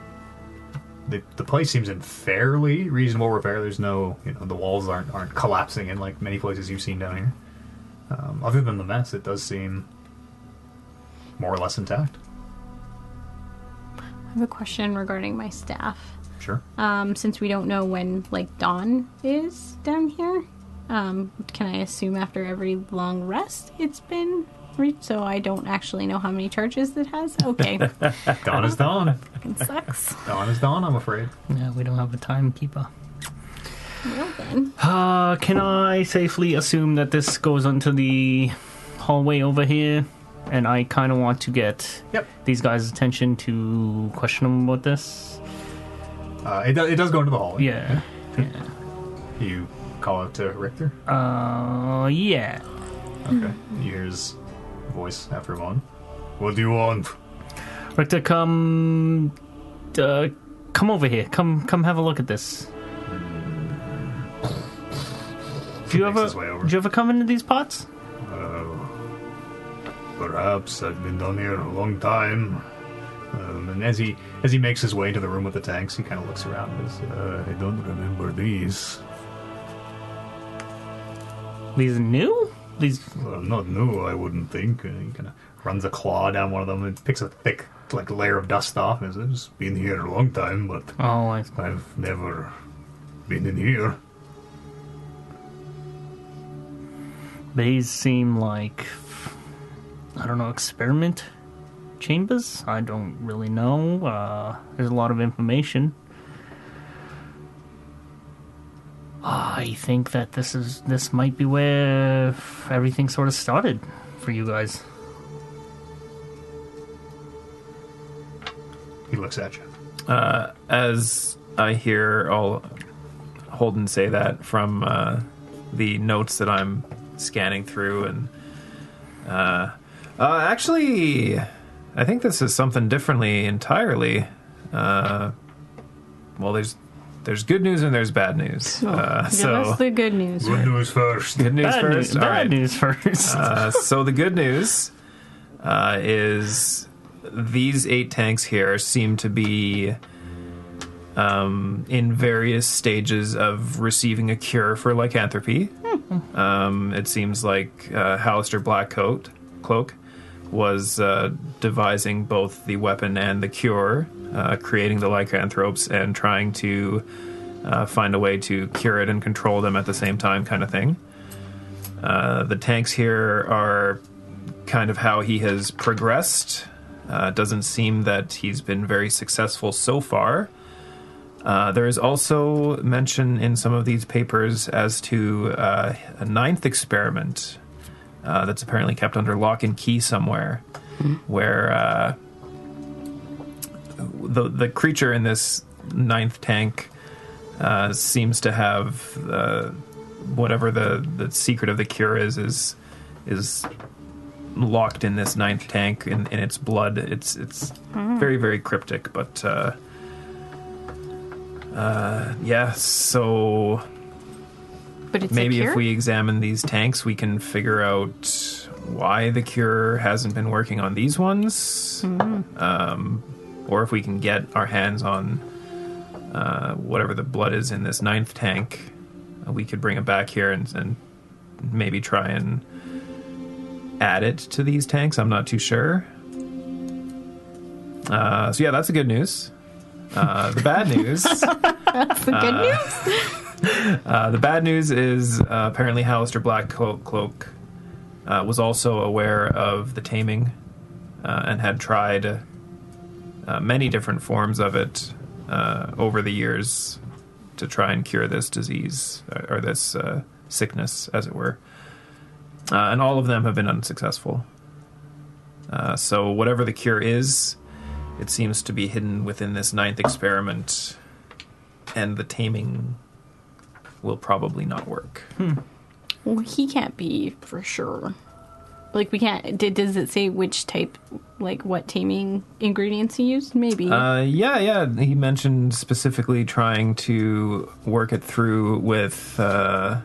Speaker 1: the, the place seems in fairly reasonable repair. There's no, you know, the walls aren't aren't collapsing in like many places you've seen down here. Um, other than the mess, it does seem more or less intact.
Speaker 3: I have a question regarding my staff.
Speaker 1: Sure.
Speaker 3: Um, since we don't know when like dawn is down here, Um, can I assume after every long rest it's been reached? So I don't actually know how many charges it has.
Speaker 4: [laughs]
Speaker 3: Okay,
Speaker 1: Dawn is dawn.
Speaker 3: fucking [laughs] sucks.
Speaker 1: Dawn is dawn, I'm afraid.
Speaker 2: No, we don't have a timekeeper.
Speaker 3: Well then,
Speaker 2: Uh, can I safely assume that this goes onto the hallway over here? And I kind of want to get
Speaker 1: Yep.
Speaker 2: these guys' attention to question them about this.
Speaker 1: Uh, it, do- it does go into the hallway.
Speaker 2: Yeah. Yeah.
Speaker 1: You call out to Richter.
Speaker 2: Uh, yeah.
Speaker 1: Okay. You hear his voice after a moment.
Speaker 6: What do you want?
Speaker 2: Richter, come. Uh, come over here. Come, come have a look at this. Do you
Speaker 1: Makes
Speaker 2: ever?
Speaker 1: his way over.
Speaker 2: Do you ever come into these parts?
Speaker 6: Uh, perhaps I've been down here a long time.
Speaker 1: Um, and as he as he makes his way to the room with the tanks, he kind of looks around. And goes,
Speaker 6: Uh, I don't remember these.
Speaker 2: These are new? These
Speaker 1: well, not new, I wouldn't think. And he kind of runs a claw down one of them and picks a thick like layer of dust off. And says,
Speaker 6: Been here a long time, but
Speaker 2: Oh, I,
Speaker 6: I've never been in here.
Speaker 2: these seem like I don't know experiment chambers. I don't really know. Uh, there's a lot of information. Ah, I think that this is this might be where everything sort of started for you guys.
Speaker 1: he looks at you.
Speaker 4: Uh, as I hear all Holden say that from uh, the notes that I'm scanning through, and uh, uh, actually, I think this is something differently entirely. Uh, well, there's there's good news and there's bad news.
Speaker 2: Oh,
Speaker 4: Uh,
Speaker 3: give us
Speaker 4: so
Speaker 3: the good news.
Speaker 6: Good news first.
Speaker 4: good news
Speaker 2: Bad
Speaker 4: first.
Speaker 2: news,
Speaker 4: all
Speaker 2: bad
Speaker 4: right.
Speaker 2: news [laughs] first.
Speaker 4: [laughs] Uh, so the good news uh, is these eight tanks here seem to be um, in various stages of receiving a cure for lycanthropy. Um, it seems like uh, Hallister Blackcoat Cloak was uh, devising both the weapon and the cure, uh, creating the lycanthropes and trying to uh, find a way to cure it and control them at the same time, kind of thing. Uh, the tanks here are kind of how he has progressed. Uh, it doesn't seem that he's been very successful so far. Uh, there is also mention in some of these papers as to uh, a ninth experiment uh, that's apparently kept under lock and key somewhere, where uh, the the creature in this ninth tank uh, seems to have uh, whatever the, the secret of the cure is is is locked in this ninth tank in, in its blood. It's it's very very cryptic, but uh, uh, yeah. So
Speaker 3: But it's
Speaker 4: maybe
Speaker 3: a cure?
Speaker 4: if we examine these tanks, we can figure out why the cure hasn't been working on these ones,
Speaker 3: Mm-hmm.
Speaker 4: um, or if we can get our hands on uh, whatever the blood is in this ninth tank, uh, we could bring it back here and, and maybe try and add it to these tanks. I'm not too sure. Uh, so yeah, that's the good news. Uh,
Speaker 3: [laughs]
Speaker 4: the bad news.
Speaker 3: That's the good news.
Speaker 4: Uh, the bad news is uh, apparently Hallister Black Cloak, Cloak uh, was also aware of the taming uh, and had tried uh, many different forms of it uh, over the years to try and cure this disease or- or this uh, sickness, as it were. Uh, and all of them have been unsuccessful. Uh, so, whatever the cure is, it seems to be hidden within this ninth experiment, and the taming will probably not work.
Speaker 3: Well, he can't be for sure. Like we can't. Did, does it say which type, like what taming ingredients he used? Maybe.
Speaker 4: Uh, yeah, yeah. He mentioned specifically trying to work it through with uh,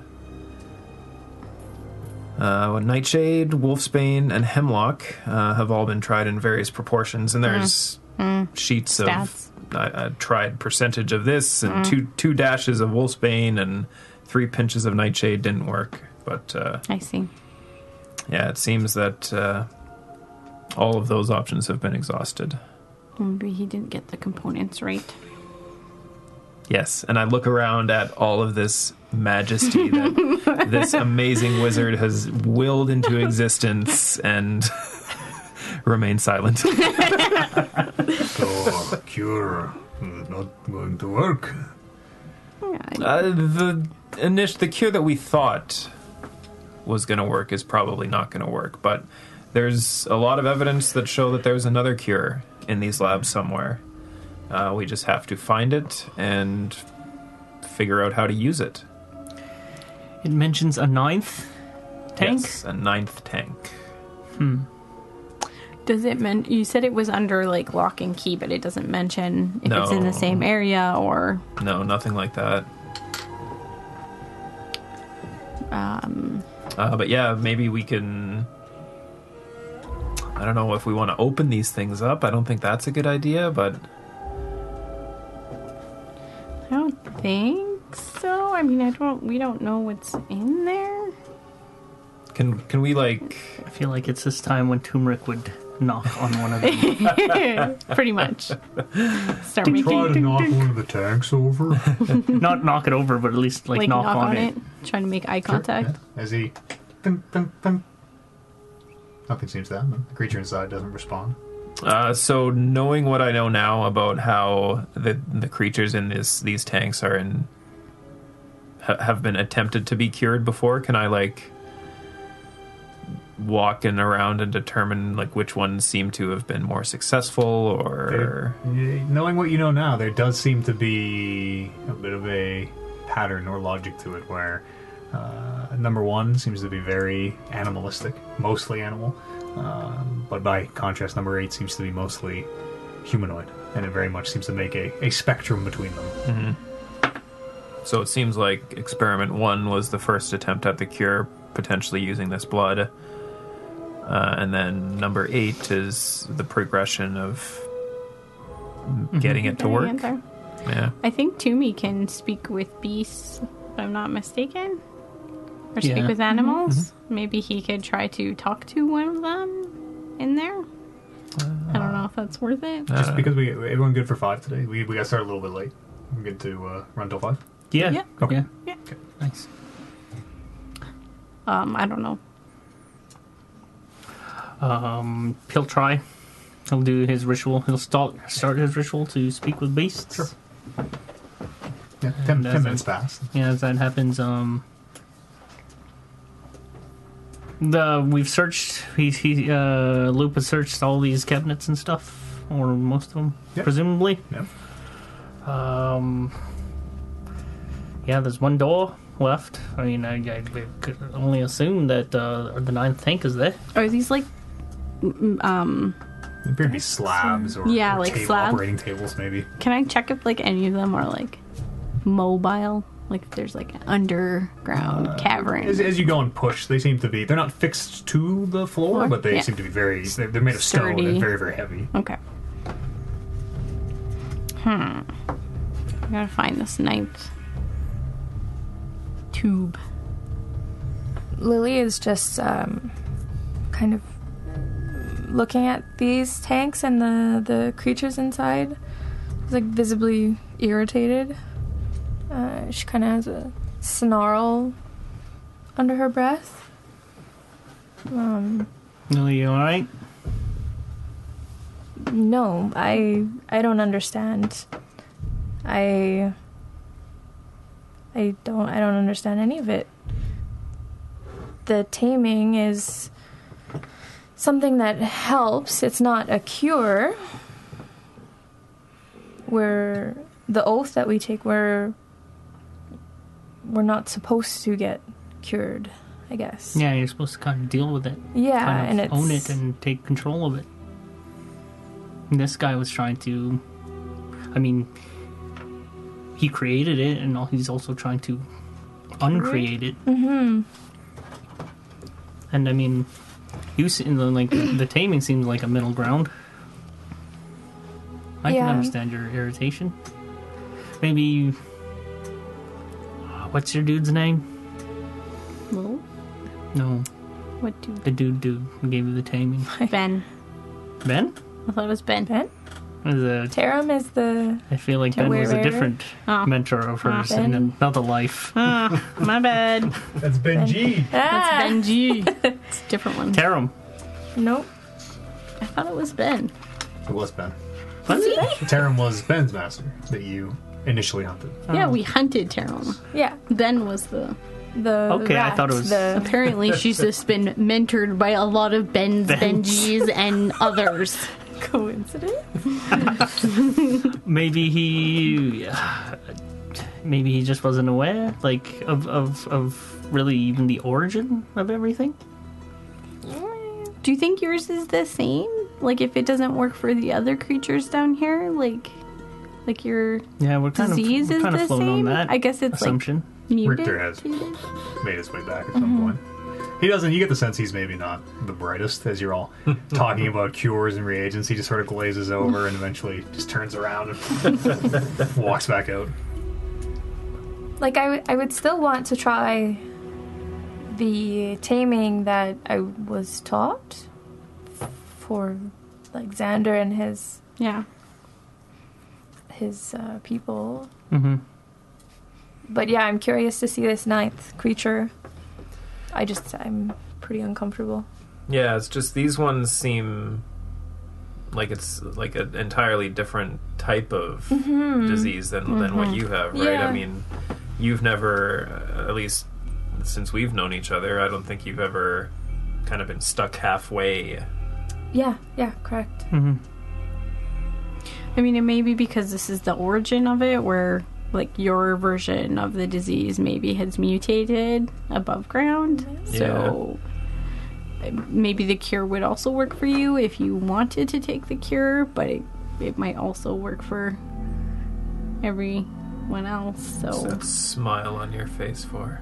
Speaker 4: uh, Nightshade, Wolfsbane, and Hemlock uh, have all been tried in various proportions, and there's sheets
Speaker 3: Stats.
Speaker 4: of I, I tried percentage of this and two two dashes of Wolfsbane and three pinches of Nightshade didn't work, but. Uh,
Speaker 3: I see.
Speaker 4: yeah, it seems that uh, all of those options have been exhausted.
Speaker 3: Maybe he didn't get the components right.
Speaker 4: Yes, and I look around at all of this majesty that this amazing wizard has willed into existence and [laughs] remain silent.
Speaker 1: So, cure is not going to work.
Speaker 4: Uh, the init- the cure that we thought was going to work is probably not going to work, but there's a lot of evidence that show that there's another cure in these labs somewhere. Uh, we just have to find it and figure out how to use it.
Speaker 2: It mentions a ninth tank.
Speaker 4: Yes, a ninth tank.
Speaker 3: Does it men? You said it was under like lock and key, but it doesn't mention if it's in
Speaker 4: No.
Speaker 3: the same area or
Speaker 4: No, nothing like that.
Speaker 3: um,
Speaker 4: Uh, but yeah, maybe we can. I don't know if we want to open these things up. I don't think that's a good idea, but
Speaker 3: I don't think so. I mean, I don't. We don't know what's in there. [laughs]
Speaker 4: can can we like
Speaker 2: I feel like it's this time when turmeric would knock on one of
Speaker 4: [laughs]
Speaker 2: them.
Speaker 3: Pretty much. Start making
Speaker 1: Try to
Speaker 3: ding,
Speaker 1: knock
Speaker 3: ding.
Speaker 1: one of the tanks over
Speaker 2: Not knock it over, but at least like,
Speaker 3: like
Speaker 2: knock, on, it.
Speaker 3: trying to make eye contact.
Speaker 1: as he. Dun, dun, dun. Nothing seems to happen. The creature inside doesn't respond.
Speaker 4: Uh, so knowing what I know now about how the the creatures in this these tanks are in ha- have been attempted to be cured before, can I like walk in around and determine like which ones seem to have been more successful or
Speaker 1: Yeah, Knowing what you know now, there does seem to be a bit of a pattern or logic to it where uh, number one seems to be very animalistic, mostly animal, um, but by contrast, number eight seems to be mostly humanoid, and it very much seems to make a, a spectrum between them.
Speaker 4: so it seems like experiment 1 was the first attempt at the cure potentially using this blood. Uh, and then number 8 is the progression of Mm-hmm. getting it to
Speaker 3: Any
Speaker 4: work.
Speaker 3: answer?
Speaker 4: Yeah.
Speaker 3: I think Toomey can speak with beasts, if I'm not mistaken, or speak
Speaker 2: Yeah.
Speaker 3: with animals. Maybe he could try to talk to one of them in there. I don't know if that's worth it.
Speaker 1: Just because we everyone good for five today, we, we got started a little bit late. I'm good to uh, run till five.
Speaker 2: Yeah.
Speaker 3: Yeah.
Speaker 2: Yeah.
Speaker 3: Yeah.
Speaker 2: Nice.
Speaker 3: Um, I don't know.
Speaker 2: Um, he'll try. He'll do his ritual. He'll start start his ritual to speak with beasts.
Speaker 1: Sure. Yeah, ten,
Speaker 2: And
Speaker 1: ten
Speaker 2: as
Speaker 1: minutes passed.
Speaker 2: Yeah, as that happens, um, the we've searched. He, he uh, Loop has searched all these cabinets and stuff, or most of them,
Speaker 1: Yep.
Speaker 2: presumably.
Speaker 1: Yep.
Speaker 2: Um, yeah, there's one door left. I mean, I, I, I could only assume that uh, the ninth tank is there.
Speaker 3: Are these like, mm, um,
Speaker 1: It appeared to be slabs or,
Speaker 3: Yeah,
Speaker 1: or
Speaker 3: like
Speaker 1: table-
Speaker 3: slab.
Speaker 1: operating tables, maybe.
Speaker 3: can I check if like any of them are like mobile? Like if there's like an underground cavern.
Speaker 1: As, as you go and push, they seem to be. They're not fixed to the floor,
Speaker 3: Floor?
Speaker 1: but they
Speaker 3: Yeah.
Speaker 1: seem to be very. They're, they're made of stone
Speaker 3: Sturdy.
Speaker 1: and very, very heavy.
Speaker 3: Okay. Hmm. I gotta find this ninth tube.
Speaker 5: Lily is just um, kind of looking at these tanks and the, the creatures inside. She's like visibly irritated. Uh, she kind of has a snarl under her breath. Um,
Speaker 2: No, you all right?
Speaker 5: no, I I don't understand. I I don't I don't understand any of it. The taming is something that helps. It's not a cure. We're the oath that we take we're we're not supposed to get cured, I guess.
Speaker 2: Yeah, you're supposed to kind of deal with it.
Speaker 5: Yeah,
Speaker 2: kind of
Speaker 5: Uh, and it's
Speaker 2: own it and take control of it. And this guy was trying to. I mean, he created it, and all- he's also trying to uncreate it. Mm-hmm. And I mean, you se- in the like the taming seems like a middle ground. I
Speaker 5: Yeah.
Speaker 2: can understand your irritation. Maybe. you- What's your dude's name?
Speaker 3: Well,
Speaker 2: No,
Speaker 3: what [laughs] tube?
Speaker 2: the dude dude who gave you the taming.
Speaker 3: Ben.
Speaker 2: Ben?
Speaker 3: I thought it was Ben.
Speaker 5: Ben?
Speaker 2: As a-
Speaker 5: Taram is the.
Speaker 2: I feel like
Speaker 5: Tell
Speaker 2: Ben
Speaker 5: me
Speaker 2: was a
Speaker 5: where-
Speaker 2: different
Speaker 3: Oh.
Speaker 2: mentor of hers
Speaker 5: Ben.
Speaker 2: and another life.
Speaker 3: Ah, my bad.
Speaker 1: That's Benji.
Speaker 5: Ah,
Speaker 3: That's [laughs] Benji. It's a different one.
Speaker 2: Tarum.
Speaker 5: Nope.
Speaker 3: I thought it was Ben.
Speaker 1: It was Ben.
Speaker 2: Was it?
Speaker 1: Tarim was Ben's master that you initially hunted.
Speaker 3: Yeah, we hunted Tarum.
Speaker 5: Yeah.
Speaker 3: Ben was the.
Speaker 5: The.
Speaker 2: Okay, I
Speaker 5: rat,
Speaker 2: thought it was-
Speaker 5: The, [laughs]
Speaker 3: Apparently, she's just been mentored by a lot of Bens,
Speaker 2: Bens.
Speaker 3: Benjis, and others.
Speaker 5: coincidence?
Speaker 2: Maybe he. Maybe he just wasn't aware, like, of, of, of really even the origin of everything.
Speaker 3: Do you think yours is the same? Like, if it doesn't work for the other creatures down here, like, like your
Speaker 2: Yeah, we're kind
Speaker 3: disease
Speaker 2: of, we're
Speaker 3: is
Speaker 2: kind
Speaker 3: the
Speaker 2: of flown
Speaker 3: same.
Speaker 2: on that
Speaker 3: I guess it's
Speaker 2: assumption.
Speaker 3: like muted.
Speaker 1: Richter has made his way back at some point. He doesn't. You get the sense he's maybe not the brightest as you're
Speaker 4: [laughs]
Speaker 1: all talking about cures and reagents. He just sort of glazes over and eventually just turns around and
Speaker 4: [laughs]
Speaker 1: walks back out.
Speaker 5: Like I, w- I would still want to try the taming that I was taught for like Xander and his
Speaker 3: yeah.
Speaker 5: his uh, people.
Speaker 2: hmm
Speaker 5: But yeah, I'm curious to see this ninth creature. I just I'm pretty uncomfortable.
Speaker 4: Yeah, it's just these ones seem like it's like an entirely different type of disease than than what you have, right?
Speaker 5: Yeah.
Speaker 4: I mean, you've never, uh, at least since we've known each other, I don't think you've ever kind of been stuck halfway.
Speaker 5: Yeah, yeah, correct.
Speaker 2: mm-hmm.
Speaker 3: I mean, it may be because this is the origin of it, where like your version of the disease maybe has mutated above ground. So uh, maybe the cure would also work for you if you wanted to take the cure, but it, it might also work for everyone else. So,
Speaker 4: What's that smile on your face for?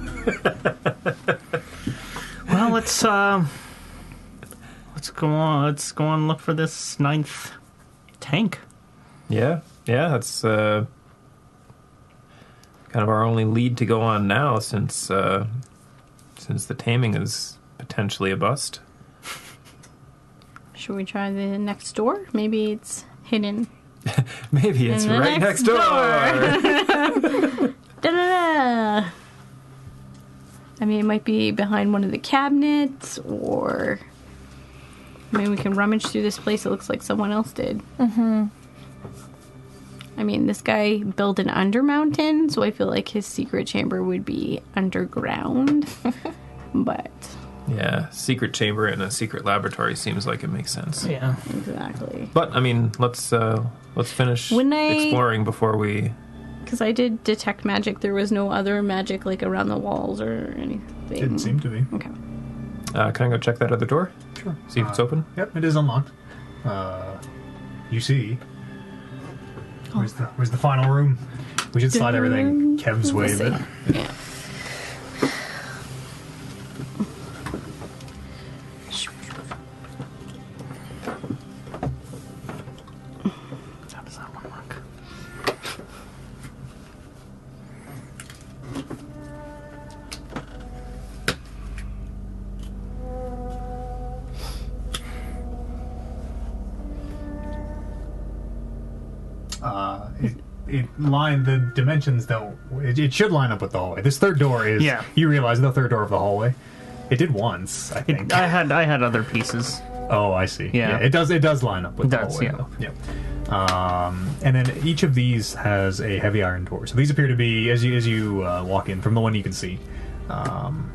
Speaker 4: [laughs]
Speaker 2: Well, let's um, let's go on. Let's go on and look for this ninth tank.
Speaker 4: Yeah, yeah, that's uh, kind of our only lead to go on now, since uh, since the taming is potentially a bust. [laughs]
Speaker 3: should we try the next door? Maybe it's hidden.
Speaker 4: Maybe it's
Speaker 3: In Mm, the
Speaker 4: right
Speaker 3: next
Speaker 4: next, door.
Speaker 3: Da da da! I mean, it might be behind one of the cabinets, or. I mean, we can rummage through this place. It looks like someone else did. Mm-hmm. I mean, this guy built an undermountain, so I feel like his secret chamber would be underground. but,
Speaker 4: [laughs] yeah, secret chamber in a secret laboratory seems like it makes sense.
Speaker 2: Yeah.
Speaker 3: exactly.
Speaker 4: But I mean, let's uh, let's finish
Speaker 3: When I-
Speaker 4: exploring before we.
Speaker 3: Because I did detect magic. There was no other magic, like, around the walls or anything.
Speaker 1: Didn't seem to be.
Speaker 3: Okay.
Speaker 4: Uh, can I go check that other door?
Speaker 1: Sure. Uh,
Speaker 4: See if it's open.
Speaker 1: Yep, it is unlocked. Uh, you see. Where's the Where's the final room? We should slide everything Kev's way a bit.
Speaker 3: Yeah.
Speaker 2: How does that one work?
Speaker 1: Uh, it, it line the dimensions don't. It, it should line up with the hallway. This third door is.
Speaker 2: Yeah.
Speaker 1: You realize the third door of the hallway. It did once, I think.
Speaker 2: It, I had I had other pieces.
Speaker 1: Oh, I see.
Speaker 2: Yeah.
Speaker 1: it does. It does line up with
Speaker 2: It
Speaker 1: the
Speaker 2: does,
Speaker 1: hallway, though. Yeah. Um, and then each of these has a heavy iron door. So these appear to be as you as you uh, walk in from the one you can see, um,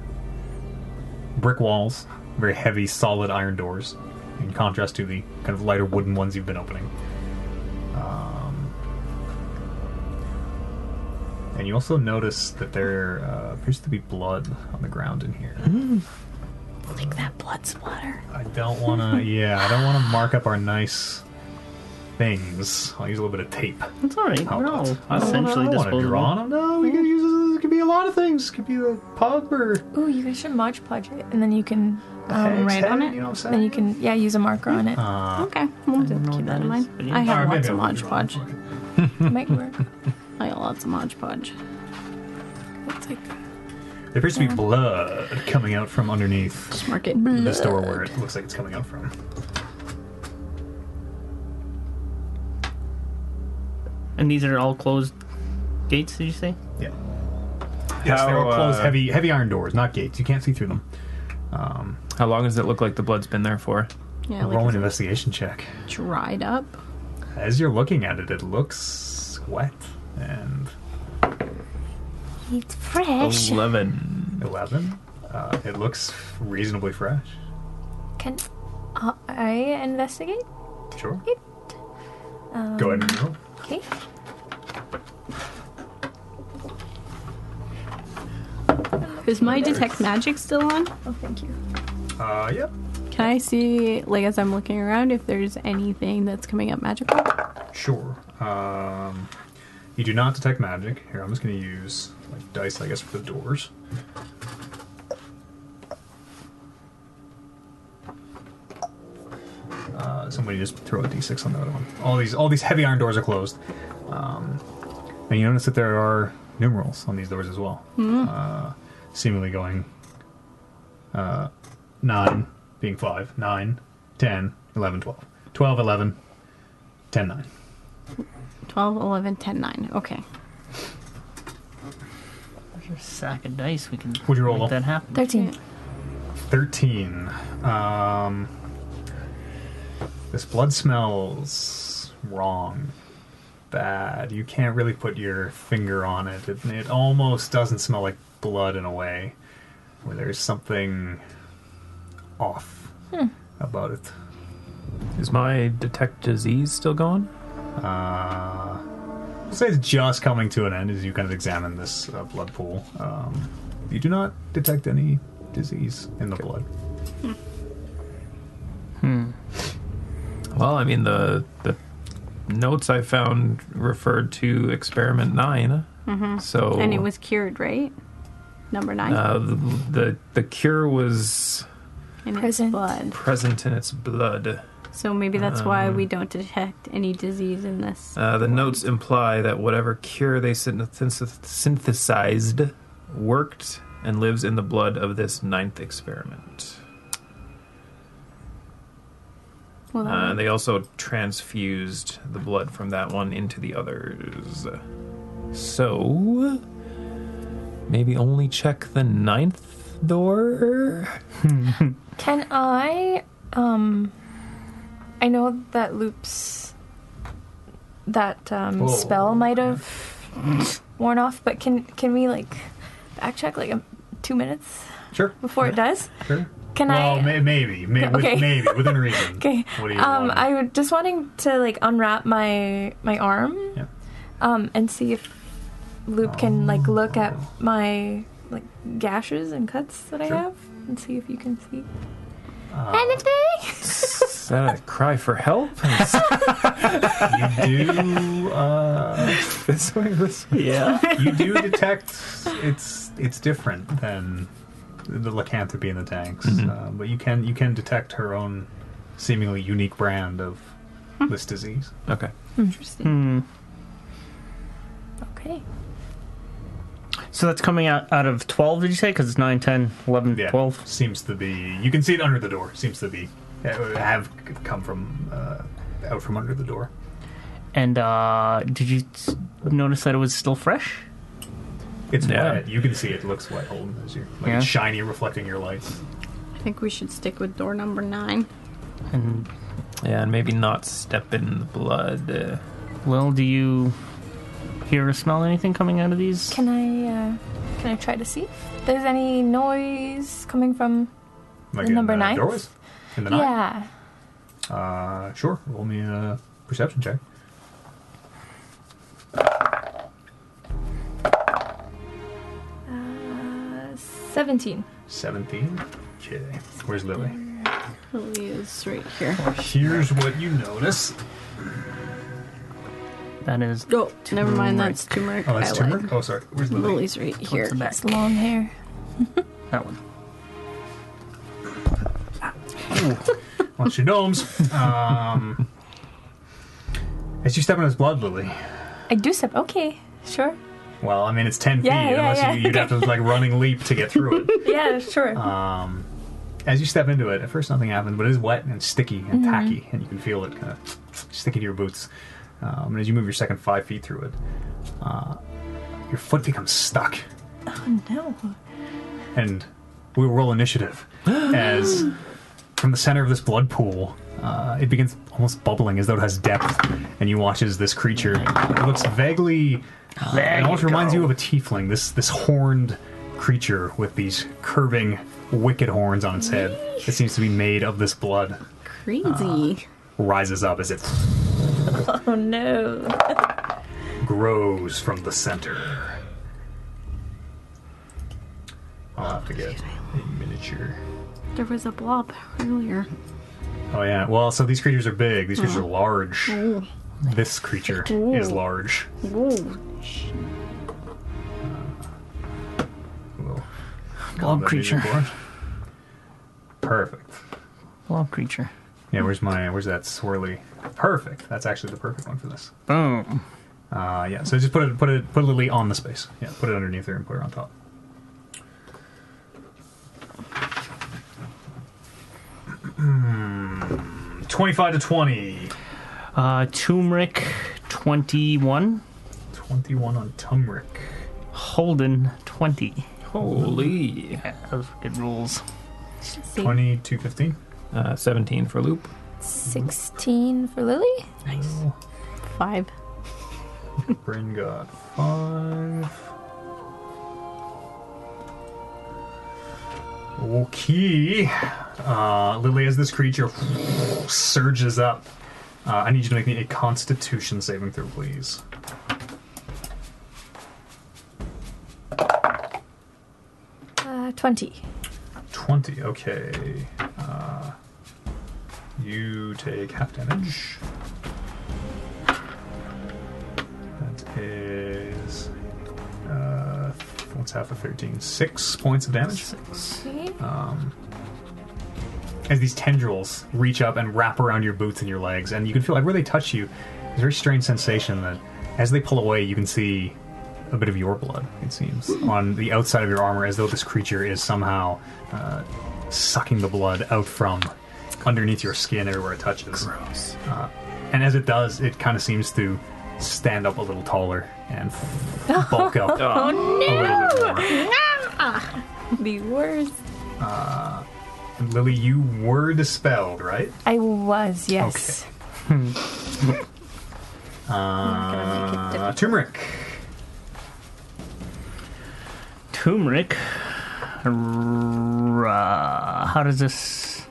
Speaker 1: brick walls, very heavy, solid iron doors, in contrast to the kind of lighter wooden ones you've been opening. Um, and you also notice that there uh, appears to be blood on the ground in here.
Speaker 3: Like that blood splatter.
Speaker 1: I don't want to. yeah, I don't want to mark up our nice things. I'll use a little bit of tape.
Speaker 2: It's all right.
Speaker 1: How
Speaker 2: We're
Speaker 1: about-
Speaker 2: all
Speaker 1: Oh, I don't wanna-
Speaker 2: essentially
Speaker 1: I don't wanna
Speaker 2: disposable.
Speaker 1: draw on them. No, we can use this. It could be a lot of things. It could be the pub or
Speaker 5: Ooh, you guys should Mod Podge it, and then you can, um,
Speaker 1: Hag's
Speaker 3: write on
Speaker 1: head,
Speaker 3: it?
Speaker 1: You know what I'm
Speaker 5: then you
Speaker 1: saying?
Speaker 5: can yeah use a marker on it.
Speaker 1: Uh,
Speaker 3: Okay, we'll
Speaker 2: don't
Speaker 3: just
Speaker 2: know
Speaker 3: keep
Speaker 2: what
Speaker 3: that
Speaker 2: that
Speaker 3: in
Speaker 2: is,
Speaker 3: mind.
Speaker 2: but yeah.
Speaker 3: I
Speaker 1: or
Speaker 3: have
Speaker 1: maybe
Speaker 3: lots of
Speaker 1: I'll
Speaker 3: Mod
Speaker 1: draw
Speaker 3: Podge.
Speaker 1: it.
Speaker 5: Might work.
Speaker 3: I got lots of Mod Podge.
Speaker 5: It's like
Speaker 1: There appears to be blood coming out from underneath
Speaker 3: Just mark it.
Speaker 4: Mm.
Speaker 1: this door where it looks like it's coming out from.
Speaker 2: And these are all closed gates, did you say?
Speaker 1: Yeah. Yes, they
Speaker 4: How,
Speaker 1: are closed
Speaker 4: uh,
Speaker 1: heavy heavy iron doors, not gates. You can't see through them. Um,
Speaker 4: How long does it look like the blood's been there for?
Speaker 3: Yeah,
Speaker 1: roll
Speaker 3: like
Speaker 1: an investigation check.
Speaker 3: it's dried up.
Speaker 1: As you're looking at it, it looks wet and
Speaker 5: It's
Speaker 4: Oh.
Speaker 5: fresh.
Speaker 4: Eleven.
Speaker 1: eleven. Uh, it looks reasonably fresh.
Speaker 5: Can I investigate?
Speaker 1: Sure.
Speaker 5: It.
Speaker 1: Go ahead and roll.
Speaker 5: Okay.
Speaker 3: Is my detect magic still on?
Speaker 5: Oh, thank you.
Speaker 1: Uh, yep.
Speaker 3: Can I see, like, as I'm looking around, if there's anything that's coming up magical?
Speaker 1: Sure. Um, you do not detect magic. Here, I'm just going to use like dice, I guess, for the doors. Uh, somebody just throw a d6 on the other one. All these, all these heavy iron doors are closed, um, and you notice that there are numerals on these doors as well, uh, seemingly going uh, nine, being five, nine, ten, eleven, twelve, twelve, eleven, ten, nine.
Speaker 3: 12, 11, 10, 9. Okay.
Speaker 2: There's a sack of dice we can
Speaker 1: Would you roll?
Speaker 2: make that happen.
Speaker 5: 13.
Speaker 1: 13. Um, this blood smells wrong. Bad. You can't really put your finger on it. It, it almost doesn't smell like blood in a way where there's something off
Speaker 5: Hmm.
Speaker 1: about it.
Speaker 4: Is my detect disease still going?
Speaker 1: Uh, I'll say it's just coming to an end as you kind of examine this uh, blood pool. Um, you do not detect any disease in the blood.
Speaker 4: Well, I mean the the notes I found referred to experiment 9 So
Speaker 3: Mm-hmm. And it was cured, right? Number 9.
Speaker 4: uh, the, the the cure was
Speaker 3: in its
Speaker 5: present.
Speaker 3: blood.
Speaker 4: present in its blood.
Speaker 3: So maybe that's why
Speaker 4: Um,
Speaker 3: we don't detect any disease in this.
Speaker 4: Uh, the notes imply that whatever cure they synth- synthesized worked and lives in the blood of this ninth experiment.
Speaker 3: Well, that
Speaker 4: Uh,
Speaker 3: would-
Speaker 4: they also transfused the blood from that one into the others. So, maybe only check the ninth door?
Speaker 5: Can I um I know that loops that um
Speaker 1: Oh,
Speaker 5: spell might have worn off, but can can we like backcheck like um 2 minutes
Speaker 1: Sure.
Speaker 5: before it does?
Speaker 1: Sure.
Speaker 5: Can
Speaker 1: well,
Speaker 5: I
Speaker 1: may- maybe, may- with-
Speaker 5: Okay.
Speaker 1: maybe
Speaker 5: [laughs]
Speaker 1: within reason.
Speaker 5: Okay.
Speaker 1: What do you
Speaker 5: um
Speaker 1: want?
Speaker 5: I would just wanting to like unwrap my my arm
Speaker 1: Yeah.
Speaker 5: um and see if Loop can like look at my like gashes and cuts that
Speaker 1: Sure.
Speaker 5: I have and see if you can see
Speaker 1: Uh, [laughs]
Speaker 5: anything.
Speaker 4: Is that a cry for help? [laughs]
Speaker 1: [laughs] you do.
Speaker 5: [laughs]
Speaker 1: Uh,
Speaker 4: this way, this way.
Speaker 2: [laughs] Yeah.
Speaker 1: you do detect it's it's different than the lycanthropy in the tanks, uh, but you can you can detect her own seemingly unique brand of
Speaker 5: Hmm.
Speaker 1: this disease.
Speaker 4: Okay.
Speaker 3: interesting.
Speaker 2: Hmm.
Speaker 5: [laughs] okay.
Speaker 2: So that's coming out, out of 12, did you say? Because it's 9, 10, 11,
Speaker 1: Yeah,
Speaker 2: 12.
Speaker 1: seems to be. You can see it under the door. Seems to be uh, have come from uh, out from under the door.
Speaker 2: And uh, did you s- notice that it was still fresh?
Speaker 1: It's
Speaker 4: Yeah.
Speaker 1: wet. You can see it looks wet. Holden, as you like
Speaker 2: Yeah.
Speaker 1: it's shiny, reflecting your lights.
Speaker 3: I think we should stick with door number 9.
Speaker 2: And,
Speaker 4: Yeah, and maybe not step in the blood. Uh,
Speaker 2: Lil, do you hear or smell anything coming out of these?
Speaker 5: Can I uh, can I try to see if there's any noise coming from
Speaker 1: Like
Speaker 5: The number
Speaker 1: in, uh,
Speaker 5: ninth?
Speaker 1: doorways. In the night.
Speaker 5: Yeah.
Speaker 1: Uh, sure. Roll me a perception check.
Speaker 5: Uh, Seventeen.
Speaker 1: 17. Okay. Where's Lily?
Speaker 3: Lily is right here.
Speaker 1: Here's what you notice.
Speaker 2: That is.
Speaker 3: Oh, never mind. That's turmeric.
Speaker 1: Oh, that's
Speaker 3: I
Speaker 1: turmeric?
Speaker 3: lied.
Speaker 1: Oh, sorry. Where's Lily?
Speaker 3: Lily's right here.
Speaker 2: Towards the back.
Speaker 5: It's long hair.
Speaker 2: That one.
Speaker 1: Bunch of
Speaker 5: [laughs]
Speaker 1: gnomes. Um, as you step on his blood, Lily.
Speaker 5: I do step. Okay.
Speaker 1: [laughs]
Speaker 5: Sure.
Speaker 1: Well, I mean, it's 10
Speaker 5: Yeah,
Speaker 1: feet,
Speaker 5: yeah,
Speaker 1: unless
Speaker 5: yeah.
Speaker 1: You, you'd have to, like, running leap to get through it.
Speaker 5: Yeah. Sure.
Speaker 1: Um, as you step into it, at first nothing happened, but it is wet and sticky and tacky, and you can feel it kind of sticking to your boots. Um, and as you move your second five feet through it, uh, your foot becomes stuck.
Speaker 5: No.
Speaker 1: And we will roll initiative as from the center of this blood pool, uh, it begins almost bubbling as though it has depth. And you watch as this creature it looks vaguely. It almost reminds you of a tiefling. This this horned creature with these curving, wicked horns on its head. It seems to be made of this blood.
Speaker 3: Crazy.
Speaker 1: Rises up as it
Speaker 5: Oh no.
Speaker 1: grows from the center. I'll have to get a miniature.
Speaker 3: there was a blob earlier.
Speaker 1: Oh yeah. Well, so these creatures are big. These creatures are large.
Speaker 3: Ooh.
Speaker 1: This creature is large.
Speaker 3: Ooh.
Speaker 1: Well,
Speaker 2: Blob
Speaker 1: that
Speaker 2: creature.
Speaker 1: miniature. Perfect.
Speaker 2: Blob creature.
Speaker 1: Yeah. Where's my? Where's that swirly? Perfect. That's actually the perfect one for this.
Speaker 2: Boom.
Speaker 1: Uh, yeah. So just put it, put it, put Lily on the space. Yeah. Put it underneath her and put her on top. [clears throat] Twenty-five to twenty.
Speaker 2: Uh, turmeric 21.
Speaker 1: 21 on Tumric.
Speaker 2: Holden 20.
Speaker 4: Holy.
Speaker 2: Yeah, those are good rules.
Speaker 3: See,
Speaker 1: 22, 15.
Speaker 4: Uh, 17 for loop.
Speaker 5: 16 for Lily?
Speaker 1: Nice.
Speaker 3: five.
Speaker 1: Bryn got five. Okay. Uh, Lily, as this creature surges up, uh, I need you to make me a Constitution saving throw, please.
Speaker 5: Uh, 20.
Speaker 1: 20. Okay. Uh, you take half damage. That is. Uh, what's half of 13? Six points of damage.
Speaker 5: Okay.
Speaker 2: Oh.
Speaker 1: As these tendrils reach up and wrap around your boots and your legs, and you can feel everywhere they touch you, there's a very strange sensation that as they pull away, you can see a bit of your blood, it seems, on the outside of your armor, as though this creature is somehow uh, sucking the blood out from underneath your skin everywhere it touches. Gross. Uh, and as it does, it kind of seems to stand up a little taller and bulk up
Speaker 4: Oh,
Speaker 1: a little bit more.
Speaker 3: The worst.
Speaker 1: And Lily, you were dispelled, right?
Speaker 5: I was, yes. [laughs]
Speaker 2: [laughs]
Speaker 5: gonna make it
Speaker 1: Uh,
Speaker 5: difficult.
Speaker 1: turmeric.
Speaker 2: Turmeric. Ra- How does this.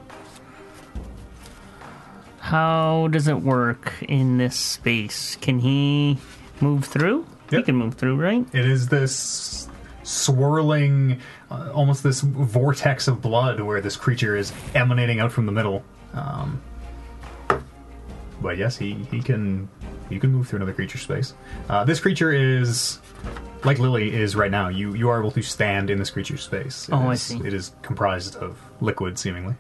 Speaker 2: How does it work in this space? Can he move through? He
Speaker 1: Yep.
Speaker 2: can move through, right?
Speaker 1: It is this swirling, uh, almost this vortex of blood where this creature is emanating out from the middle. Um, but yes, he, he can you can move through another creature's space. Uh, this creature is like Lily is right now. You you are able to stand in this creature's space. It
Speaker 2: Oh, I
Speaker 1: is-
Speaker 2: see.
Speaker 1: It is comprised of liquid, seemingly.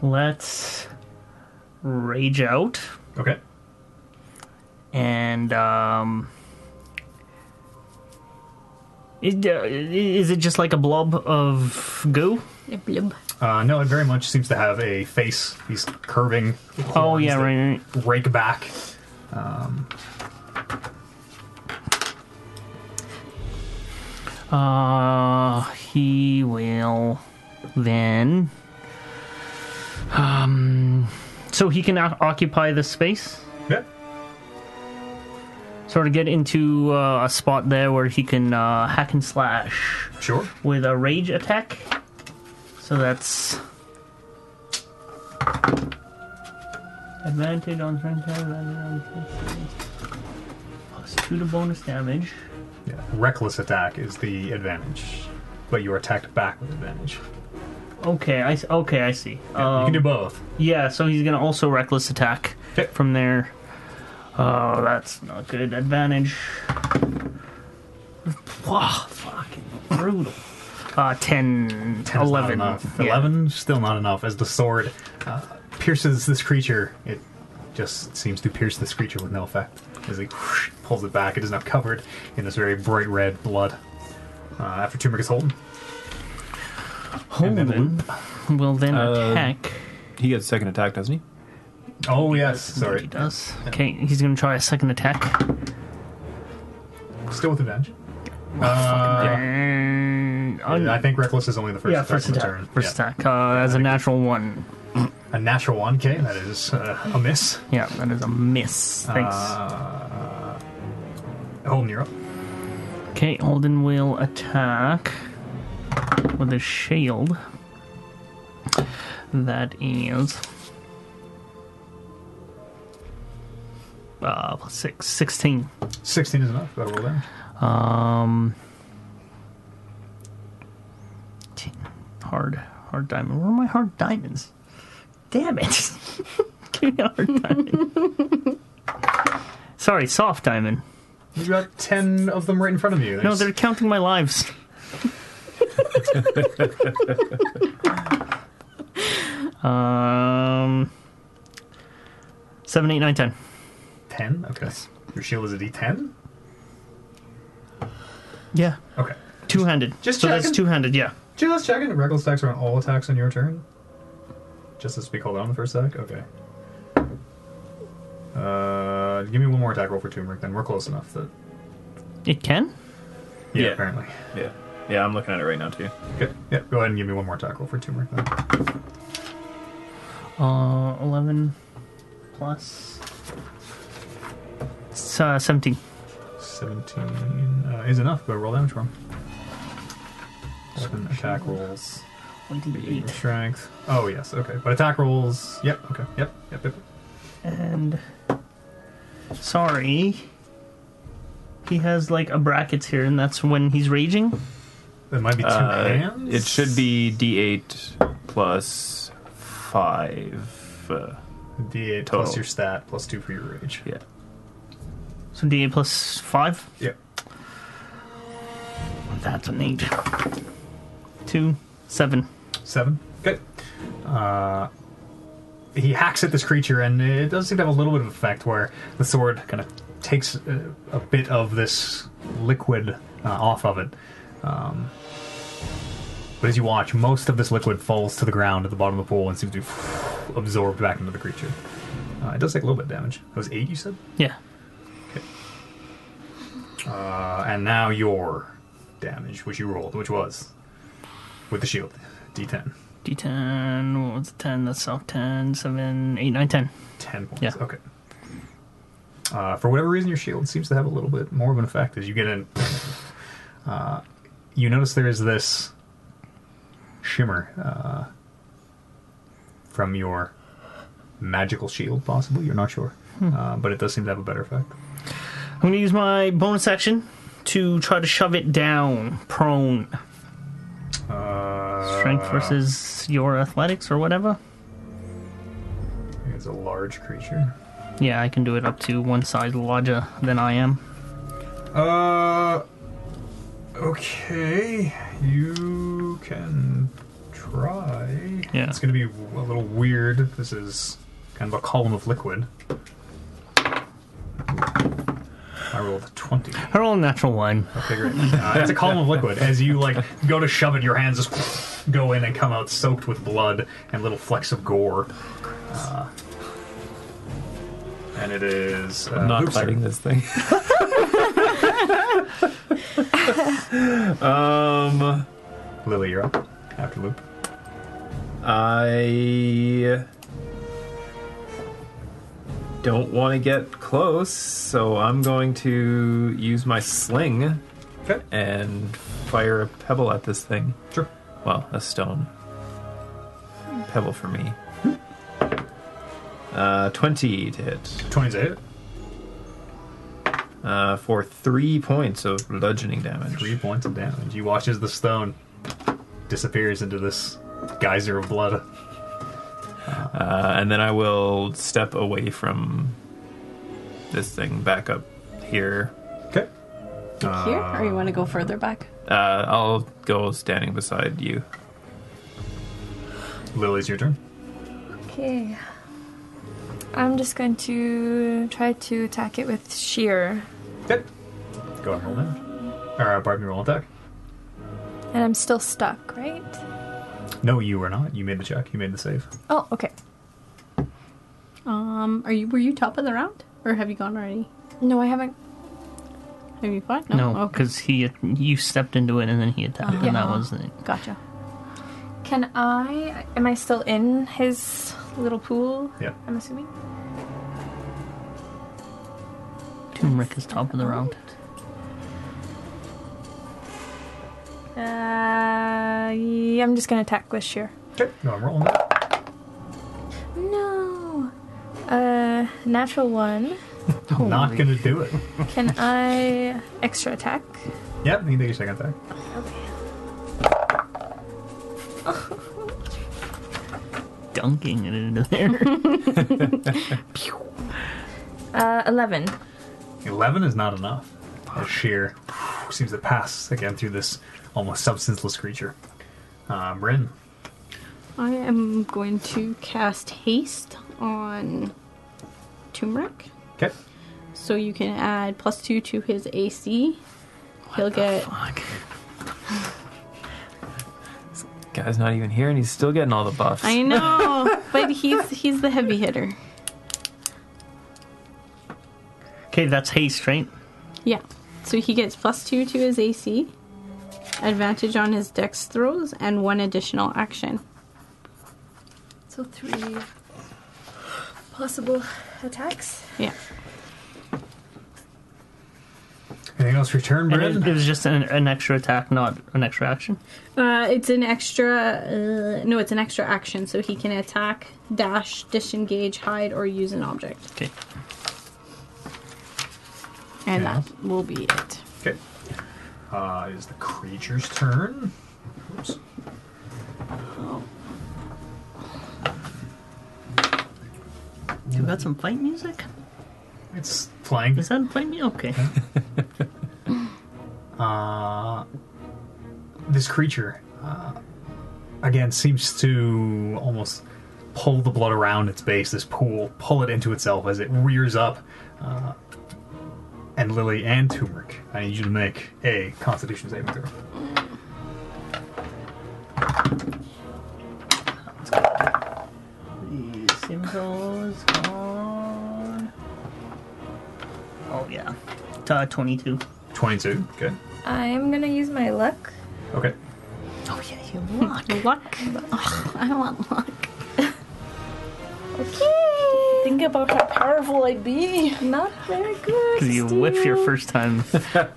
Speaker 2: Let's rage out
Speaker 1: Okay.
Speaker 2: and um. It, uh, is it just like a blob of goo?
Speaker 3: Blub.
Speaker 1: Uh, no, it very much seems to have a face. These curving.
Speaker 2: Oh
Speaker 1: horns
Speaker 2: yeah,
Speaker 1: that
Speaker 2: right, right.
Speaker 1: Rake back.
Speaker 2: Uh, he will then. Um, so he can o- occupy the space,
Speaker 1: Yeah.
Speaker 2: sort of get into uh, a spot there where he can uh, hack and slash
Speaker 1: Sure.
Speaker 2: with a rage attack. So that's advantage on turn attack, advantage on plus two to bonus damage.
Speaker 1: Yeah. Reckless attack is the advantage, but you are attacked back with advantage.
Speaker 2: Okay, I s- okay I see.
Speaker 1: Yeah, you can
Speaker 2: Um,
Speaker 1: do both.
Speaker 2: Yeah, so he's gonna also reckless attack
Speaker 1: Okay.
Speaker 2: from there. Oh, that's not good. Advantage. Wow, fucking brutal. Uh, 10,
Speaker 1: That is not
Speaker 2: 11.
Speaker 1: enough.
Speaker 2: Yeah.
Speaker 1: Eleven, still not enough. As the sword uh, pierces this creature, it just seems to pierce this creature with no effect. As he whoosh, pulls it back, it is now covered in this very bright red blood. Uh, after Turmeric is holding, and then
Speaker 2: Holden will then
Speaker 4: Uh,
Speaker 2: attack.
Speaker 1: Uh,
Speaker 4: He gets second attack, doesn't he?
Speaker 1: Oh, yes. Sorry.
Speaker 2: He does. Okay, he's gonna try a second attack.
Speaker 1: Still with advantage. Uh,
Speaker 2: And un-
Speaker 1: I think Reckless is only the first
Speaker 2: yeah,
Speaker 1: attack
Speaker 2: first
Speaker 1: of the
Speaker 2: attack.
Speaker 1: turn.
Speaker 2: First
Speaker 1: Yeah.
Speaker 2: attack. Uh, that's a natural one.
Speaker 1: A natural 1k. That is uh, a miss.
Speaker 2: Yeah, that is a miss. Thanks.
Speaker 1: Uh, Holden, you're up.
Speaker 2: okay, Alden will attack with his shield. That is. Uh, plus six, 16.
Speaker 1: 16 is enough. That'll roll damage.
Speaker 2: Um, t- hard, hard diamond. Where are my hard diamonds? Damn it! [laughs] Give me a hard diamond. Sorry, soft diamond.
Speaker 1: You've got 10 of them right in front of you.
Speaker 2: No,
Speaker 1: There's-
Speaker 2: they're counting my lives. [laughs] um, seven, eight, nine, ten.
Speaker 1: 10? Okay. Your shield is a d10?
Speaker 2: Yeah,
Speaker 1: Okay.
Speaker 2: two-handed.
Speaker 1: Just
Speaker 2: so that's
Speaker 1: checking.
Speaker 2: two-handed. Yeah.
Speaker 1: Just checking. Reckless attacks are on all attacks on your turn. Just as we called out on the first attack? Okay. Uh, give me one more attack roll for Turmeric, then we're close enough that.
Speaker 2: It can.
Speaker 1: Yeah,
Speaker 4: Yeah.
Speaker 1: apparently.
Speaker 4: Yeah. Yeah, I'm looking at it right now too.
Speaker 1: Okay. Yeah, go ahead and give me one more attack roll for Turmeric then.
Speaker 2: Uh, 11 plus. It's, uh, 17.
Speaker 1: 17 uh, is enough, but roll damage for him. Weapon attack rolls. Your
Speaker 2: 28.
Speaker 1: strength. Oh, yes, okay. But attack rolls. Yep, okay. Yep, yep, yep.
Speaker 2: And. Sorry. He has like a brackets here, and that's when he's raging.
Speaker 1: It might be two
Speaker 4: Uh,
Speaker 1: hands.
Speaker 4: it should be D8 plus five. Uh,
Speaker 1: D8
Speaker 4: total.
Speaker 1: plus your stat plus two for your rage.
Speaker 4: yeah.
Speaker 2: So D8 plus 5.
Speaker 1: Yep.
Speaker 2: That's an 8. 2, 7.
Speaker 1: Seven. Good. Uh, he hacks at this creature, and it does seem to have a little bit of effect where the sword kind of takes a, a bit of this liquid uh, off of it. Um, but as you watch, most of this liquid falls to the ground at the bottom of the pool and seems to be absorbed back into the creature. Uh, it does take a little bit of damage. That was eight, you said?
Speaker 2: Yeah.
Speaker 1: Uh, and now your damage, which you rolled, which was with the shield, d10.
Speaker 2: D10, what's 10? That's soft 10, 7, 8, 9, 10.
Speaker 1: 10 points.
Speaker 2: Yeah.
Speaker 1: Okay. Uh, for whatever reason, your shield seems to have a little bit more of an effect as you get in. Uh, you notice there is this shimmer uh, from your magical shield, possibly. You're not sure.
Speaker 2: Hmm.
Speaker 1: Uh, but it does seem to have a better effect.
Speaker 2: I'm gonna use my bonus action to try to shove it down prone.
Speaker 1: Uh,
Speaker 2: Strength versus your athletics or whatever.
Speaker 1: It's a large creature.
Speaker 2: Yeah, I can do it up to one size larger than I am.
Speaker 1: Uh. Okay. You can try.
Speaker 2: Yeah.
Speaker 1: It's going to be a little weird. This is kind of a column of liquid. I rolled a 20.
Speaker 2: I roll a natural one.
Speaker 1: Okay, great. Uh, it's a column of liquid. As you, like, go to shove it, your hands just go in and come out soaked with blood and little flecks of gore. Uh, and it is. Uh,
Speaker 4: I'm not
Speaker 1: Hoopster.
Speaker 4: fighting this thing. [laughs] um,
Speaker 1: Lily, you're up. After loop.
Speaker 4: I don't want to get close, so I'm going to use my sling
Speaker 1: Okay.
Speaker 4: and fire a pebble at this thing.
Speaker 1: Sure.
Speaker 4: Well, a stone. Pebble for me. Uh, 20 to hit.
Speaker 1: 20's a hit.
Speaker 4: uh, for three points of bludgeoning damage.
Speaker 1: Three points of damage. You watch as the stone disappears into this geyser of blood.
Speaker 4: Uh, and then I will step away from this thing back up here.
Speaker 1: Okay.
Speaker 3: Here, or you want to go further back?
Speaker 4: Uh, I'll go standing beside you.
Speaker 1: Lily's your turn.
Speaker 5: Okay. I'm just going to try to attack it with sheer.
Speaker 1: Okay. Go ahead and roll damage. Or, uh, pardon me, roll attack.
Speaker 5: And I'm still stuck, right?
Speaker 1: No, you are not. You made the check. You made the save.
Speaker 5: Oh, okay.
Speaker 3: Oh, Um, are you were you top of the round, or have you gone already?
Speaker 5: No, I haven't.
Speaker 3: Have you fought? Oh.
Speaker 2: No,
Speaker 3: Okay.
Speaker 2: because he you stepped into it and then he attacked,
Speaker 3: Yeah.
Speaker 2: and that wasn't it.
Speaker 3: Gotcha.
Speaker 5: Can I? Am I still in his little pool?
Speaker 1: Yeah.
Speaker 5: I'm assuming.
Speaker 2: Turmeric is top of the round.
Speaker 5: Uh, yeah, I'm just gonna attack with sheer.
Speaker 1: Okay, no, I'm rolling that.
Speaker 5: No. Uh, natural one.
Speaker 1: Not gonna do it.
Speaker 3: [laughs]
Speaker 5: Can I extra attack?
Speaker 1: Yep, you can take a second attack.
Speaker 2: Dunking it into [laughs] there.
Speaker 5: Uh, eleven.
Speaker 1: 11 is not enough. As sheer seems to pass again through this almost substanceless creature. Uh, Bryn,
Speaker 3: I am going to cast haste on turmeric,
Speaker 1: okay.
Speaker 3: so you can add plus two to his AC. He'll get
Speaker 2: Fuck.
Speaker 4: Guy's not even here, and he's still getting all the buffs.
Speaker 3: I know, but he's he's the heavy hitter.
Speaker 2: Okay, that's haste, right?
Speaker 3: Yeah. So he gets plus two to his AC, advantage on his dex throws, and one additional action.
Speaker 5: So three possible attacks.
Speaker 3: Yeah.
Speaker 1: Anything else for your turn,
Speaker 2: And it, it
Speaker 1: Bryn?
Speaker 2: was just an, an extra attack, not an extra action.
Speaker 3: Uh, it's an extra. Uh, no, it's an extra action, so he can attack, dash, disengage, hide, or use an object.
Speaker 2: Okay.
Speaker 3: And
Speaker 1: Yeah.
Speaker 3: that will be it.
Speaker 1: Okay. Uh, it is the creature's turn. Oops.
Speaker 2: We got some fight music.
Speaker 1: It's flying.
Speaker 2: Is that fight music? Okay.
Speaker 1: Uh, this creature, uh, again, seems to almost pull the blood around its base, this pool, pull it into itself as it rears up. Uh, and Lily and Turmeric, I need you to make a Constitution saving throw.
Speaker 2: The Simcoe is gone. Oh yeah, Ta twenty-two.
Speaker 1: 22. Okay.
Speaker 5: I'm gonna use my luck.
Speaker 1: Okay.
Speaker 2: Oh yeah, you luck.
Speaker 3: Luck. Ugh, I want luck.
Speaker 5: Okay.
Speaker 3: Think about how powerful I'd be.
Speaker 5: Not very good.
Speaker 2: Because you whiff your
Speaker 5: Steve.
Speaker 2: first time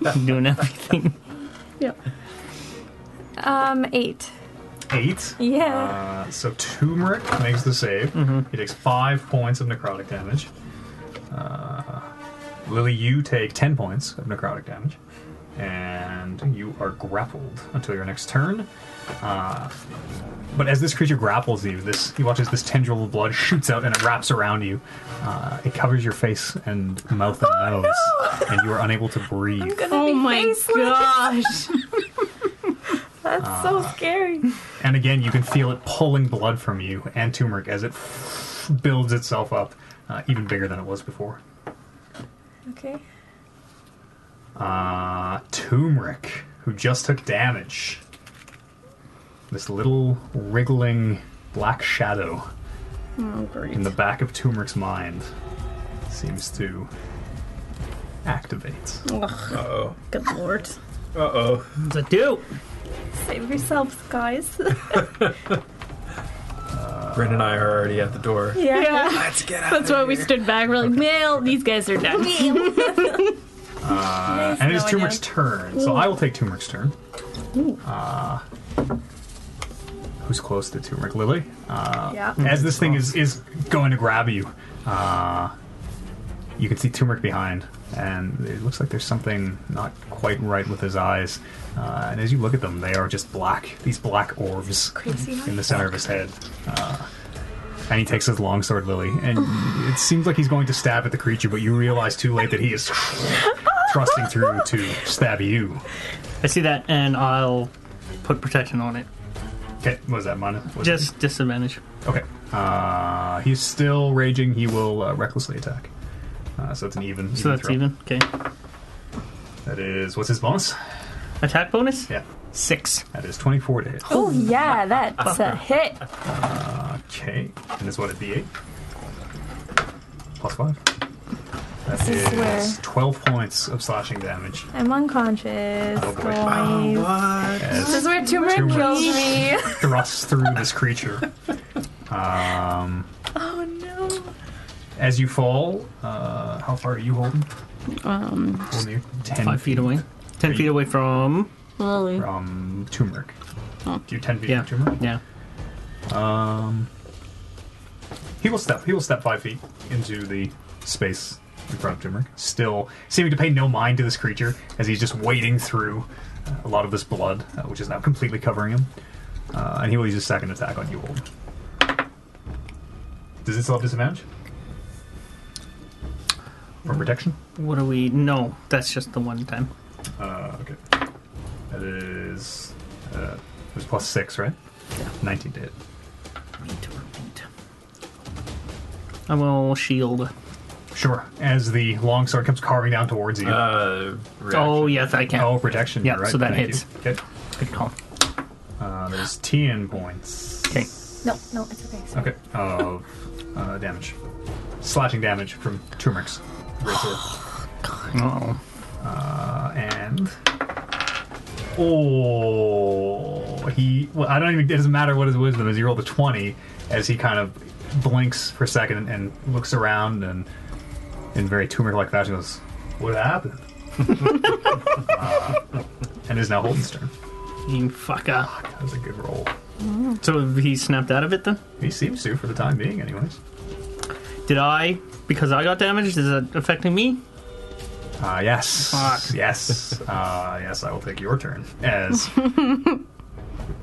Speaker 2: [laughs] doing everything.
Speaker 3: Yeah.
Speaker 5: Um, eight.
Speaker 1: Eight.
Speaker 5: Yeah.
Speaker 1: Uh, so Turmeric makes the save. He takes five points of necrotic damage. Uh, Lily, you take ten points of necrotic damage, and you are grappled until your next turn. Uh, but as this creature grapples you, this you watch as this tendril of blood [laughs] shoots out and it wraps around you. Uh, it covers your face and mouth and nose, and you are unable to breathe.
Speaker 5: Gonna
Speaker 3: Oh
Speaker 5: be
Speaker 3: my
Speaker 5: faceless.
Speaker 3: gosh.
Speaker 5: [laughs] That's so scary.
Speaker 1: And again, you can feel it pulling blood from you and turmeric as it builds itself up, uh, even bigger than it was before.
Speaker 5: Okay.
Speaker 1: Uh, turmeric, who just took damage. This little wriggling black shadow
Speaker 3: Oh, great.
Speaker 1: in the back of turmeric's mind seems to activate. Uh,
Speaker 3: Ugh,
Speaker 7: Uh-oh.
Speaker 3: good lord.
Speaker 7: Uh-oh.
Speaker 2: What's it do?
Speaker 5: Save yourselves, guys.
Speaker 4: Bryn and I are already at the door.
Speaker 3: Yeah.
Speaker 7: Let's get out.
Speaker 3: That's why we stood back. We're like, well, these guys are done. [laughs]
Speaker 1: Uh, and it is turmeric's turn, so I will take turmeric's turn. Uh, who's close to turmeric? Lily?
Speaker 5: yeah.
Speaker 1: as this thing is, is going to grab you, uh, you can see Turmeric behind, and it looks like there's something not quite right with his eyes. Uh, and as you look at them, they are just black, these black orbs
Speaker 5: Crazy
Speaker 1: in the center of his head. Uh, and he takes his longsword, Lily, and it seems like he's going to stab at the creature, but you realize too late that he is [laughs] thrusting through to stab you.
Speaker 2: I see that, and I'll put protection on it.
Speaker 1: Okay, what was that, minus? was it-
Speaker 2: Just disadvantage.
Speaker 1: Okay. Uh, he's still raging. He will uh, recklessly attack. Uh, so it's an even.
Speaker 2: So that's
Speaker 1: throw.
Speaker 2: even. Okay.
Speaker 1: That is what's his bonus?
Speaker 2: Attack bonus.
Speaker 1: Yeah,
Speaker 2: Six.
Speaker 1: that is twenty-four to hit.
Speaker 5: Oh yeah, that's a hit.
Speaker 1: Okay, and it's what a D eight. Plus five. That
Speaker 5: This is where-
Speaker 1: twelve points of slashing damage.
Speaker 5: I'm unconscious.
Speaker 1: Oh, boy.
Speaker 5: guys.
Speaker 4: What?
Speaker 5: This
Speaker 1: As
Speaker 5: is where turmeric
Speaker 1: Turmeric.
Speaker 5: kills me.
Speaker 1: thrust through this creature. Um,
Speaker 5: oh no.
Speaker 1: as you fall, uh, how far are you holding?
Speaker 3: Um,
Speaker 1: Holding you ten
Speaker 2: Five feet away. Ten
Speaker 1: Three.
Speaker 2: feet away from.
Speaker 3: Lily.
Speaker 1: from turmeric.
Speaker 3: Oh.
Speaker 1: You're ten feet
Speaker 2: Yeah.
Speaker 1: from turmeric.
Speaker 2: Yeah.
Speaker 1: Um, he will step. He will step five feet into the space in front of Turmeric, still seeming to pay no mind to this creature as he's just wading through uh, a lot of this blood, uh, which is now completely covering him. Uh, and he will use his second attack on you all. Does this still have disadvantage? From
Speaker 2: Mm-hmm.
Speaker 1: protection?
Speaker 2: What are we? No, that's just the one time.
Speaker 1: Uh, okay. That is. Uh, it was plus six, right?
Speaker 2: Yeah.
Speaker 1: 19 to hit.
Speaker 2: Meet or meet. I will shield.
Speaker 1: Sure. As the long sword comes carving down towards you.
Speaker 4: Uh, reaction.
Speaker 2: Oh yes, I can.
Speaker 1: Oh, protection.
Speaker 2: Yeah,
Speaker 1: you're right.
Speaker 2: so that
Speaker 1: Thank
Speaker 2: hits.
Speaker 1: You. Okay.
Speaker 2: Good call.
Speaker 1: Uh, there's 10 points.
Speaker 2: Okay.
Speaker 5: No, no, it's okay. Sorry.
Speaker 1: Okay. Of uh, damage. Slashing damage from Turmeric's great sword.
Speaker 2: Oh,
Speaker 1: Uh, and. Oh. He. Well, I don't even. It doesn't matter what his wisdom is. He rolled a 20 as he kind of blinks for a second and, and looks around and in very turmeric like fashion goes, What happened? [laughs] Uh, and is now Holden's turn.
Speaker 2: you fucker.
Speaker 1: That was a good roll.
Speaker 2: So he snapped out of it then.
Speaker 1: He seems to, for the time being, anyways.
Speaker 2: Did I? Because I got damaged. Is that affecting me?
Speaker 1: Uh, yes.
Speaker 2: Fuck.
Speaker 1: Yes. Uh, yes, I will take your turn. As. uh,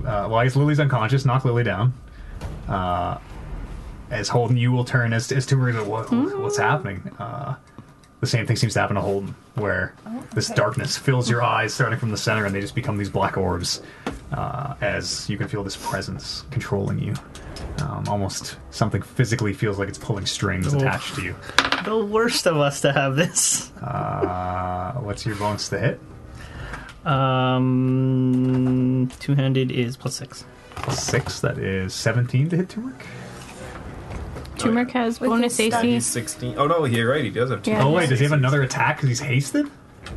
Speaker 1: well, I guess Lily's unconscious. Knock Lily down. Uh, as Holden, you will turn as, as Tumor. What, What's happening? Uh, the same thing seems to happen to Holden, where this
Speaker 5: okay.
Speaker 1: darkness fills your eyes starting from the center and they just become these black orbs uh, as you can feel this presence controlling you. Um, almost something physically feels like it's pulling strings
Speaker 2: Oh.
Speaker 1: attached to you.
Speaker 2: The worst of us to have this.
Speaker 1: Uh, what's your bonus to hit?
Speaker 2: Um, two-handed is plus six.
Speaker 1: Plus six, that is 17 to hit Turmeric.
Speaker 3: Turmeric has
Speaker 5: We can
Speaker 3: bonus
Speaker 5: stack
Speaker 3: AC.
Speaker 4: He's 16. Oh, no, you're right. He does have two.
Speaker 3: Yeah.
Speaker 1: Oh, wait, does he have another attack because he's hasted?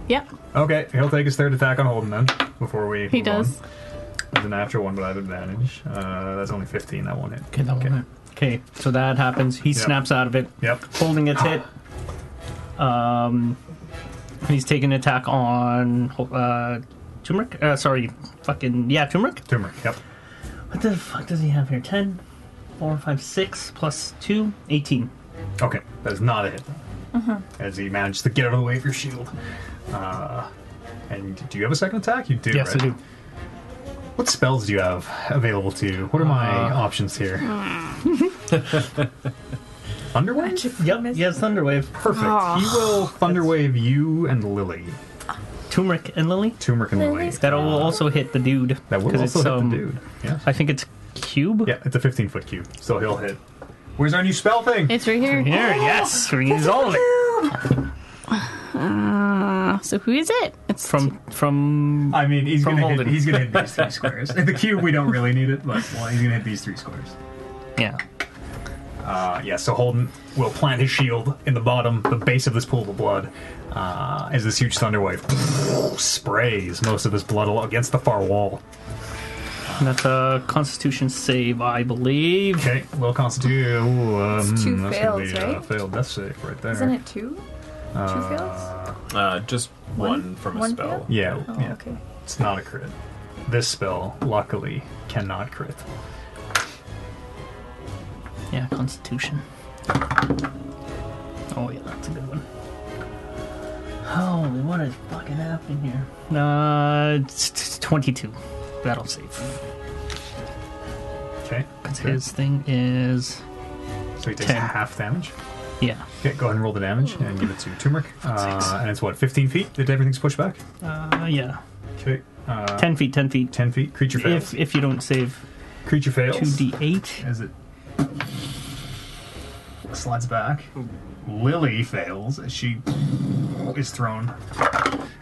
Speaker 3: Yep,
Speaker 1: Okay, he'll take his third attack on Holden then, before we.
Speaker 3: he
Speaker 1: move
Speaker 3: does.
Speaker 1: On. It's a natural one, but I have advantage. Uh, that's only 15, that won't hit.
Speaker 2: Okay, that one. Okay, so that happens. He
Speaker 1: Yeah.
Speaker 2: snaps out of it,
Speaker 1: Yep.
Speaker 2: holding its hit. Um, and he's taking an attack on uh, turmeric. Uh, sorry, fucking yeah, turmeric.
Speaker 1: Turmeric, yep.
Speaker 2: What the fuck does he have here? 10, 4, 5, 6, plus 2, 18.
Speaker 1: Okay, that is not a hit.
Speaker 3: Uh-huh.
Speaker 1: As he manages to get out of the way of your shield. Uh, and do you have a second attack? You do,
Speaker 2: yes,
Speaker 1: right?
Speaker 2: I do.
Speaker 1: What spells do you have available to you? What are my
Speaker 2: Uh,
Speaker 1: options here?
Speaker 3: Hmm.
Speaker 1: [laughs] Thunderwave?
Speaker 2: Yep, yes, Thunderwave.
Speaker 1: Perfect.
Speaker 5: Ah.
Speaker 1: He will Thunderwave you and Lily.
Speaker 2: Turmeric and Lily.
Speaker 1: Turmeric and Lily.
Speaker 5: Lily's
Speaker 2: That will also hit the dude.
Speaker 1: That will
Speaker 2: 'cause
Speaker 1: also
Speaker 2: it's,
Speaker 1: hit
Speaker 2: um,
Speaker 1: the dude. Yeah.
Speaker 2: I think it's cube.
Speaker 1: Yeah, it's a 15 foot cube, so he'll hit. Where's our new spell thing?
Speaker 3: It's right here.
Speaker 2: Here, Oh, yes, we use all of it.
Speaker 3: Uh, so who is it? It's
Speaker 2: From from
Speaker 1: I mean, he's
Speaker 2: From
Speaker 1: gonna hit,
Speaker 2: Holden.
Speaker 1: he's gonna hit these three squares. [laughs] the cube, we don't really need it, but well, he's gonna hit these three squares.
Speaker 2: yeah.
Speaker 1: Uh, yeah, so Holden will plant his shield in the bottom, the base of this pool of blood, uh, as this huge thunder wave [laughs] sprays most of this blood against the far wall.
Speaker 2: And that's a Constitution save, I believe.
Speaker 1: Okay, will constitute. Ooh, uh,
Speaker 5: It's two
Speaker 1: hmm, that's gonna
Speaker 5: fails,
Speaker 1: be, uh,
Speaker 5: right?
Speaker 1: failed death save right there.
Speaker 5: Isn't it two? two fails?
Speaker 4: Uh, just one,
Speaker 5: One?
Speaker 4: from a
Speaker 5: One
Speaker 4: spell.
Speaker 5: fail?
Speaker 1: Yeah,
Speaker 5: Oh,
Speaker 1: yeah.
Speaker 5: okay.
Speaker 1: It's not a crit. This spell, luckily, cannot crit.
Speaker 2: Yeah, Constitution. Oh yeah, that's a good one. Holy, what is fucking happening here? Uh, it's t- twenty-two. That'll save.
Speaker 1: Okay.
Speaker 2: Because
Speaker 1: good.
Speaker 2: his thing is
Speaker 1: So he takes
Speaker 2: Ten.
Speaker 1: half damage.
Speaker 2: yeah.
Speaker 1: Okay, go ahead and roll the damage and give it to
Speaker 2: [laughs]
Speaker 1: Turmeric. Uh, and it's what, 15 feet? Did everything's pushed back?
Speaker 2: Uh, yeah.
Speaker 1: Okay. Uh,
Speaker 2: Ten feet. Ten feet.
Speaker 1: 10 feet. Creature fails.
Speaker 2: If if you don't save
Speaker 1: Creature fails.
Speaker 2: two d eight.
Speaker 1: As it slides back, Lily fails as she is thrown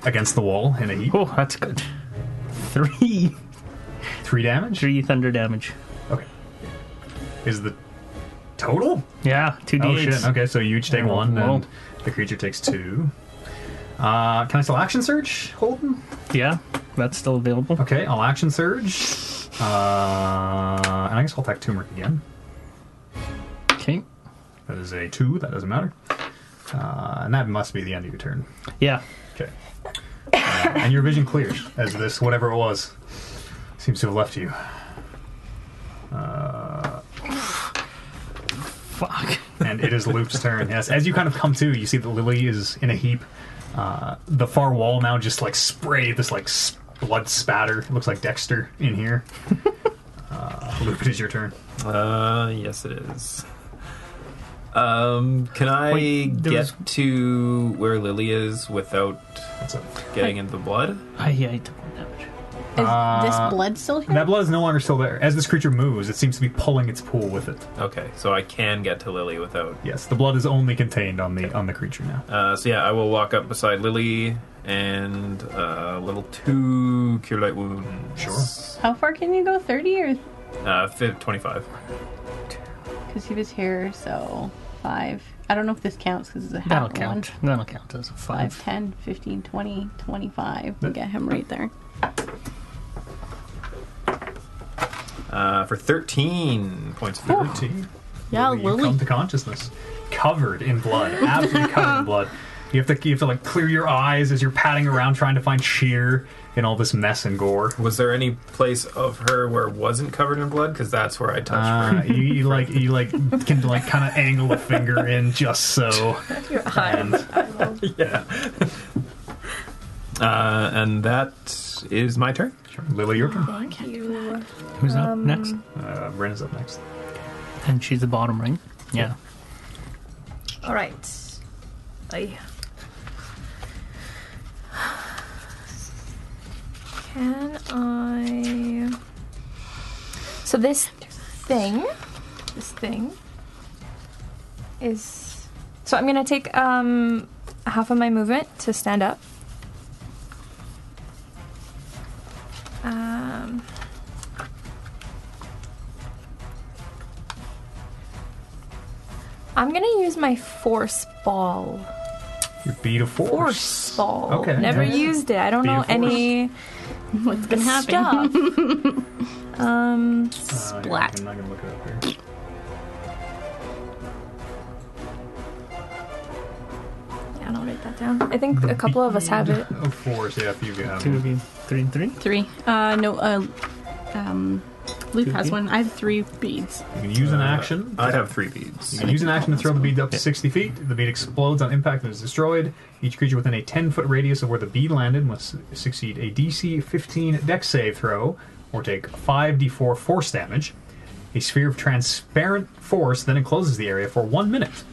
Speaker 1: against the wall in a heap.
Speaker 2: Oh, that's good. Three
Speaker 1: Three damage?
Speaker 2: three thunder damage.
Speaker 1: Okay. Is the Total?
Speaker 2: Yeah, two
Speaker 1: Oh
Speaker 2: d8s.
Speaker 1: shit. Okay, so you each take
Speaker 2: Yeah,
Speaker 1: one,
Speaker 2: well.
Speaker 1: and the creature takes two. Uh, can I still action surge, Holden?
Speaker 2: Yeah, that's still available.
Speaker 1: Okay, I'll action surge. Uh, and I guess I'll attack Turmeric again.
Speaker 2: Okay.
Speaker 1: That is a two. That doesn't matter. Uh, and that must be the end of your turn.
Speaker 2: Yeah.
Speaker 1: Okay. Uh, and your vision clears as this whatever it was seems to have left you.
Speaker 2: Fuck.
Speaker 1: and it is Loop's turn. Yes, as you kind of come to, you see that Lily is in a heap. Uh, the far wall now just like spray this like s- blood spatter. It looks like Dexter in here. uh, Loop, it is your turn.
Speaker 4: Uh, yes, it is. Um, can I
Speaker 2: Wait, there
Speaker 4: get
Speaker 2: was-
Speaker 4: to where Lily is without
Speaker 1: That's it.
Speaker 4: getting into the blood?
Speaker 2: I, I took one damage.
Speaker 3: Is
Speaker 1: Uh,
Speaker 3: this blood still here?
Speaker 1: That blood is no longer still there. As this creature moves, it seems to be pulling its pool with it.
Speaker 4: Okay, so I can get to Lily without.
Speaker 1: Yes, the blood is only contained on the on the creature now.
Speaker 4: Uh, so yeah, I will walk up beside Lily and uh, level two cure light wound.
Speaker 1: Sure.
Speaker 3: How far can you go? 30 or.
Speaker 4: Uh, fif- twenty-five.
Speaker 3: Because he was here, so 5. I don't know if this counts because it's a half
Speaker 2: That'll
Speaker 3: one.
Speaker 2: count. That'll count as a five.
Speaker 3: 5, 10, 15, 20, 25. We get him right there.
Speaker 4: Uh, for thirteen points of damage.
Speaker 1: Thirteen.
Speaker 3: Yeah,
Speaker 1: Lily, you come to consciousness, covered in blood, absolutely covered in blood. You have to you have to like clear your eyes as you're patting around trying to find sheer in all this mess and gore.
Speaker 4: Was there any place of her where it wasn't covered in blood? Because that's where I touched
Speaker 1: Uh, you, you like you like can like kind of angle a finger in just so.
Speaker 5: Your eyes.
Speaker 4: her. Uh, and that is my turn.
Speaker 1: Lily, your turn.
Speaker 5: Thank you.
Speaker 2: Who's up next?
Speaker 1: Uh, Ren is up next.
Speaker 2: And she's the bottom ring. Yeah.
Speaker 5: All right. I can I. So this thing, this thing, is. So I'm gonna take um half of my movement to stand up. Um. I'm gonna use my force ball.
Speaker 1: Your beat of force.
Speaker 5: Force ball.
Speaker 1: Okay.
Speaker 5: Never
Speaker 1: Yeah.
Speaker 5: used it. I don't
Speaker 1: Be a
Speaker 5: know
Speaker 1: force.
Speaker 5: any
Speaker 3: What's been happening?
Speaker 5: stuff. [laughs] um,
Speaker 1: Uh, yeah,
Speaker 3: Splat.
Speaker 1: I'm not gonna look it up here.
Speaker 5: yeah, I'll write that down. I think a couple of us have it.
Speaker 1: Of force, yeah. If you um, have
Speaker 2: Two of you, three and three.
Speaker 3: Three. Uh, no, uh, um, Luke has
Speaker 2: beads?
Speaker 3: one. I have three beads.
Speaker 1: you can use an action.
Speaker 4: I have three beads.
Speaker 1: You can use an action to throw the bead up to 60 feet. The bead explodes on impact and is destroyed. Each creature within a 10 foot radius of where the bead landed must succeed a DC 15 dex save throw or take 5d4 force damage. A sphere of transparent force then encloses the area for one minute.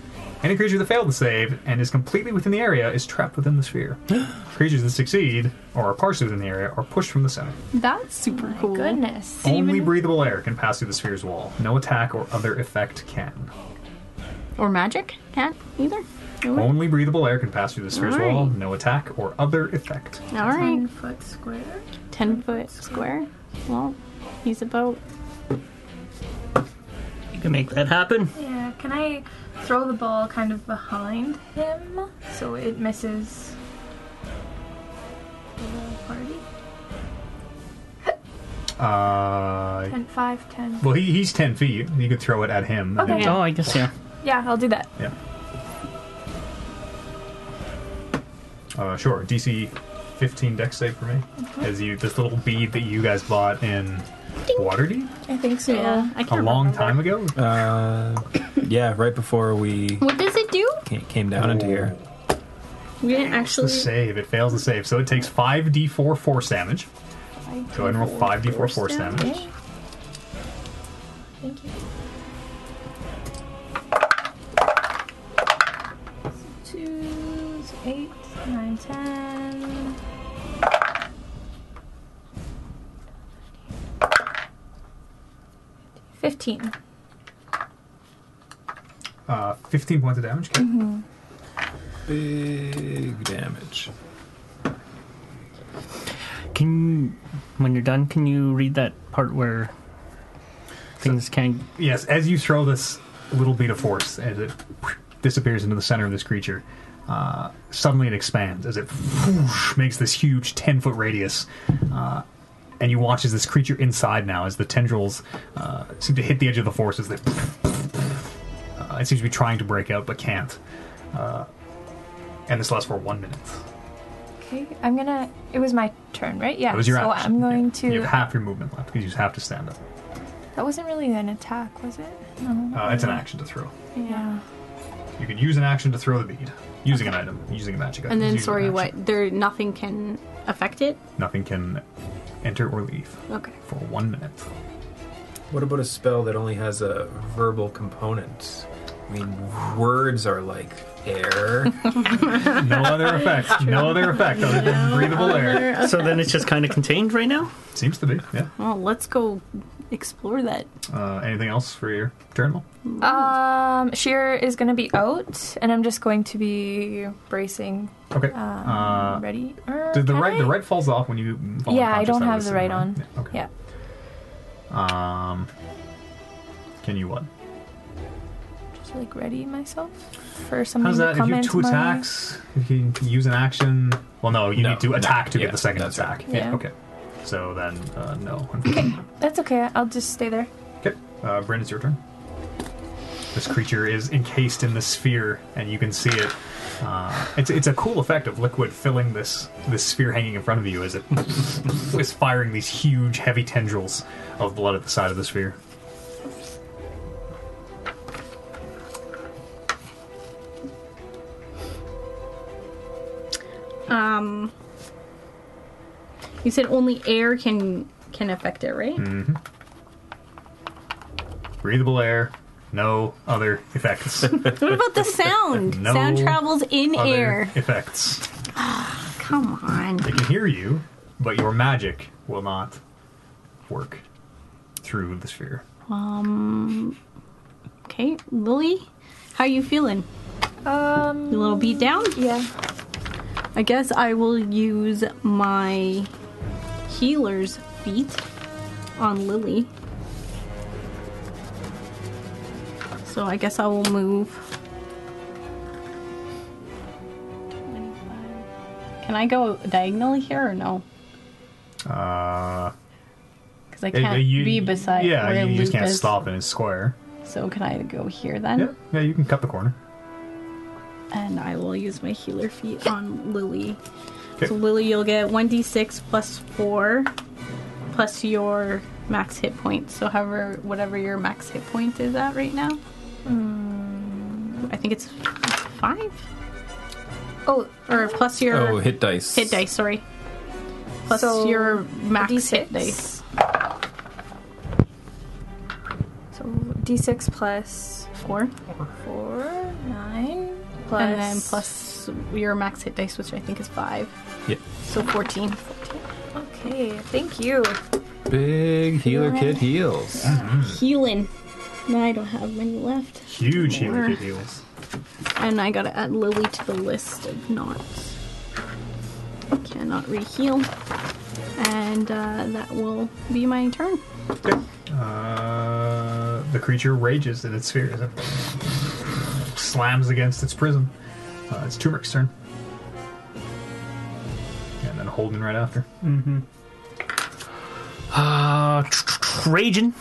Speaker 1: Any creature that failed the save and is completely within the area is trapped within the sphere. [gasps] Creatures that succeed or are partially within the area are pushed from the center.
Speaker 3: That's super cool.
Speaker 5: Goodness.
Speaker 1: Only breathable air can pass through the sphere's wall. No attack or other effect can.
Speaker 3: Or magic? Can't either. No way.
Speaker 1: Only breathable air can pass through the sphere's
Speaker 3: Alright.
Speaker 1: wall, no attack or other effect.
Speaker 3: All right.
Speaker 5: foot square.
Speaker 3: 10 foot square. Well, he's about.
Speaker 2: You can make that happen.
Speaker 5: Yeah. Can I throw the ball kind of behind him so it misses the whole party?
Speaker 1: Uh,
Speaker 5: Ten, five, ten.
Speaker 1: well, he, he's 10 feet. You could throw it at him. and
Speaker 5: Okay.
Speaker 1: then-
Speaker 2: Oh, I guess yeah.
Speaker 5: Yeah, I'll do that.
Speaker 1: Yeah. Uh, sure. DC 15 dex save for me. As you, this little bead that you guys bought in Waterdeep
Speaker 5: I think so.
Speaker 3: Yeah, I
Speaker 1: a
Speaker 3: can't
Speaker 1: long
Speaker 3: remember.
Speaker 1: time ago.
Speaker 4: Uh, yeah, right before we
Speaker 3: What does it do?
Speaker 4: ca- came down into here.
Speaker 3: We didn't
Speaker 1: The
Speaker 3: actually.
Speaker 1: save. It fails the save, so it takes 5d4 force damage. Go ahead and roll 5d4 force damage.
Speaker 5: Thank you. Two, so eight, nine, ten. Fifteen.
Speaker 1: Uh, 15 points of damage. Okay.
Speaker 4: Big damage.
Speaker 2: Can when you're done, can you read that part where things can?
Speaker 1: Yes, as you throw this little bead of force as it disappears into the center of this creature. Uh, suddenly it expands as it whoosh, makes this huge 10 foot radius. Uh, and you watch as this creature inside now, as the tendrils uh, seem to hit the edge of the force as they. Uh, it seems to be trying to break out but can't. Uh, and this lasts for one minute.
Speaker 5: Okay, I'm gonna. It was my turn, right? Yeah.
Speaker 1: That was your
Speaker 5: so
Speaker 1: action.
Speaker 5: I'm going
Speaker 1: Yeah.
Speaker 5: to.
Speaker 1: You have half your movement left because you have to stand up.
Speaker 5: That wasn't really an attack, was it? No.
Speaker 1: Uh, it's an action to throw.
Speaker 5: yeah.
Speaker 1: You can use an action to throw the bead using an item, using a magic item.
Speaker 3: And then,
Speaker 1: Use an
Speaker 3: sorry,
Speaker 1: action.
Speaker 3: what? There, nothing can affect it.
Speaker 1: Nothing can enter or leave
Speaker 3: Okay.
Speaker 1: for one minute.
Speaker 4: What about a spell that only has a verbal component? I mean, words are like
Speaker 3: [laughs]
Speaker 4: air.
Speaker 1: No
Speaker 5: [laughs]
Speaker 1: other effect. no other effect other than breathable air.
Speaker 2: So then it's just kind of contained right now?
Speaker 1: Seems to be. Yeah.
Speaker 3: Well, let's go explore that.
Speaker 1: Uh, anything else for your turn? Mo?
Speaker 5: Um, Sheer is gonna be out, and I'm just going to be bracing.
Speaker 1: Okay.
Speaker 5: Um,
Speaker 1: Uh,
Speaker 5: ready? Er,
Speaker 1: Did the
Speaker 5: can
Speaker 1: right
Speaker 5: I?
Speaker 1: the right falls off when you fall
Speaker 5: Yeah, I
Speaker 1: unconscious,
Speaker 5: don't
Speaker 1: would
Speaker 5: have the
Speaker 1: assume,
Speaker 5: right on.
Speaker 1: Yeah, okay.
Speaker 5: Yeah.
Speaker 1: Um, can you what?
Speaker 5: Just like ready myself for something
Speaker 1: How's
Speaker 5: to
Speaker 1: that? If
Speaker 5: come
Speaker 1: you have
Speaker 5: into
Speaker 1: two
Speaker 5: my-
Speaker 1: attacks, if you can use an action. Well, no, you
Speaker 4: No,
Speaker 1: need to
Speaker 4: no,
Speaker 1: attack to
Speaker 4: yeah,
Speaker 1: get the second
Speaker 4: that's
Speaker 1: attack.
Speaker 5: right. Yeah.
Speaker 1: Okay. So then, uh, no. unfortunately.
Speaker 5: That's okay. I'll just stay there.
Speaker 1: Okay, uh, Bryn, it's your turn. This creature is encased in the sphere, and you can see it. Uh, it's it's a cool effect of liquid filling this this sphere hanging in front of you as it [laughs] is firing these huge, heavy tendrils of blood at the side of the sphere.
Speaker 3: Um, you said only air can can affect it, right?
Speaker 1: Hmm. Breathable air, no other effects.
Speaker 3: What about the sound?
Speaker 1: [laughs] No
Speaker 3: sound travels in
Speaker 1: other
Speaker 3: air.
Speaker 1: effects.
Speaker 3: Come on.
Speaker 1: It can hear you, but your magic will not work through the sphere.
Speaker 3: Um. Okay, Lily, how you feeling?
Speaker 5: Um,
Speaker 3: You a little beat down?
Speaker 5: yeah.
Speaker 3: I guess I will use my healer's feet on Lily. So I guess I will move. 25. Can I go diagonally here or no?
Speaker 1: Uh,
Speaker 3: Because I
Speaker 1: it-
Speaker 3: can't
Speaker 1: Uh, you-
Speaker 3: be beside
Speaker 1: Yeah,
Speaker 3: where
Speaker 1: you, you just
Speaker 3: Luke
Speaker 1: can't
Speaker 3: is.
Speaker 1: stop in a square.
Speaker 3: So can I go here then?
Speaker 1: Yeah, yeah, you can cut the corner.
Speaker 3: And I will use my healer feet on Lily.
Speaker 1: Okay.
Speaker 3: So Lily, you'll get 1d6 plus 4 plus your max hit point. So however whatever your max hit point is at right now.
Speaker 5: Hmm.
Speaker 3: I think it's 5
Speaker 5: Oh,
Speaker 3: or plus your
Speaker 4: oh, hit dice.
Speaker 3: hit dice, sorry. Plus
Speaker 5: So,
Speaker 3: your max hit
Speaker 5: D6?
Speaker 3: dice.
Speaker 5: so d6 plus
Speaker 3: 4
Speaker 5: four, nine, plus
Speaker 3: and then plus your max hit dice which I think is 5.
Speaker 4: Yeah.
Speaker 3: So 14.
Speaker 5: Okay, thank you.
Speaker 4: Big healer kid heals.
Speaker 3: Healing. No, I don't have many left.
Speaker 1: Huge healer
Speaker 3: More.
Speaker 1: kid heals.
Speaker 3: And I gotta add Lily to the list of knots. Cannot reheal. And uh, that will be my turn.
Speaker 1: Okay. Uh, the creature rages in its sphere as it slams against its prism. Uh, it's Turmric's turn. And then Holden right after.
Speaker 2: Uh, raging.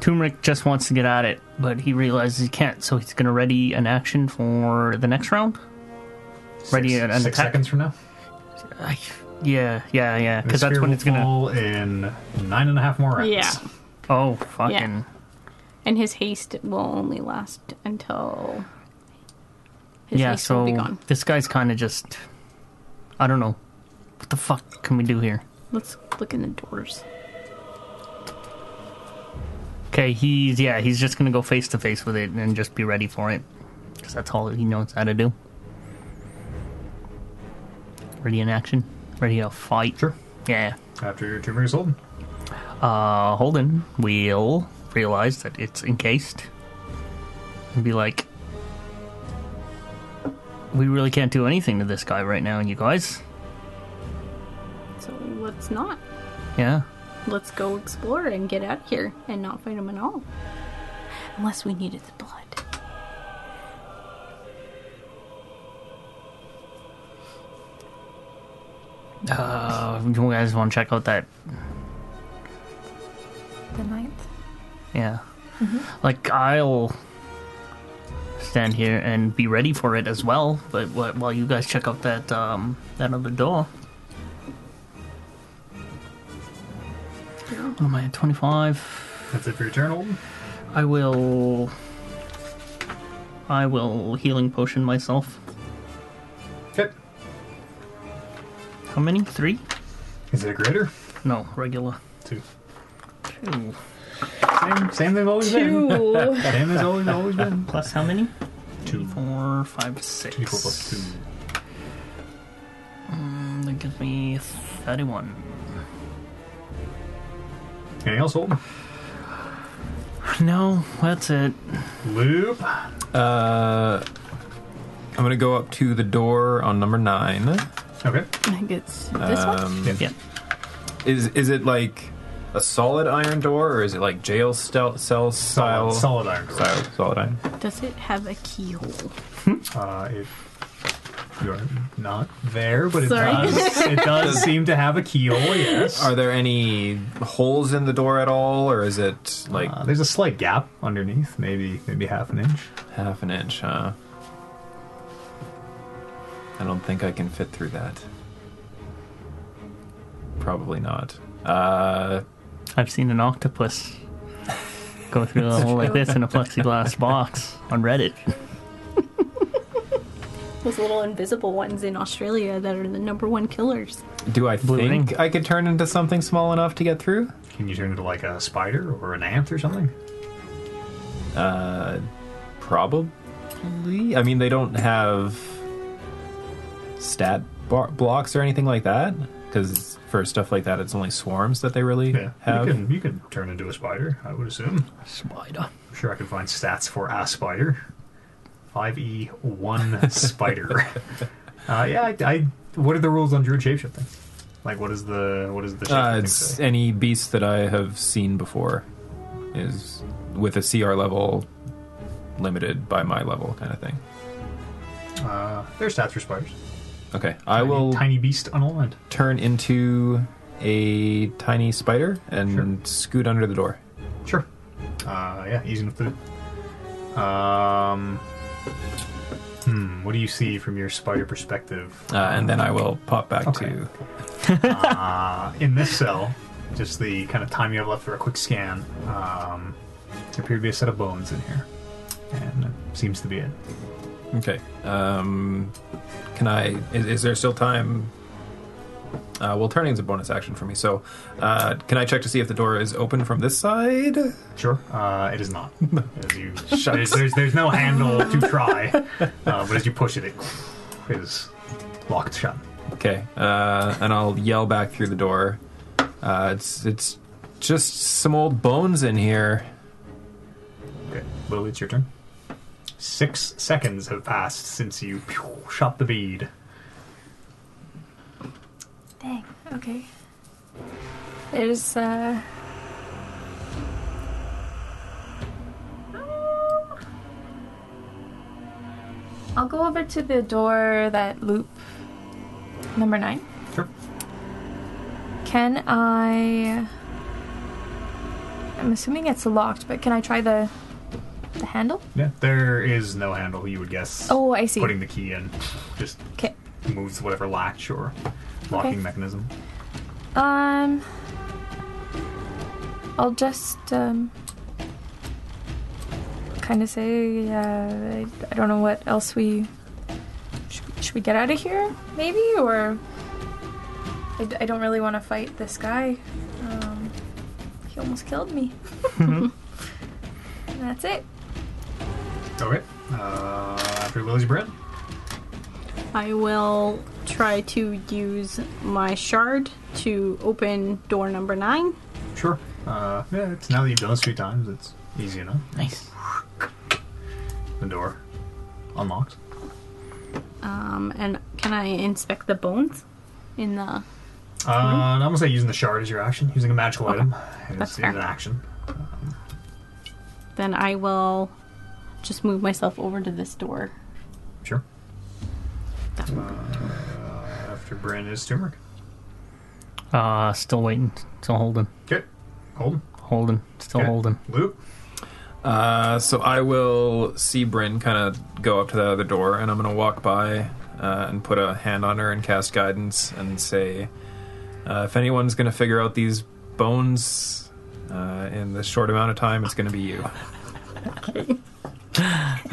Speaker 2: Turmeric just wants to get at it, but he realizes he can't, so he's going to ready an action for the next round. Ready
Speaker 1: six,
Speaker 2: an, an
Speaker 1: six
Speaker 2: attack.
Speaker 1: seconds from now.
Speaker 2: I- yeah, yeah, yeah.
Speaker 1: The
Speaker 2: Because that's
Speaker 1: sphere
Speaker 2: when
Speaker 1: will
Speaker 2: it's going to.
Speaker 1: fall in nine and a half more rounds.
Speaker 3: Yeah.
Speaker 2: Oh, fucking.
Speaker 3: And his haste will only last until
Speaker 2: Yeah,
Speaker 3: his haste will be
Speaker 2: so
Speaker 3: gone.
Speaker 2: this guy's kind of just. I don't know. What the fuck can we do here?
Speaker 3: Let's look in the doors.
Speaker 2: Okay, he's. Yeah, he's just going to go face to face with it and just be ready for it. Because that's all he knows how to do. Ready in action. Ready to fight.
Speaker 1: Sure.
Speaker 2: Yeah.
Speaker 1: After Turmric is Holden.
Speaker 2: Uh, Holden will realize that it's encased and be like, "We really can't do anything to this guy right now, you guys."
Speaker 3: So let's not.
Speaker 2: Yeah.
Speaker 3: Let's go explore and get out of here and not fight him at all. Unless we needed the blood.
Speaker 2: Uh, you guys want to check out that?
Speaker 5: The ninth.
Speaker 2: Yeah.
Speaker 1: Mm-hmm.
Speaker 2: Like I'll stand here and be ready for it as well. But wh- while you guys check out that um that other door. What am I at? Twenty five.
Speaker 1: That's it for your turn, Olden.
Speaker 2: I will. I will healing potion myself.
Speaker 1: Okay.
Speaker 2: How many? Three?
Speaker 1: Is it a greater?
Speaker 2: No, regular.
Speaker 1: Two.
Speaker 2: Two.
Speaker 1: Same, same they've always been.
Speaker 5: Two.
Speaker 3: [laughs]
Speaker 1: Same
Speaker 2: [laughs]
Speaker 1: as always, always been.
Speaker 2: Plus how many?
Speaker 1: Two.
Speaker 2: Four, five, six.
Speaker 1: Two equal plus two.
Speaker 2: Mm, that gives me 31.
Speaker 1: Anything else, Olden?
Speaker 2: [laughs] No, that's it.
Speaker 1: Loop.
Speaker 4: Uh, I'm gonna go up to the door on number nine.
Speaker 1: Okay.
Speaker 3: I think it's this one.
Speaker 4: Um,
Speaker 2: Yeah.
Speaker 4: Is is it like a solid iron door, or is it like jail stel- cell style?
Speaker 1: Solid, solid iron. door.
Speaker 4: Style, solid iron.
Speaker 3: Does it have a keyhole?
Speaker 1: Uh, it, you're not there, but it
Speaker 3: Sorry.
Speaker 1: does. It does seem to have a keyhole. Yes.
Speaker 4: Are there any holes in the door at all, or is it like
Speaker 1: Uh, there's a slight gap underneath, maybe maybe half an inch.
Speaker 4: half an inch? Huh. I don't think I can fit through that. Probably not. Uh,
Speaker 2: I've seen an octopus go through a hole like this in a plexiglass box on Reddit.
Speaker 3: Those little invisible ones in Australia that are the number one killers.
Speaker 4: do I
Speaker 2: Blue
Speaker 4: think
Speaker 2: ring.
Speaker 4: I could turn into something small enough to get through?
Speaker 1: Can you turn into like a spider or an ant or something?
Speaker 4: Uh, probably. I mean, they don't have stat bar- blocks or anything like that because for stuff like that, it's only swarms that they really have. Uh,
Speaker 1: you can you can turn into a spider. I would assume.
Speaker 2: Spider.
Speaker 1: I'm sure I can find stats for a spider. Five E one
Speaker 4: [laughs]
Speaker 1: spider. Uh, yeah, I, I. What are the rules on druid shapeshifting? Like, what is the what is the
Speaker 4: Uh,
Speaker 1: shapeshifting
Speaker 4: it's
Speaker 1: say?
Speaker 4: any beast that I have seen before is with a CR level limited by my level kind of thing.
Speaker 1: Uh, there's stats for spiders.
Speaker 4: Okay, I
Speaker 1: Tiny-
Speaker 4: will
Speaker 1: tiny beast unaligned.
Speaker 4: turn into a tiny spider and
Speaker 1: Sure.
Speaker 4: scoot under the door.
Speaker 1: Sure. Uh, yeah, easy enough to do. Um, hmm, what do you see from your spider perspective?
Speaker 4: Uh, and then I will pop back
Speaker 1: Okay.
Speaker 4: to.
Speaker 1: Uh, in this cell, just the kind of time you have left for a quick scan, um, there appear to be a set of bones in here. And that seems to be it.
Speaker 4: Okay. Um, can I? Is, is there still time? Uh, well, turning is a bonus action for me, so uh, can I check to see if the door is open from this side?
Speaker 1: Sure. Uh, it is not. As you there's, there's, there's no handle to [laughs] try, uh, but as you push it, it is locked shut.
Speaker 4: Okay. Uh, and I'll yell back through the door. Uh, it's it's just some old bones in here.
Speaker 1: Okay, Lily, it's your turn. Six seconds have passed since you pew, shot the bead.
Speaker 5: Dang. Okay. There's uh. I'll go over to the door that loop number nine.
Speaker 1: Sure.
Speaker 5: Can I? I'm assuming it's locked, but can I try the the handle?
Speaker 1: Yeah. There is no handle, you would guess.
Speaker 5: Oh, I see.
Speaker 1: Putting the key in just
Speaker 5: Okay.
Speaker 1: moves whatever latch or locking
Speaker 5: Okay.
Speaker 1: mechanism.
Speaker 5: Um, I'll just um, kind of say uh, I, I don't know what else we should, we- should we get out of here, maybe, or I, d- I don't really want to fight this guy. Um, he almost killed me. [laughs] And That's it.
Speaker 1: Okay. Uh, after Lily's bread.
Speaker 3: I will try to use my shard to open door number nine.
Speaker 1: Sure. Uh, yeah, it's now that you've done this three times, it's easy enough.
Speaker 2: Nice.
Speaker 1: The door unlocked.
Speaker 3: Um, and can I inspect the bones in the?
Speaker 1: Uh, and I'm gonna say using the shard is your action. Using a magical item is,
Speaker 3: That's
Speaker 1: is
Speaker 3: fair.
Speaker 1: an action.
Speaker 3: then I will just move myself over to this door.
Speaker 1: Sure.
Speaker 3: That one.
Speaker 1: Uh, After Bryn is turmeric.
Speaker 2: Uh, still waiting. Still holding.
Speaker 1: Okay. Hold. 'em.
Speaker 2: Holding. Still
Speaker 1: Okay.
Speaker 2: holding.
Speaker 1: Luke.
Speaker 4: Uh, so I will see Bryn kind of go up to that other door, and I'm going to walk by uh, and put a hand on her and cast guidance and say, uh, if anyone's going to figure out these bones uh, in this short amount of time, it's going to be you. [laughs] uh,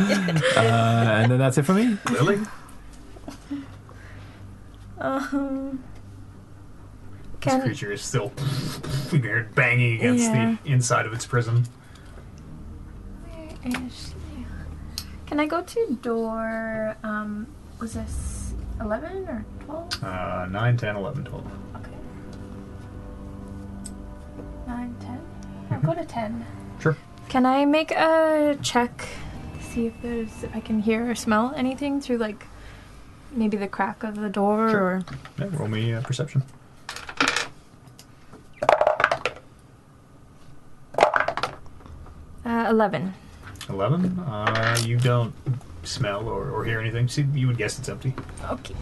Speaker 4: and then that's it for me.
Speaker 1: Lily.
Speaker 5: Um,
Speaker 1: This
Speaker 5: can
Speaker 1: creature is still [laughs] weird, banging against
Speaker 5: Yeah.
Speaker 1: the inside of its prism.
Speaker 5: can I go to door? Um, was this eleven or twelve?
Speaker 1: Uh, 9, 10, 11, 12.
Speaker 5: Okay. Nine, ten. I'll go to ten.
Speaker 1: Sure.
Speaker 5: Can I make a check? to See if there's if I can hear or smell anything through like maybe the crack of the door
Speaker 1: Sure.
Speaker 5: or
Speaker 1: Yeah, roll me uh, perception.
Speaker 5: uh, eleven.
Speaker 1: 11. Uh, you don't smell or, or hear anything. See, you would guess it's empty.
Speaker 5: Okay.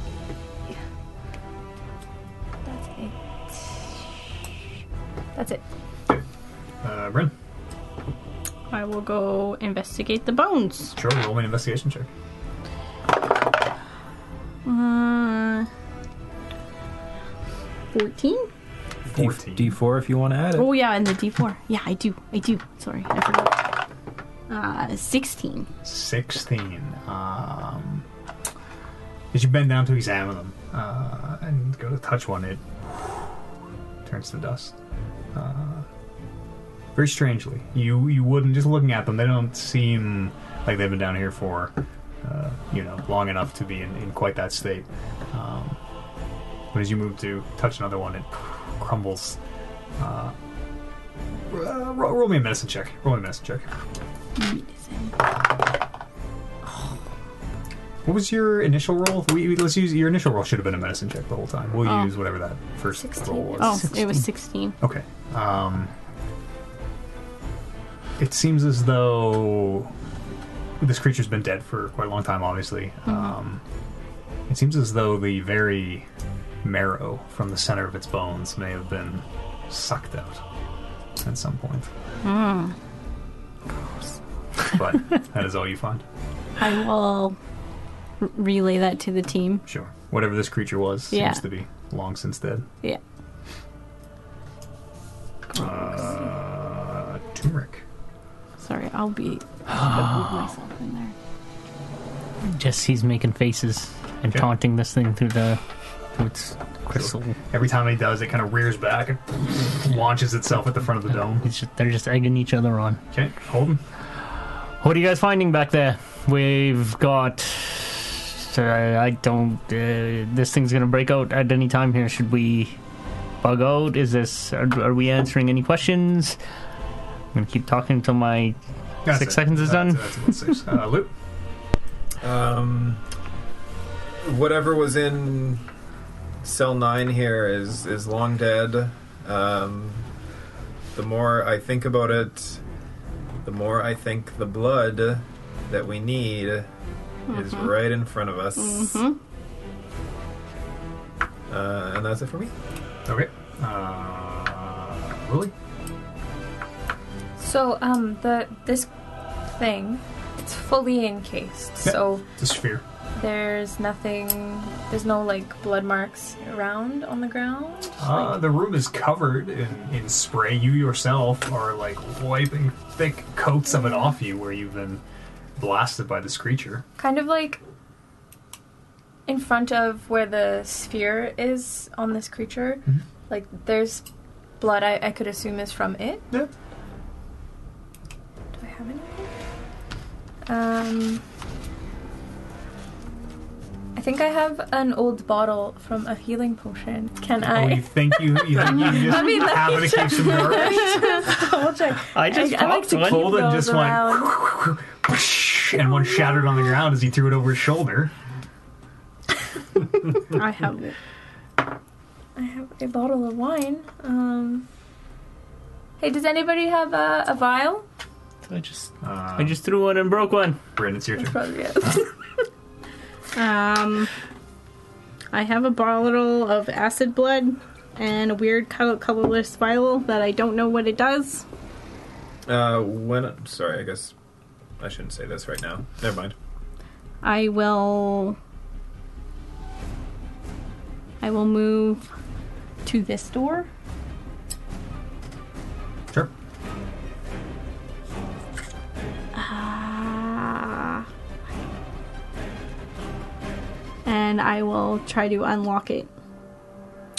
Speaker 5: That's it. That's it.
Speaker 1: Uh, Bryn,
Speaker 3: I will go investigate the bones.
Speaker 1: sure, roll me an investigation check.
Speaker 3: Uh, 14?
Speaker 1: 14.
Speaker 4: D4 if you want to add it.
Speaker 3: Oh, yeah, and the d4. Yeah, I do. I do. Sorry, I forgot. Uh, 16.
Speaker 1: 16. Um, as you bend down to examine them uh, and go to touch one, it turns to dust. Uh, very strangely, you you wouldn't just looking at them. They don't seem like they've been down here for uh, you know long enough to be in, in quite that state. Um, but as you move to touch another one, it crumbles. Uh, ro- roll, roll me a medicine check. Roll me a medicine check.
Speaker 3: Medicine.
Speaker 1: What was your initial roll? We, we- let's use your initial roll should have been a medicine check the whole time. We'll
Speaker 3: Oh.
Speaker 1: use whatever that first
Speaker 5: 16.
Speaker 1: roll was.
Speaker 3: Oh, it was 16.
Speaker 1: Okay. Um, it seems as though this creature's been dead for quite a long time. Obviously, um, it seems as though the very marrow from the center of its bones may have been sucked out at some point.
Speaker 3: Hmm.
Speaker 1: But that is all you find.
Speaker 3: I will r- relay that to the team.
Speaker 1: Sure. Whatever this creature was
Speaker 3: Yeah.
Speaker 1: seems to be long since dead.
Speaker 3: Yeah.
Speaker 1: Uh, turmeric.
Speaker 3: Sorry, I'll be.
Speaker 2: Ah. [gasps]
Speaker 3: I'll move myself in there.
Speaker 2: Just he's making faces and
Speaker 1: Okay.
Speaker 2: taunting this thing through the through its crystal.
Speaker 1: Every time he does, it kind of rears back and launches itself at the front of the dome.
Speaker 2: It's just, they're just egging each other on.
Speaker 1: Okay, hold him.
Speaker 2: What are you guys finding back there? We've got. uh, I don't. Uh, this thing's gonna break out at any time here. Should we bug out? Is this. Are, are we answering any questions? I'm gonna keep talking until my.
Speaker 1: That's
Speaker 2: Six
Speaker 1: it.
Speaker 2: seconds is
Speaker 1: That's-
Speaker 2: done.
Speaker 1: That's about six. Uh, Luke.
Speaker 4: Um, whatever was in cell nine here is is long dead. Um, the more I think about it, the more I think the blood that we need is right in front of us. Uh, and that's it for me.
Speaker 1: Okay. Uh, Lily.
Speaker 5: So um the this thing it's fully encased.
Speaker 1: Yeah.
Speaker 5: So
Speaker 1: It's a sphere.
Speaker 5: there's nothing there's no like blood marks around on the ground.
Speaker 1: Uh, the room is covered in, in spray. You yourself are like wiping thick coats of it off you where you've been blasted by this creature.
Speaker 5: Kind of like in front of where the sphere is on this creature.
Speaker 1: Mm-hmm.
Speaker 5: Like there's blood I, I could assume is from it.
Speaker 1: Yeah.
Speaker 5: Do I have anything? Um, I think I have an old bottle from a healing potion. Can
Speaker 1: Oh, you
Speaker 5: I?
Speaker 1: think you, you, think
Speaker 5: [laughs]
Speaker 1: you just
Speaker 5: Let me- let
Speaker 1: happen
Speaker 5: me
Speaker 1: to keep some nerve?
Speaker 5: Double check.
Speaker 2: I just
Speaker 5: I, I like
Speaker 2: popped
Speaker 5: to
Speaker 2: one.
Speaker 5: keep
Speaker 1: Holden
Speaker 5: those
Speaker 1: just went,
Speaker 5: around.
Speaker 1: [laughs] and one shattered on the ground as he threw it over his shoulder.
Speaker 3: I have it.
Speaker 5: I have a bottle of wine. Um, hey, does anybody have a, a vial?
Speaker 2: I just,
Speaker 1: Uh,
Speaker 2: I just threw one and broke one.
Speaker 1: Bryn, it's your turn.
Speaker 5: Probably, yes.
Speaker 3: Um, I have a bottle of acid blood and a weird color- colorless vial that I don't know what it does.
Speaker 4: Uh, when? Sorry, I guess I shouldn't say this right now. Never mind.
Speaker 3: I will. I will move to this door.
Speaker 8: Sure.
Speaker 3: Ah. And I will try to unlock it.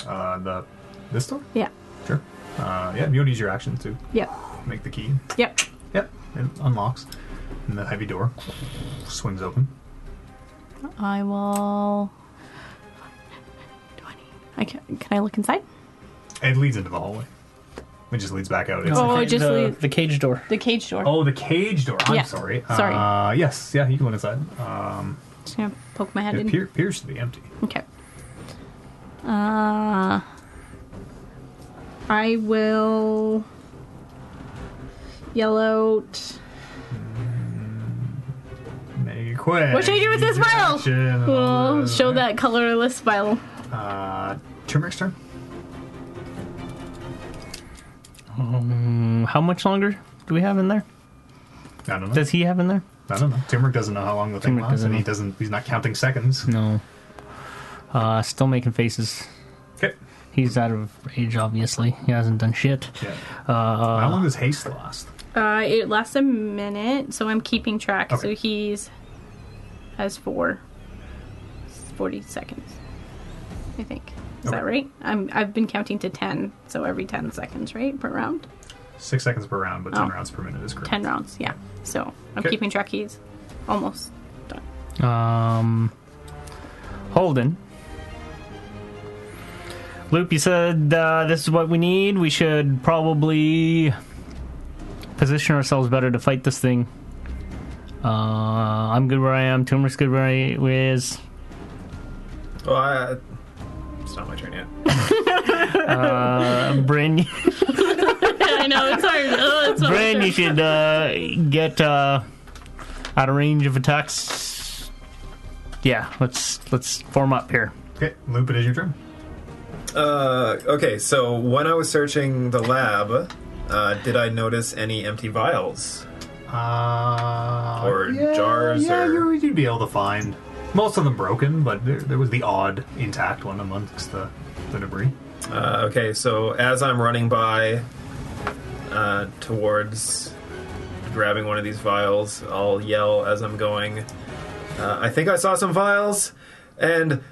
Speaker 1: Uh, the this door.
Speaker 3: Yeah.
Speaker 1: Sure. Uh, yeah, you'll need your action to
Speaker 3: Yep.
Speaker 1: make the key.
Speaker 3: Yep.
Speaker 1: Yep, it unlocks, and the heavy door swings open.
Speaker 3: I will. 20. I can, can I look inside?
Speaker 1: It leads into the hallway. It just leads back out. It's-
Speaker 3: Oh,
Speaker 2: The-
Speaker 3: it just
Speaker 2: the,
Speaker 3: leave-
Speaker 2: the cage door.
Speaker 3: The cage door.
Speaker 1: Oh, the cage door. I'm
Speaker 3: Yeah,
Speaker 1: sorry.
Speaker 3: sorry.
Speaker 1: Uh, yes, yeah, you can go inside. Um,
Speaker 3: Just gonna poke my head
Speaker 1: it
Speaker 3: in.
Speaker 1: appear, appears to be empty.
Speaker 3: Okay. Uh, I will yell out.
Speaker 1: Make it quick.
Speaker 3: What should I do with this vial?
Speaker 1: Action and all
Speaker 3: We'll show that colorless vial.
Speaker 1: Uh, turmeric's turn.
Speaker 2: Um, how much longer do we have in there?
Speaker 1: I don't know.
Speaker 2: Does he have in there?
Speaker 1: I don't know. Turmeric doesn't know how long the thing
Speaker 2: Turmeric
Speaker 1: lasts, and he
Speaker 2: doesn't Hmm.
Speaker 1: doesn't. He's not counting seconds.
Speaker 2: No. Uh, still making faces.
Speaker 1: Okay.
Speaker 2: He's out of rage, obviously. He hasn't done shit.
Speaker 1: Yeah.
Speaker 2: Uh,
Speaker 1: how long does haste last?
Speaker 3: Uh, it lasts a minute, so I'm keeping track.
Speaker 1: Okay.
Speaker 3: So he's has four. Forty seconds, I think. Is that
Speaker 1: Okay.
Speaker 3: right? I'm I've been counting to ten, so every ten seconds, right per round,
Speaker 1: Six seconds per round, but ten
Speaker 3: Oh.
Speaker 1: rounds per minute is correct.
Speaker 3: ten rounds. Yeah. So I'm
Speaker 1: Okay.
Speaker 3: keeping track. He's [laughs] almost done.
Speaker 2: Um, Holden. Loop, you said uh, this is what we need. We should probably position ourselves better to fight this thing. Uh, I'm good where I am. Tumor's good where he is.
Speaker 4: Well, Oh, I, it's not my turn yet.
Speaker 2: Uh, Bryn, [laughs]
Speaker 3: I know it's hard. Oh, [laughs] it's
Speaker 2: Bryn, you should uh, get uh, out of range of attacks. Yeah, let's let's form up here.
Speaker 1: Okay, Loop, it is your turn.
Speaker 4: Uh, okay, so when I was searching the lab, uh, did I notice any empty vials?
Speaker 1: Uh,
Speaker 4: Or jars
Speaker 1: yeah,
Speaker 4: or-
Speaker 1: you- you'd be able to find most of them broken, but there, there was the odd intact one amongst the, the debris.
Speaker 4: Uh, okay, so as I'm running by uh, towards grabbing one of these vials, I'll yell as I'm going, uh, I think I saw some vials, and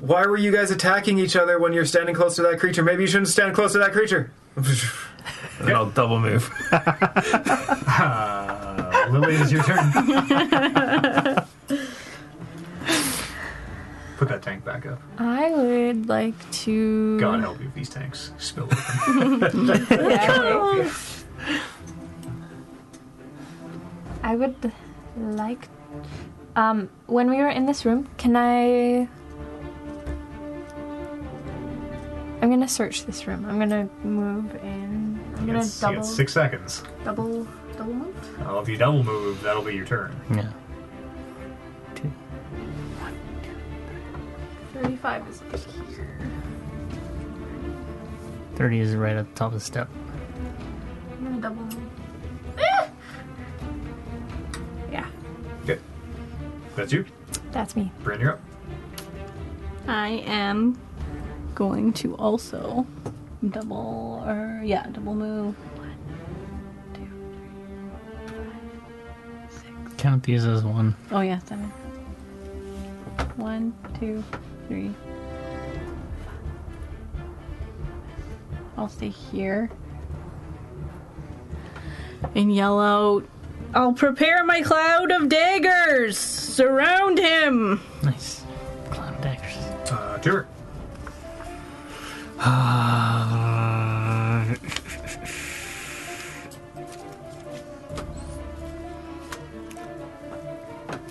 Speaker 4: why were you guys attacking each other when you're standing close to that creature? Maybe you shouldn't stand close to that creature. [laughs] and I'll double move. [laughs]
Speaker 1: Uh, Lily, it is your turn. Put that tank back up.
Speaker 5: [laughs] I would like to.
Speaker 1: God
Speaker 5: [laughs]
Speaker 1: help you if these tanks spill. open.
Speaker 5: I would like. Um, when we were in this room, can I? I'm gonna search this room. I'm gonna move in. I'm
Speaker 1: You
Speaker 5: gonna
Speaker 1: get- you
Speaker 5: double,
Speaker 1: get six seconds.
Speaker 5: double, double move.
Speaker 1: Uh, if you double move, that'll be your turn.
Speaker 2: Yeah.
Speaker 5: Thirty-five is over here.
Speaker 2: 30 is right at the top of the step.
Speaker 5: I'm gonna double move.
Speaker 3: Yeah.
Speaker 1: Okay. That's you.
Speaker 5: That's me.
Speaker 1: Brand, you're up.
Speaker 3: I am going to also double or yeah, double move.
Speaker 2: Count these as one.
Speaker 3: Oh yeah, seven. One, two, three. I'll stay here. And yell out I'll prepare my cloud of daggers. Surround him.
Speaker 2: Nice. Clown daggers.
Speaker 1: Uh, Turek.
Speaker 2: Uh,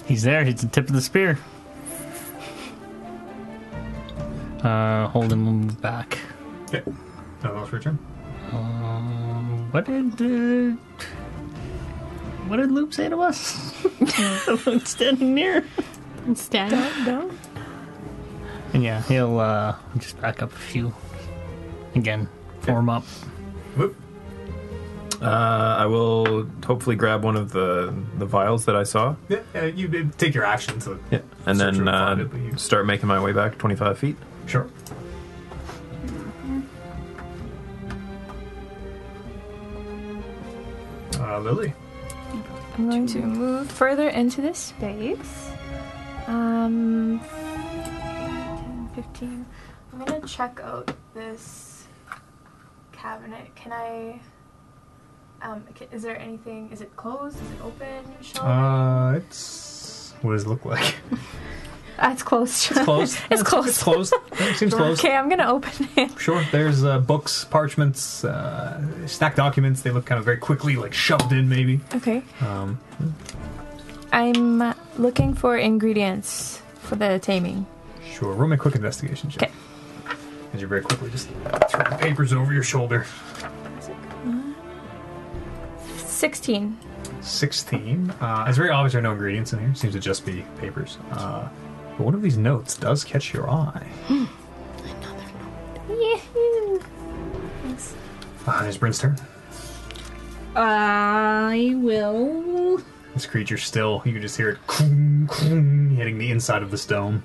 Speaker 2: he's there. He's the tip of the spear. Uh, hold him back.
Speaker 1: Okay. Nothing else for your turn?
Speaker 2: Um, what did? Uh, What did Loop say to us? [laughs] About standing near.
Speaker 3: Instead,
Speaker 5: Don't.
Speaker 2: And yeah, he'll uh, just back up a few. Again, form up.
Speaker 4: Uh, I will hopefully grab one of the the vials that I saw.
Speaker 1: Yeah, yeah, you you take your action to.
Speaker 4: Yeah, and
Speaker 1: Search
Speaker 4: then
Speaker 1: and find
Speaker 4: uh,
Speaker 1: it, but you-
Speaker 4: start making my way back 25 feet.
Speaker 1: Sure. Uh, Lily.
Speaker 5: I'm going to move further into this space. Um, 10, 15. I'm going to check out this cabinet. Can I? Um, ca- is there anything? Is it closed? Is it open? Shall I-
Speaker 1: Uh, it's. What does it look like?
Speaker 5: Ah, it's closed. It's [laughs]
Speaker 1: Closed.
Speaker 5: it's
Speaker 1: It's
Speaker 5: closed.
Speaker 1: closed. It seems closed.
Speaker 5: Okay, I'm gonna open it. [laughs]
Speaker 1: Sure. There's uh, books, parchments, uh, stacked documents. They look kind of very quickly, like shoved in, maybe.
Speaker 5: Okay.
Speaker 1: Um,
Speaker 5: I'm looking for ingredients for the taming.
Speaker 1: sure. Roll me a quick investigation check.
Speaker 5: 'Kay.
Speaker 1: As you very quickly just throw the papers over your shoulder.
Speaker 5: 16.
Speaker 1: 16. Uh, it's very obvious there are no ingredients in here. seems to just be papers. Uh, but one of these notes does catch your eye. Uh, there's Brin's turn.
Speaker 3: I will.
Speaker 1: This creature still, you can just hear it kroom, kroom, hitting the inside of this dome.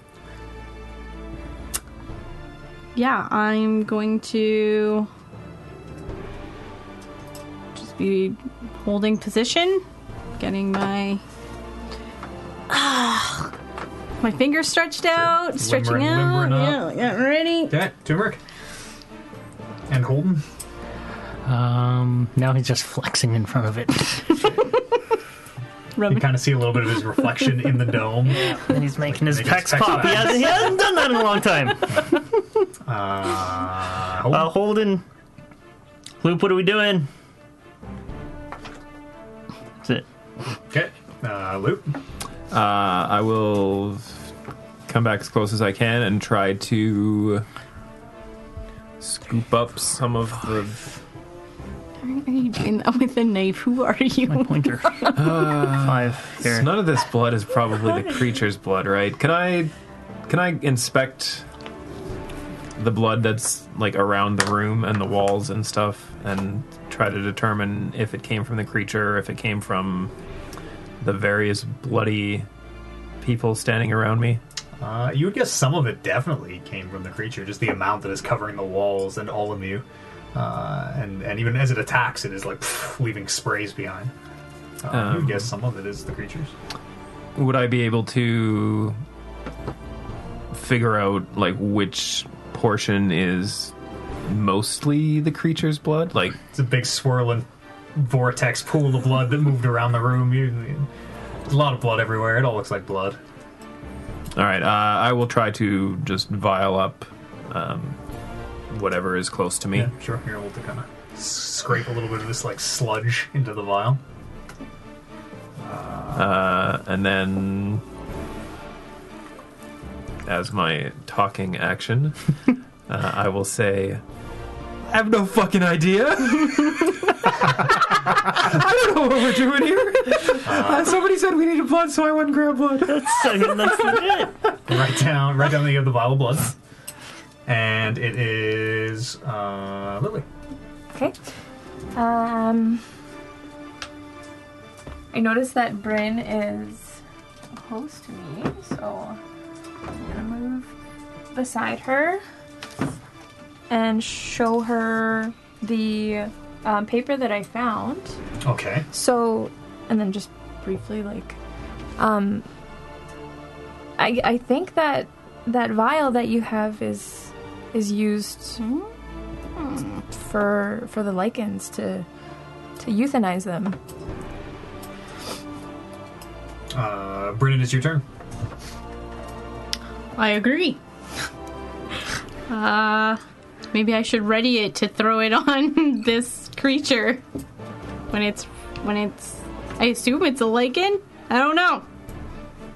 Speaker 3: Yeah, I'm going to just be holding position, getting my Ah, my fingers stretched out, stretching
Speaker 1: limbering
Speaker 3: out.
Speaker 1: up.
Speaker 3: Yeah, getting ready.
Speaker 1: Okay, turmeric. And Holden.
Speaker 2: Um, now he's just flexing in front of it.
Speaker 1: You
Speaker 3: Rubbing.
Speaker 1: kind of see a little bit of his reflection in the dome.
Speaker 2: [laughs] and he's making his
Speaker 1: Making his
Speaker 2: pecs
Speaker 1: pecs
Speaker 2: pop. He
Speaker 1: pop.
Speaker 2: hasn't, he hasn't done that in a long [laughs] time.
Speaker 1: Uh, Holden.
Speaker 2: Uh, Holden. Loop, what are we doing? That's it.
Speaker 1: Okay. Uh, Luke.
Speaker 4: Uh, I will come back as close as I can and try to scoop up some of the.
Speaker 3: Are you doing that with a knife? Who are you?
Speaker 2: Pointer. [laughs]
Speaker 4: uh,
Speaker 2: Five. Here.
Speaker 4: None of this blood is probably the creature's blood, right? Can I, can I inspect the blood that's like around the room and the walls and stuff, and try to determine if it came from the creature, if it came from the various bloody people standing around me?
Speaker 1: Uh, you would guess some of it definitely came from the creature, just the amount that is covering the walls and all of you. Uh, and, and even as it attacks, it is like pff, leaving sprays behind. Uh, you
Speaker 4: Um.
Speaker 1: would guess some of it is the creature's.
Speaker 4: would I be able to figure out like which portion is mostly the creature's blood? Like,
Speaker 1: It's a big swirling vortex pool of blood that moved around the room. You, you- there's a lot of blood everywhere. It all looks like blood.
Speaker 4: all right, uh, I will try to just vial up um, whatever is close to me.
Speaker 1: Yeah, sure. You're able to kind of scrape a little bit of this like sludge into the vial.
Speaker 4: Uh, and then, as my talking action, uh, I will say, I have no fucking idea. [laughs] I don't know what we're doing here. Uh, somebody said we needed blood, so I went and grabbed blood.
Speaker 2: I mean, that's legit.
Speaker 1: right down, right down the end of the vial of blood. And it is uh, Lily.
Speaker 5: Okay. Um, I noticed that Bryn is close to me, so I'm gonna move beside her and show her the um, paper that I found.
Speaker 1: Okay.
Speaker 5: So, and then just briefly, like, um, I I think that that vial that you have is is used for for the lichens to to euthanize them.
Speaker 1: Uh, Brennan, it's your turn.
Speaker 3: I agree. Uh, maybe I should ready it to throw it [laughs] on this creature when it's when it's. I assume it's a lichen. I don't know.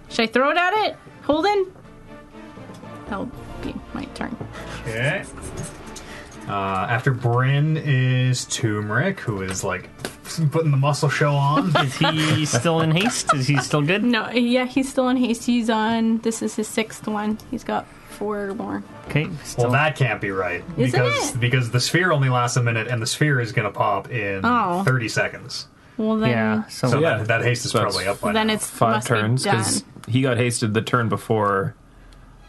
Speaker 3: Should I throw it at it, Holden? That'll be my turn.
Speaker 1: Okay. Uh, after Bryn is Turmeric, who is like putting the muscle show on.
Speaker 2: Is he still in haste? Is he still good?
Speaker 3: No, yeah, he's still in haste. He's on. This is his sixth one. He's got four more.
Speaker 2: Okay.
Speaker 1: well,
Speaker 2: Still.
Speaker 1: that can't be right because
Speaker 3: it?
Speaker 1: because the sphere only lasts a minute, and the sphere is going to pop in
Speaker 3: Oh.
Speaker 1: thirty seconds.
Speaker 3: Well then,
Speaker 2: Oh, yeah. So,
Speaker 1: So
Speaker 4: yeah,
Speaker 1: that, that haste is
Speaker 4: that's
Speaker 1: probably up by
Speaker 3: then
Speaker 1: now.
Speaker 3: it's
Speaker 4: Five
Speaker 3: must
Speaker 4: turns
Speaker 3: Be done.
Speaker 4: because he got hasted the turn before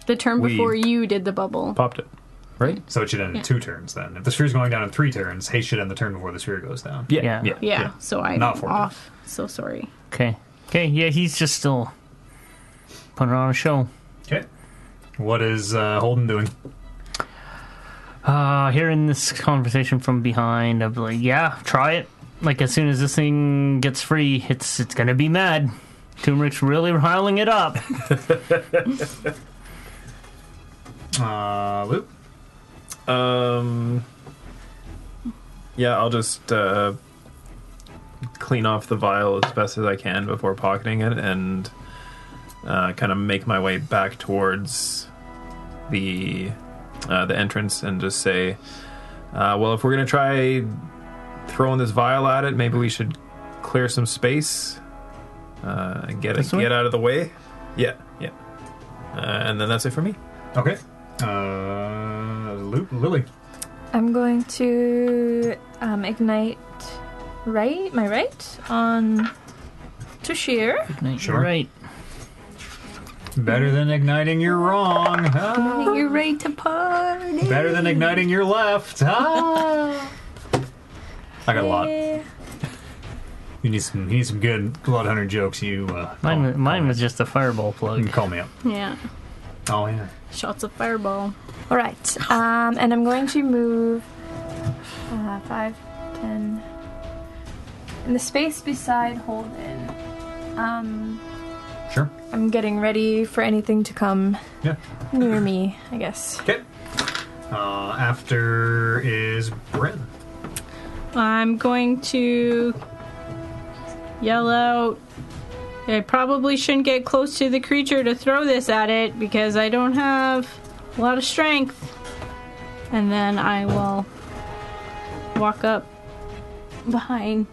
Speaker 3: The turn
Speaker 4: we-
Speaker 3: before you did the bubble.
Speaker 4: popped it, right?
Speaker 1: So it should end
Speaker 3: Yeah.
Speaker 1: in two turns then. If the sphere's going down in three turns, haste should end the turn before the sphere goes down.
Speaker 2: Yeah.
Speaker 4: yeah.
Speaker 3: Yeah,
Speaker 1: Yeah.
Speaker 3: so I'm
Speaker 1: Not four
Speaker 3: off. So sorry.
Speaker 2: okay. Okay. Yeah, he's just still putting on a show.
Speaker 1: Okay. What is uh, Holden doing?
Speaker 2: Uh, hearing this conversation from behind, I'm like, yeah, try it. Like as soon as this thing gets free, it's it's gonna be mad. Turmeric's really riling it [laughs] up.
Speaker 1: Uh, Luke.
Speaker 4: Um. Yeah, I'll just uh, clean off the vial as best as I can before pocketing it, and uh, kind of make my way back towards the uh, the entrance, and just say, uh, "Well, if we're gonna try throwing this vial at it, maybe we should clear some space uh, and get it,
Speaker 2: This way?
Speaker 4: get out of the way." Yeah, yeah. Uh, and then that's it for me.
Speaker 1: Okay. Uh, Luke. Lily.
Speaker 5: I'm going to um, ignite right, my right, on Tushir.
Speaker 1: Sure.
Speaker 2: Right.
Speaker 1: Better than igniting your wrong. Ah.
Speaker 3: You're ready to party.
Speaker 1: Better than igniting your left. Ah. I got a lot.
Speaker 5: Eh,
Speaker 1: You need some. You need some good blood hunter jokes. You. Uh,
Speaker 2: Mine,
Speaker 1: call-
Speaker 2: wa- mine was just a fireball plug.
Speaker 1: You call me up.
Speaker 3: Yeah.
Speaker 1: Oh yeah.
Speaker 3: Shots of fireball.
Speaker 5: All right. Um, and I'm going to move uh, 5, 10. In the space beside Holden, um,
Speaker 1: Sure.
Speaker 5: I'm getting ready for anything to come
Speaker 1: Yeah.
Speaker 5: near me, I guess.
Speaker 1: Okay. Uh, after is Brent.
Speaker 3: I'm going to yell out. I probably shouldn't get close to the creature to throw this at it because I don't have a lot of strength. And then I will walk up behind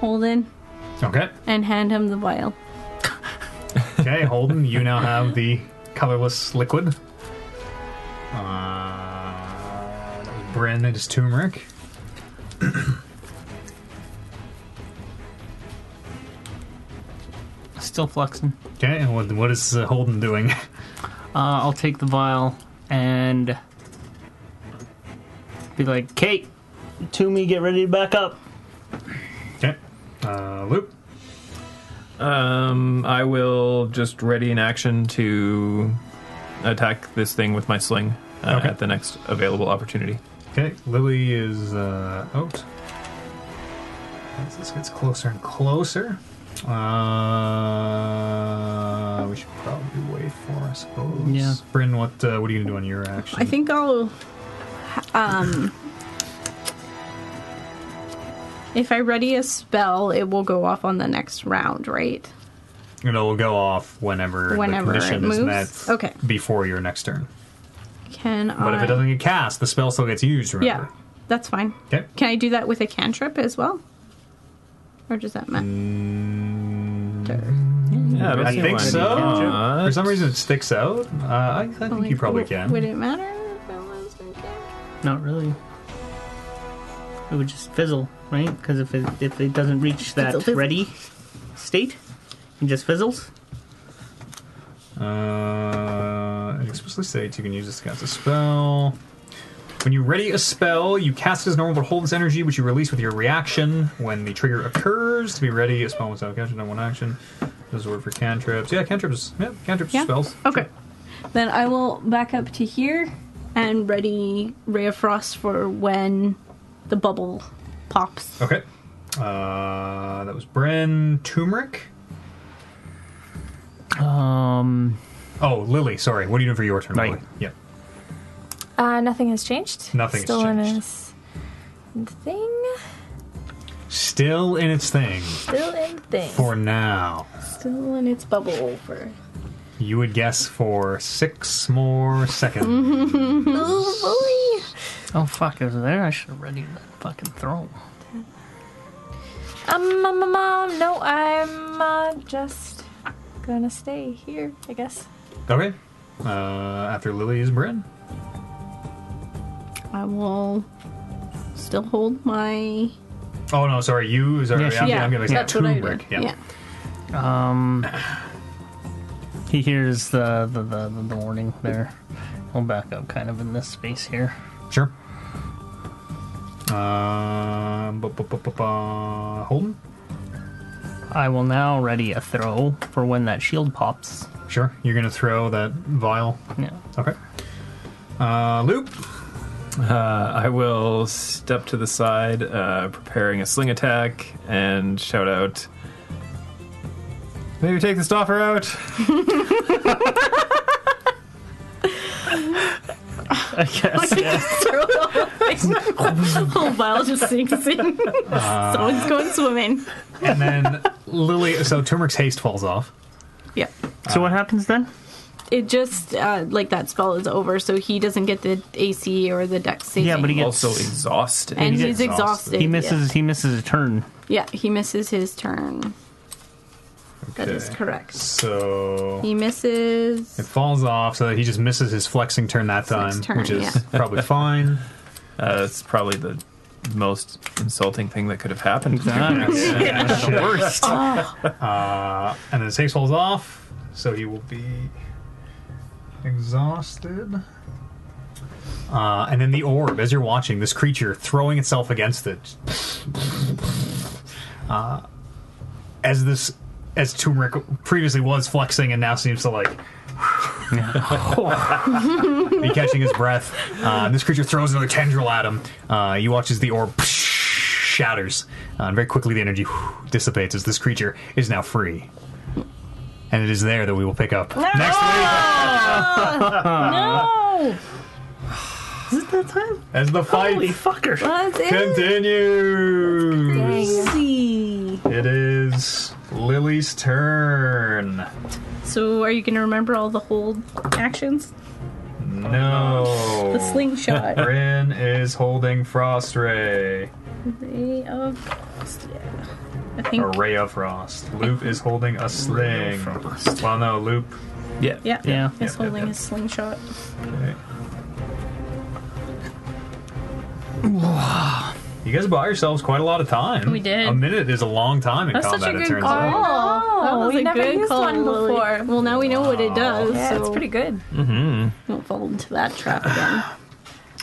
Speaker 3: Holden
Speaker 1: Okay.
Speaker 3: and hand him the vial.
Speaker 1: Okay, [laughs] Holden, you now have the colorless liquid. Uh, Bryn, it is turmeric.
Speaker 2: Hmm. Still fluxing.
Speaker 1: Okay, and what, what is uh, Holden doing? [laughs]
Speaker 2: Uh, I'll take the vial and be like, Kate, Toomey, get ready to back up.
Speaker 1: Okay, uh, Luke.
Speaker 4: Um, I will just ready in action to attack this thing with my sling uh,
Speaker 1: Okay.
Speaker 4: at the next available opportunity.
Speaker 1: Okay, Lily is uh, out. As this gets closer and closer, uh, we should probably wait for, I suppose.
Speaker 2: Yeah.
Speaker 1: Bryn, what uh, what are you gonna do on your action?
Speaker 3: I think I'll. Um, if I ready a spell, it will go off on the next round, right?
Speaker 1: it'll go off whenever,
Speaker 3: Whenever
Speaker 1: the
Speaker 3: it
Speaker 1: condition is
Speaker 3: moves?
Speaker 1: met.
Speaker 3: Okay.
Speaker 1: Before your next turn.
Speaker 3: Can
Speaker 1: But if
Speaker 3: I-
Speaker 1: it doesn't get cast, the spell still gets used,
Speaker 3: Yeah,
Speaker 1: remember?
Speaker 3: that's fine.
Speaker 1: Okay.
Speaker 3: Can I do that with a cantrip as well? Or does that matter?
Speaker 1: Mm,
Speaker 4: Yeah,
Speaker 1: I think so.
Speaker 4: Uh,
Speaker 1: For some reason, it sticks out. Uh, I, I think you probably can.
Speaker 3: Would it matter if it was a cantrip?
Speaker 2: Not really. It would just fizzle, right? Because if it, if it doesn't reach that
Speaker 3: Fizzle, fizzle.
Speaker 2: ready state, it just fizzles.
Speaker 1: Uh, it explicitly states you can use this to cast a spell. When you ready a spell, you cast it as normal, but hold its energy, which you release with your reaction when the trigger occurs. To be ready, a spell without cantrip on one action. This is a word for cantrips. Yeah, cantrips. Yeah, cantrips are
Speaker 3: Yeah.
Speaker 1: spells.
Speaker 3: Okay. Then I will back up to here and ready Ray of Frost for when the bubble pops.
Speaker 1: Okay. Uh, that was Bryn Turmeric.
Speaker 2: Um,
Speaker 1: Oh, Lily. Sorry. What are you doing for your turn,
Speaker 2: Right.
Speaker 1: Lily? Yeah.
Speaker 5: Uh, nothing has changed.
Speaker 1: Nothing has
Speaker 5: Still
Speaker 1: changed.
Speaker 5: in his thing.
Speaker 1: Still in its thing
Speaker 5: Still in thing.
Speaker 1: for now.
Speaker 3: Still in its bubble for
Speaker 1: You would guess for six more seconds.
Speaker 2: oh fuck, it was there. I should have ready that fucking throw.
Speaker 5: Um, mom, mom, mom, no, I'm uh, just gonna stay here, I guess.
Speaker 1: Okay. Uh, after Lily is Bryn.
Speaker 3: I will still hold my.
Speaker 1: Oh no, sorry, you. Sorry,
Speaker 2: Yeah, she-
Speaker 1: I'm,
Speaker 3: yeah,
Speaker 1: I'm gonna say
Speaker 3: that's
Speaker 1: two
Speaker 3: what I
Speaker 1: brick.
Speaker 3: did. Yeah.
Speaker 2: Um, [laughs] he hears the the, the, the warning there. He'll back up kind of in this space here.
Speaker 1: Sure. Um, bu- bu- bu- bu- bu- Holden.
Speaker 2: I will now ready a throw for when that shield pops.
Speaker 1: Sure. You're gonna throw that vial.
Speaker 2: Yeah.
Speaker 1: Okay. Uh, loop.
Speaker 4: Uh, I will step to the side, uh, preparing a sling attack, and shout out. Maybe take the stoffer out.
Speaker 2: I
Speaker 3: [laughs]
Speaker 2: guess.
Speaker 3: Throw the whole thing. whole vial just
Speaker 2: [laughs]
Speaker 3: sinks in. Someone's going swimming.
Speaker 1: And
Speaker 3: [laughs]
Speaker 1: then Lily. So Turmeric's haste falls off.
Speaker 3: Yep.
Speaker 2: So what happens then?
Speaker 3: It just uh, like that spell is over, so he doesn't get the AC or the Dex saving.
Speaker 2: Yeah, but he gets
Speaker 4: Also exhausted.
Speaker 3: and
Speaker 2: he
Speaker 3: he's
Speaker 2: gets
Speaker 3: exhausted.
Speaker 2: he misses he misses a turn.
Speaker 3: Yeah. yeah, he misses his turn. That is
Speaker 1: Okay.
Speaker 3: correct.
Speaker 1: So
Speaker 3: He misses.
Speaker 1: it falls off, so that he just misses his flexing turn that
Speaker 3: Flex
Speaker 1: time,
Speaker 3: turn,
Speaker 1: which is
Speaker 3: yeah.
Speaker 1: probably
Speaker 3: [laughs]
Speaker 1: fine.
Speaker 4: Uh, it's probably the most insulting thing that could have happened.
Speaker 2: Yeah.
Speaker 1: worst. Uh, and then his haste falls off, so he will be exhausted. Uh, and then the orb, as you're watching this creature throwing itself against it, uh, as this as turmeric previously was flexing and now seems to like be catching his breath. Uh, this creature throws another tendril at him. Uh, you watch as the orb shatters, uh, and very quickly the energy [sighs] dissipates as this creature is now free. And it is there that we will pick up next week
Speaker 3: No!
Speaker 2: Is it that time?
Speaker 1: as the fight
Speaker 2: Holy fucker!
Speaker 3: That's it.
Speaker 1: continues.
Speaker 3: See.
Speaker 1: It is Lily's turn.
Speaker 3: So, are you going to remember all the hold actions?
Speaker 1: No.
Speaker 3: The slingshot.
Speaker 2: [laughs]
Speaker 1: Bryn is holding Frost Ray.
Speaker 3: Ray of Frost, yeah. I think.
Speaker 1: A ray of frost. Loop is holding a sling.
Speaker 2: frost.
Speaker 1: Well, no, Loop.
Speaker 4: yeah.
Speaker 3: Yeah.
Speaker 2: Yeah.
Speaker 3: He's
Speaker 1: yeah,
Speaker 3: holding
Speaker 1: yeah.
Speaker 3: his slingshot.
Speaker 1: Okay. You guys bought yourselves quite a lot of time.
Speaker 3: We did.
Speaker 1: A minute is a long time in
Speaker 3: That's such
Speaker 1: combat.
Speaker 3: a
Speaker 1: it
Speaker 3: good
Speaker 1: turns
Speaker 3: call.
Speaker 1: out.
Speaker 5: Oh, that was
Speaker 3: we
Speaker 5: a
Speaker 3: Oh, never
Speaker 5: good
Speaker 3: used
Speaker 5: call,
Speaker 3: one
Speaker 5: Lily.
Speaker 3: before. Well, now we know what it does.
Speaker 5: Yeah,
Speaker 3: so
Speaker 5: it's pretty good.
Speaker 3: Don't fall into that trap again.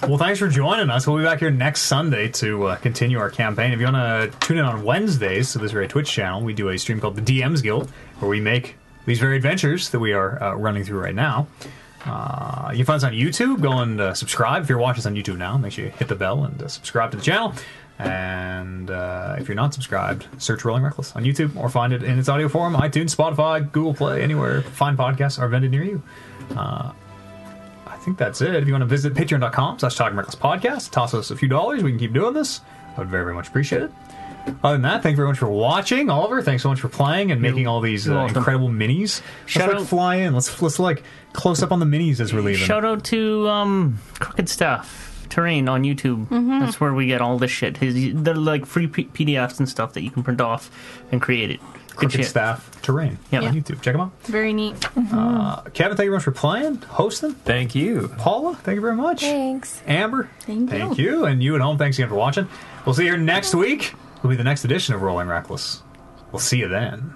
Speaker 1: Well, thanks for joining us. We'll be back here next Sunday to uh, continue our campaign. If you want to tune in on Wednesdays to this very Twitch channel, we do a stream called the DM's Guild, where we make these very adventures that we are uh, running through right now. Uh, you can find us on YouTube. Go and uh, subscribe. If you're watching us on YouTube now, make sure you hit the bell and uh, subscribe to the channel. And uh, if you're not subscribed, search Rolling Reckless on YouTube or find it in its audio form iTunes, Spotify, Google Play, anywhere. Find podcasts are vended near you. Uh, I think that's it. If you want to visit patreon.com slash talking reckless podcast, toss us a few dollars. We can keep doing this. I would very, very much appreciate it. Other than that, thank you very much for watching, Oliver. Thanks so much for playing and making all these
Speaker 2: you're
Speaker 1: uh,
Speaker 2: welcome.
Speaker 1: incredible minis.
Speaker 2: Shout
Speaker 1: let's like
Speaker 2: out-
Speaker 1: fly in. Let's let's like close up on the minis as we're leaving.
Speaker 2: Shout out to um Crooked Staff Terrain on YouTube. That's where we get all this shit. His, they're like free P- PDFs and stuff that you can print off and create it. Good
Speaker 1: Crooked
Speaker 2: shit.
Speaker 1: staff terrain
Speaker 2: Yeah.
Speaker 1: on YouTube. Check them out.
Speaker 3: Very neat.
Speaker 1: Uh, Kevin, thank you very much for playing, hosting.
Speaker 4: Thank you.
Speaker 1: Paula, thank you very much.
Speaker 5: Thanks.
Speaker 1: Amber,
Speaker 3: Thank
Speaker 1: thank you. And you at home, thanks again for watching. We'll see you here next week. It'll be the next edition of Rolling Reckless. We'll see you then.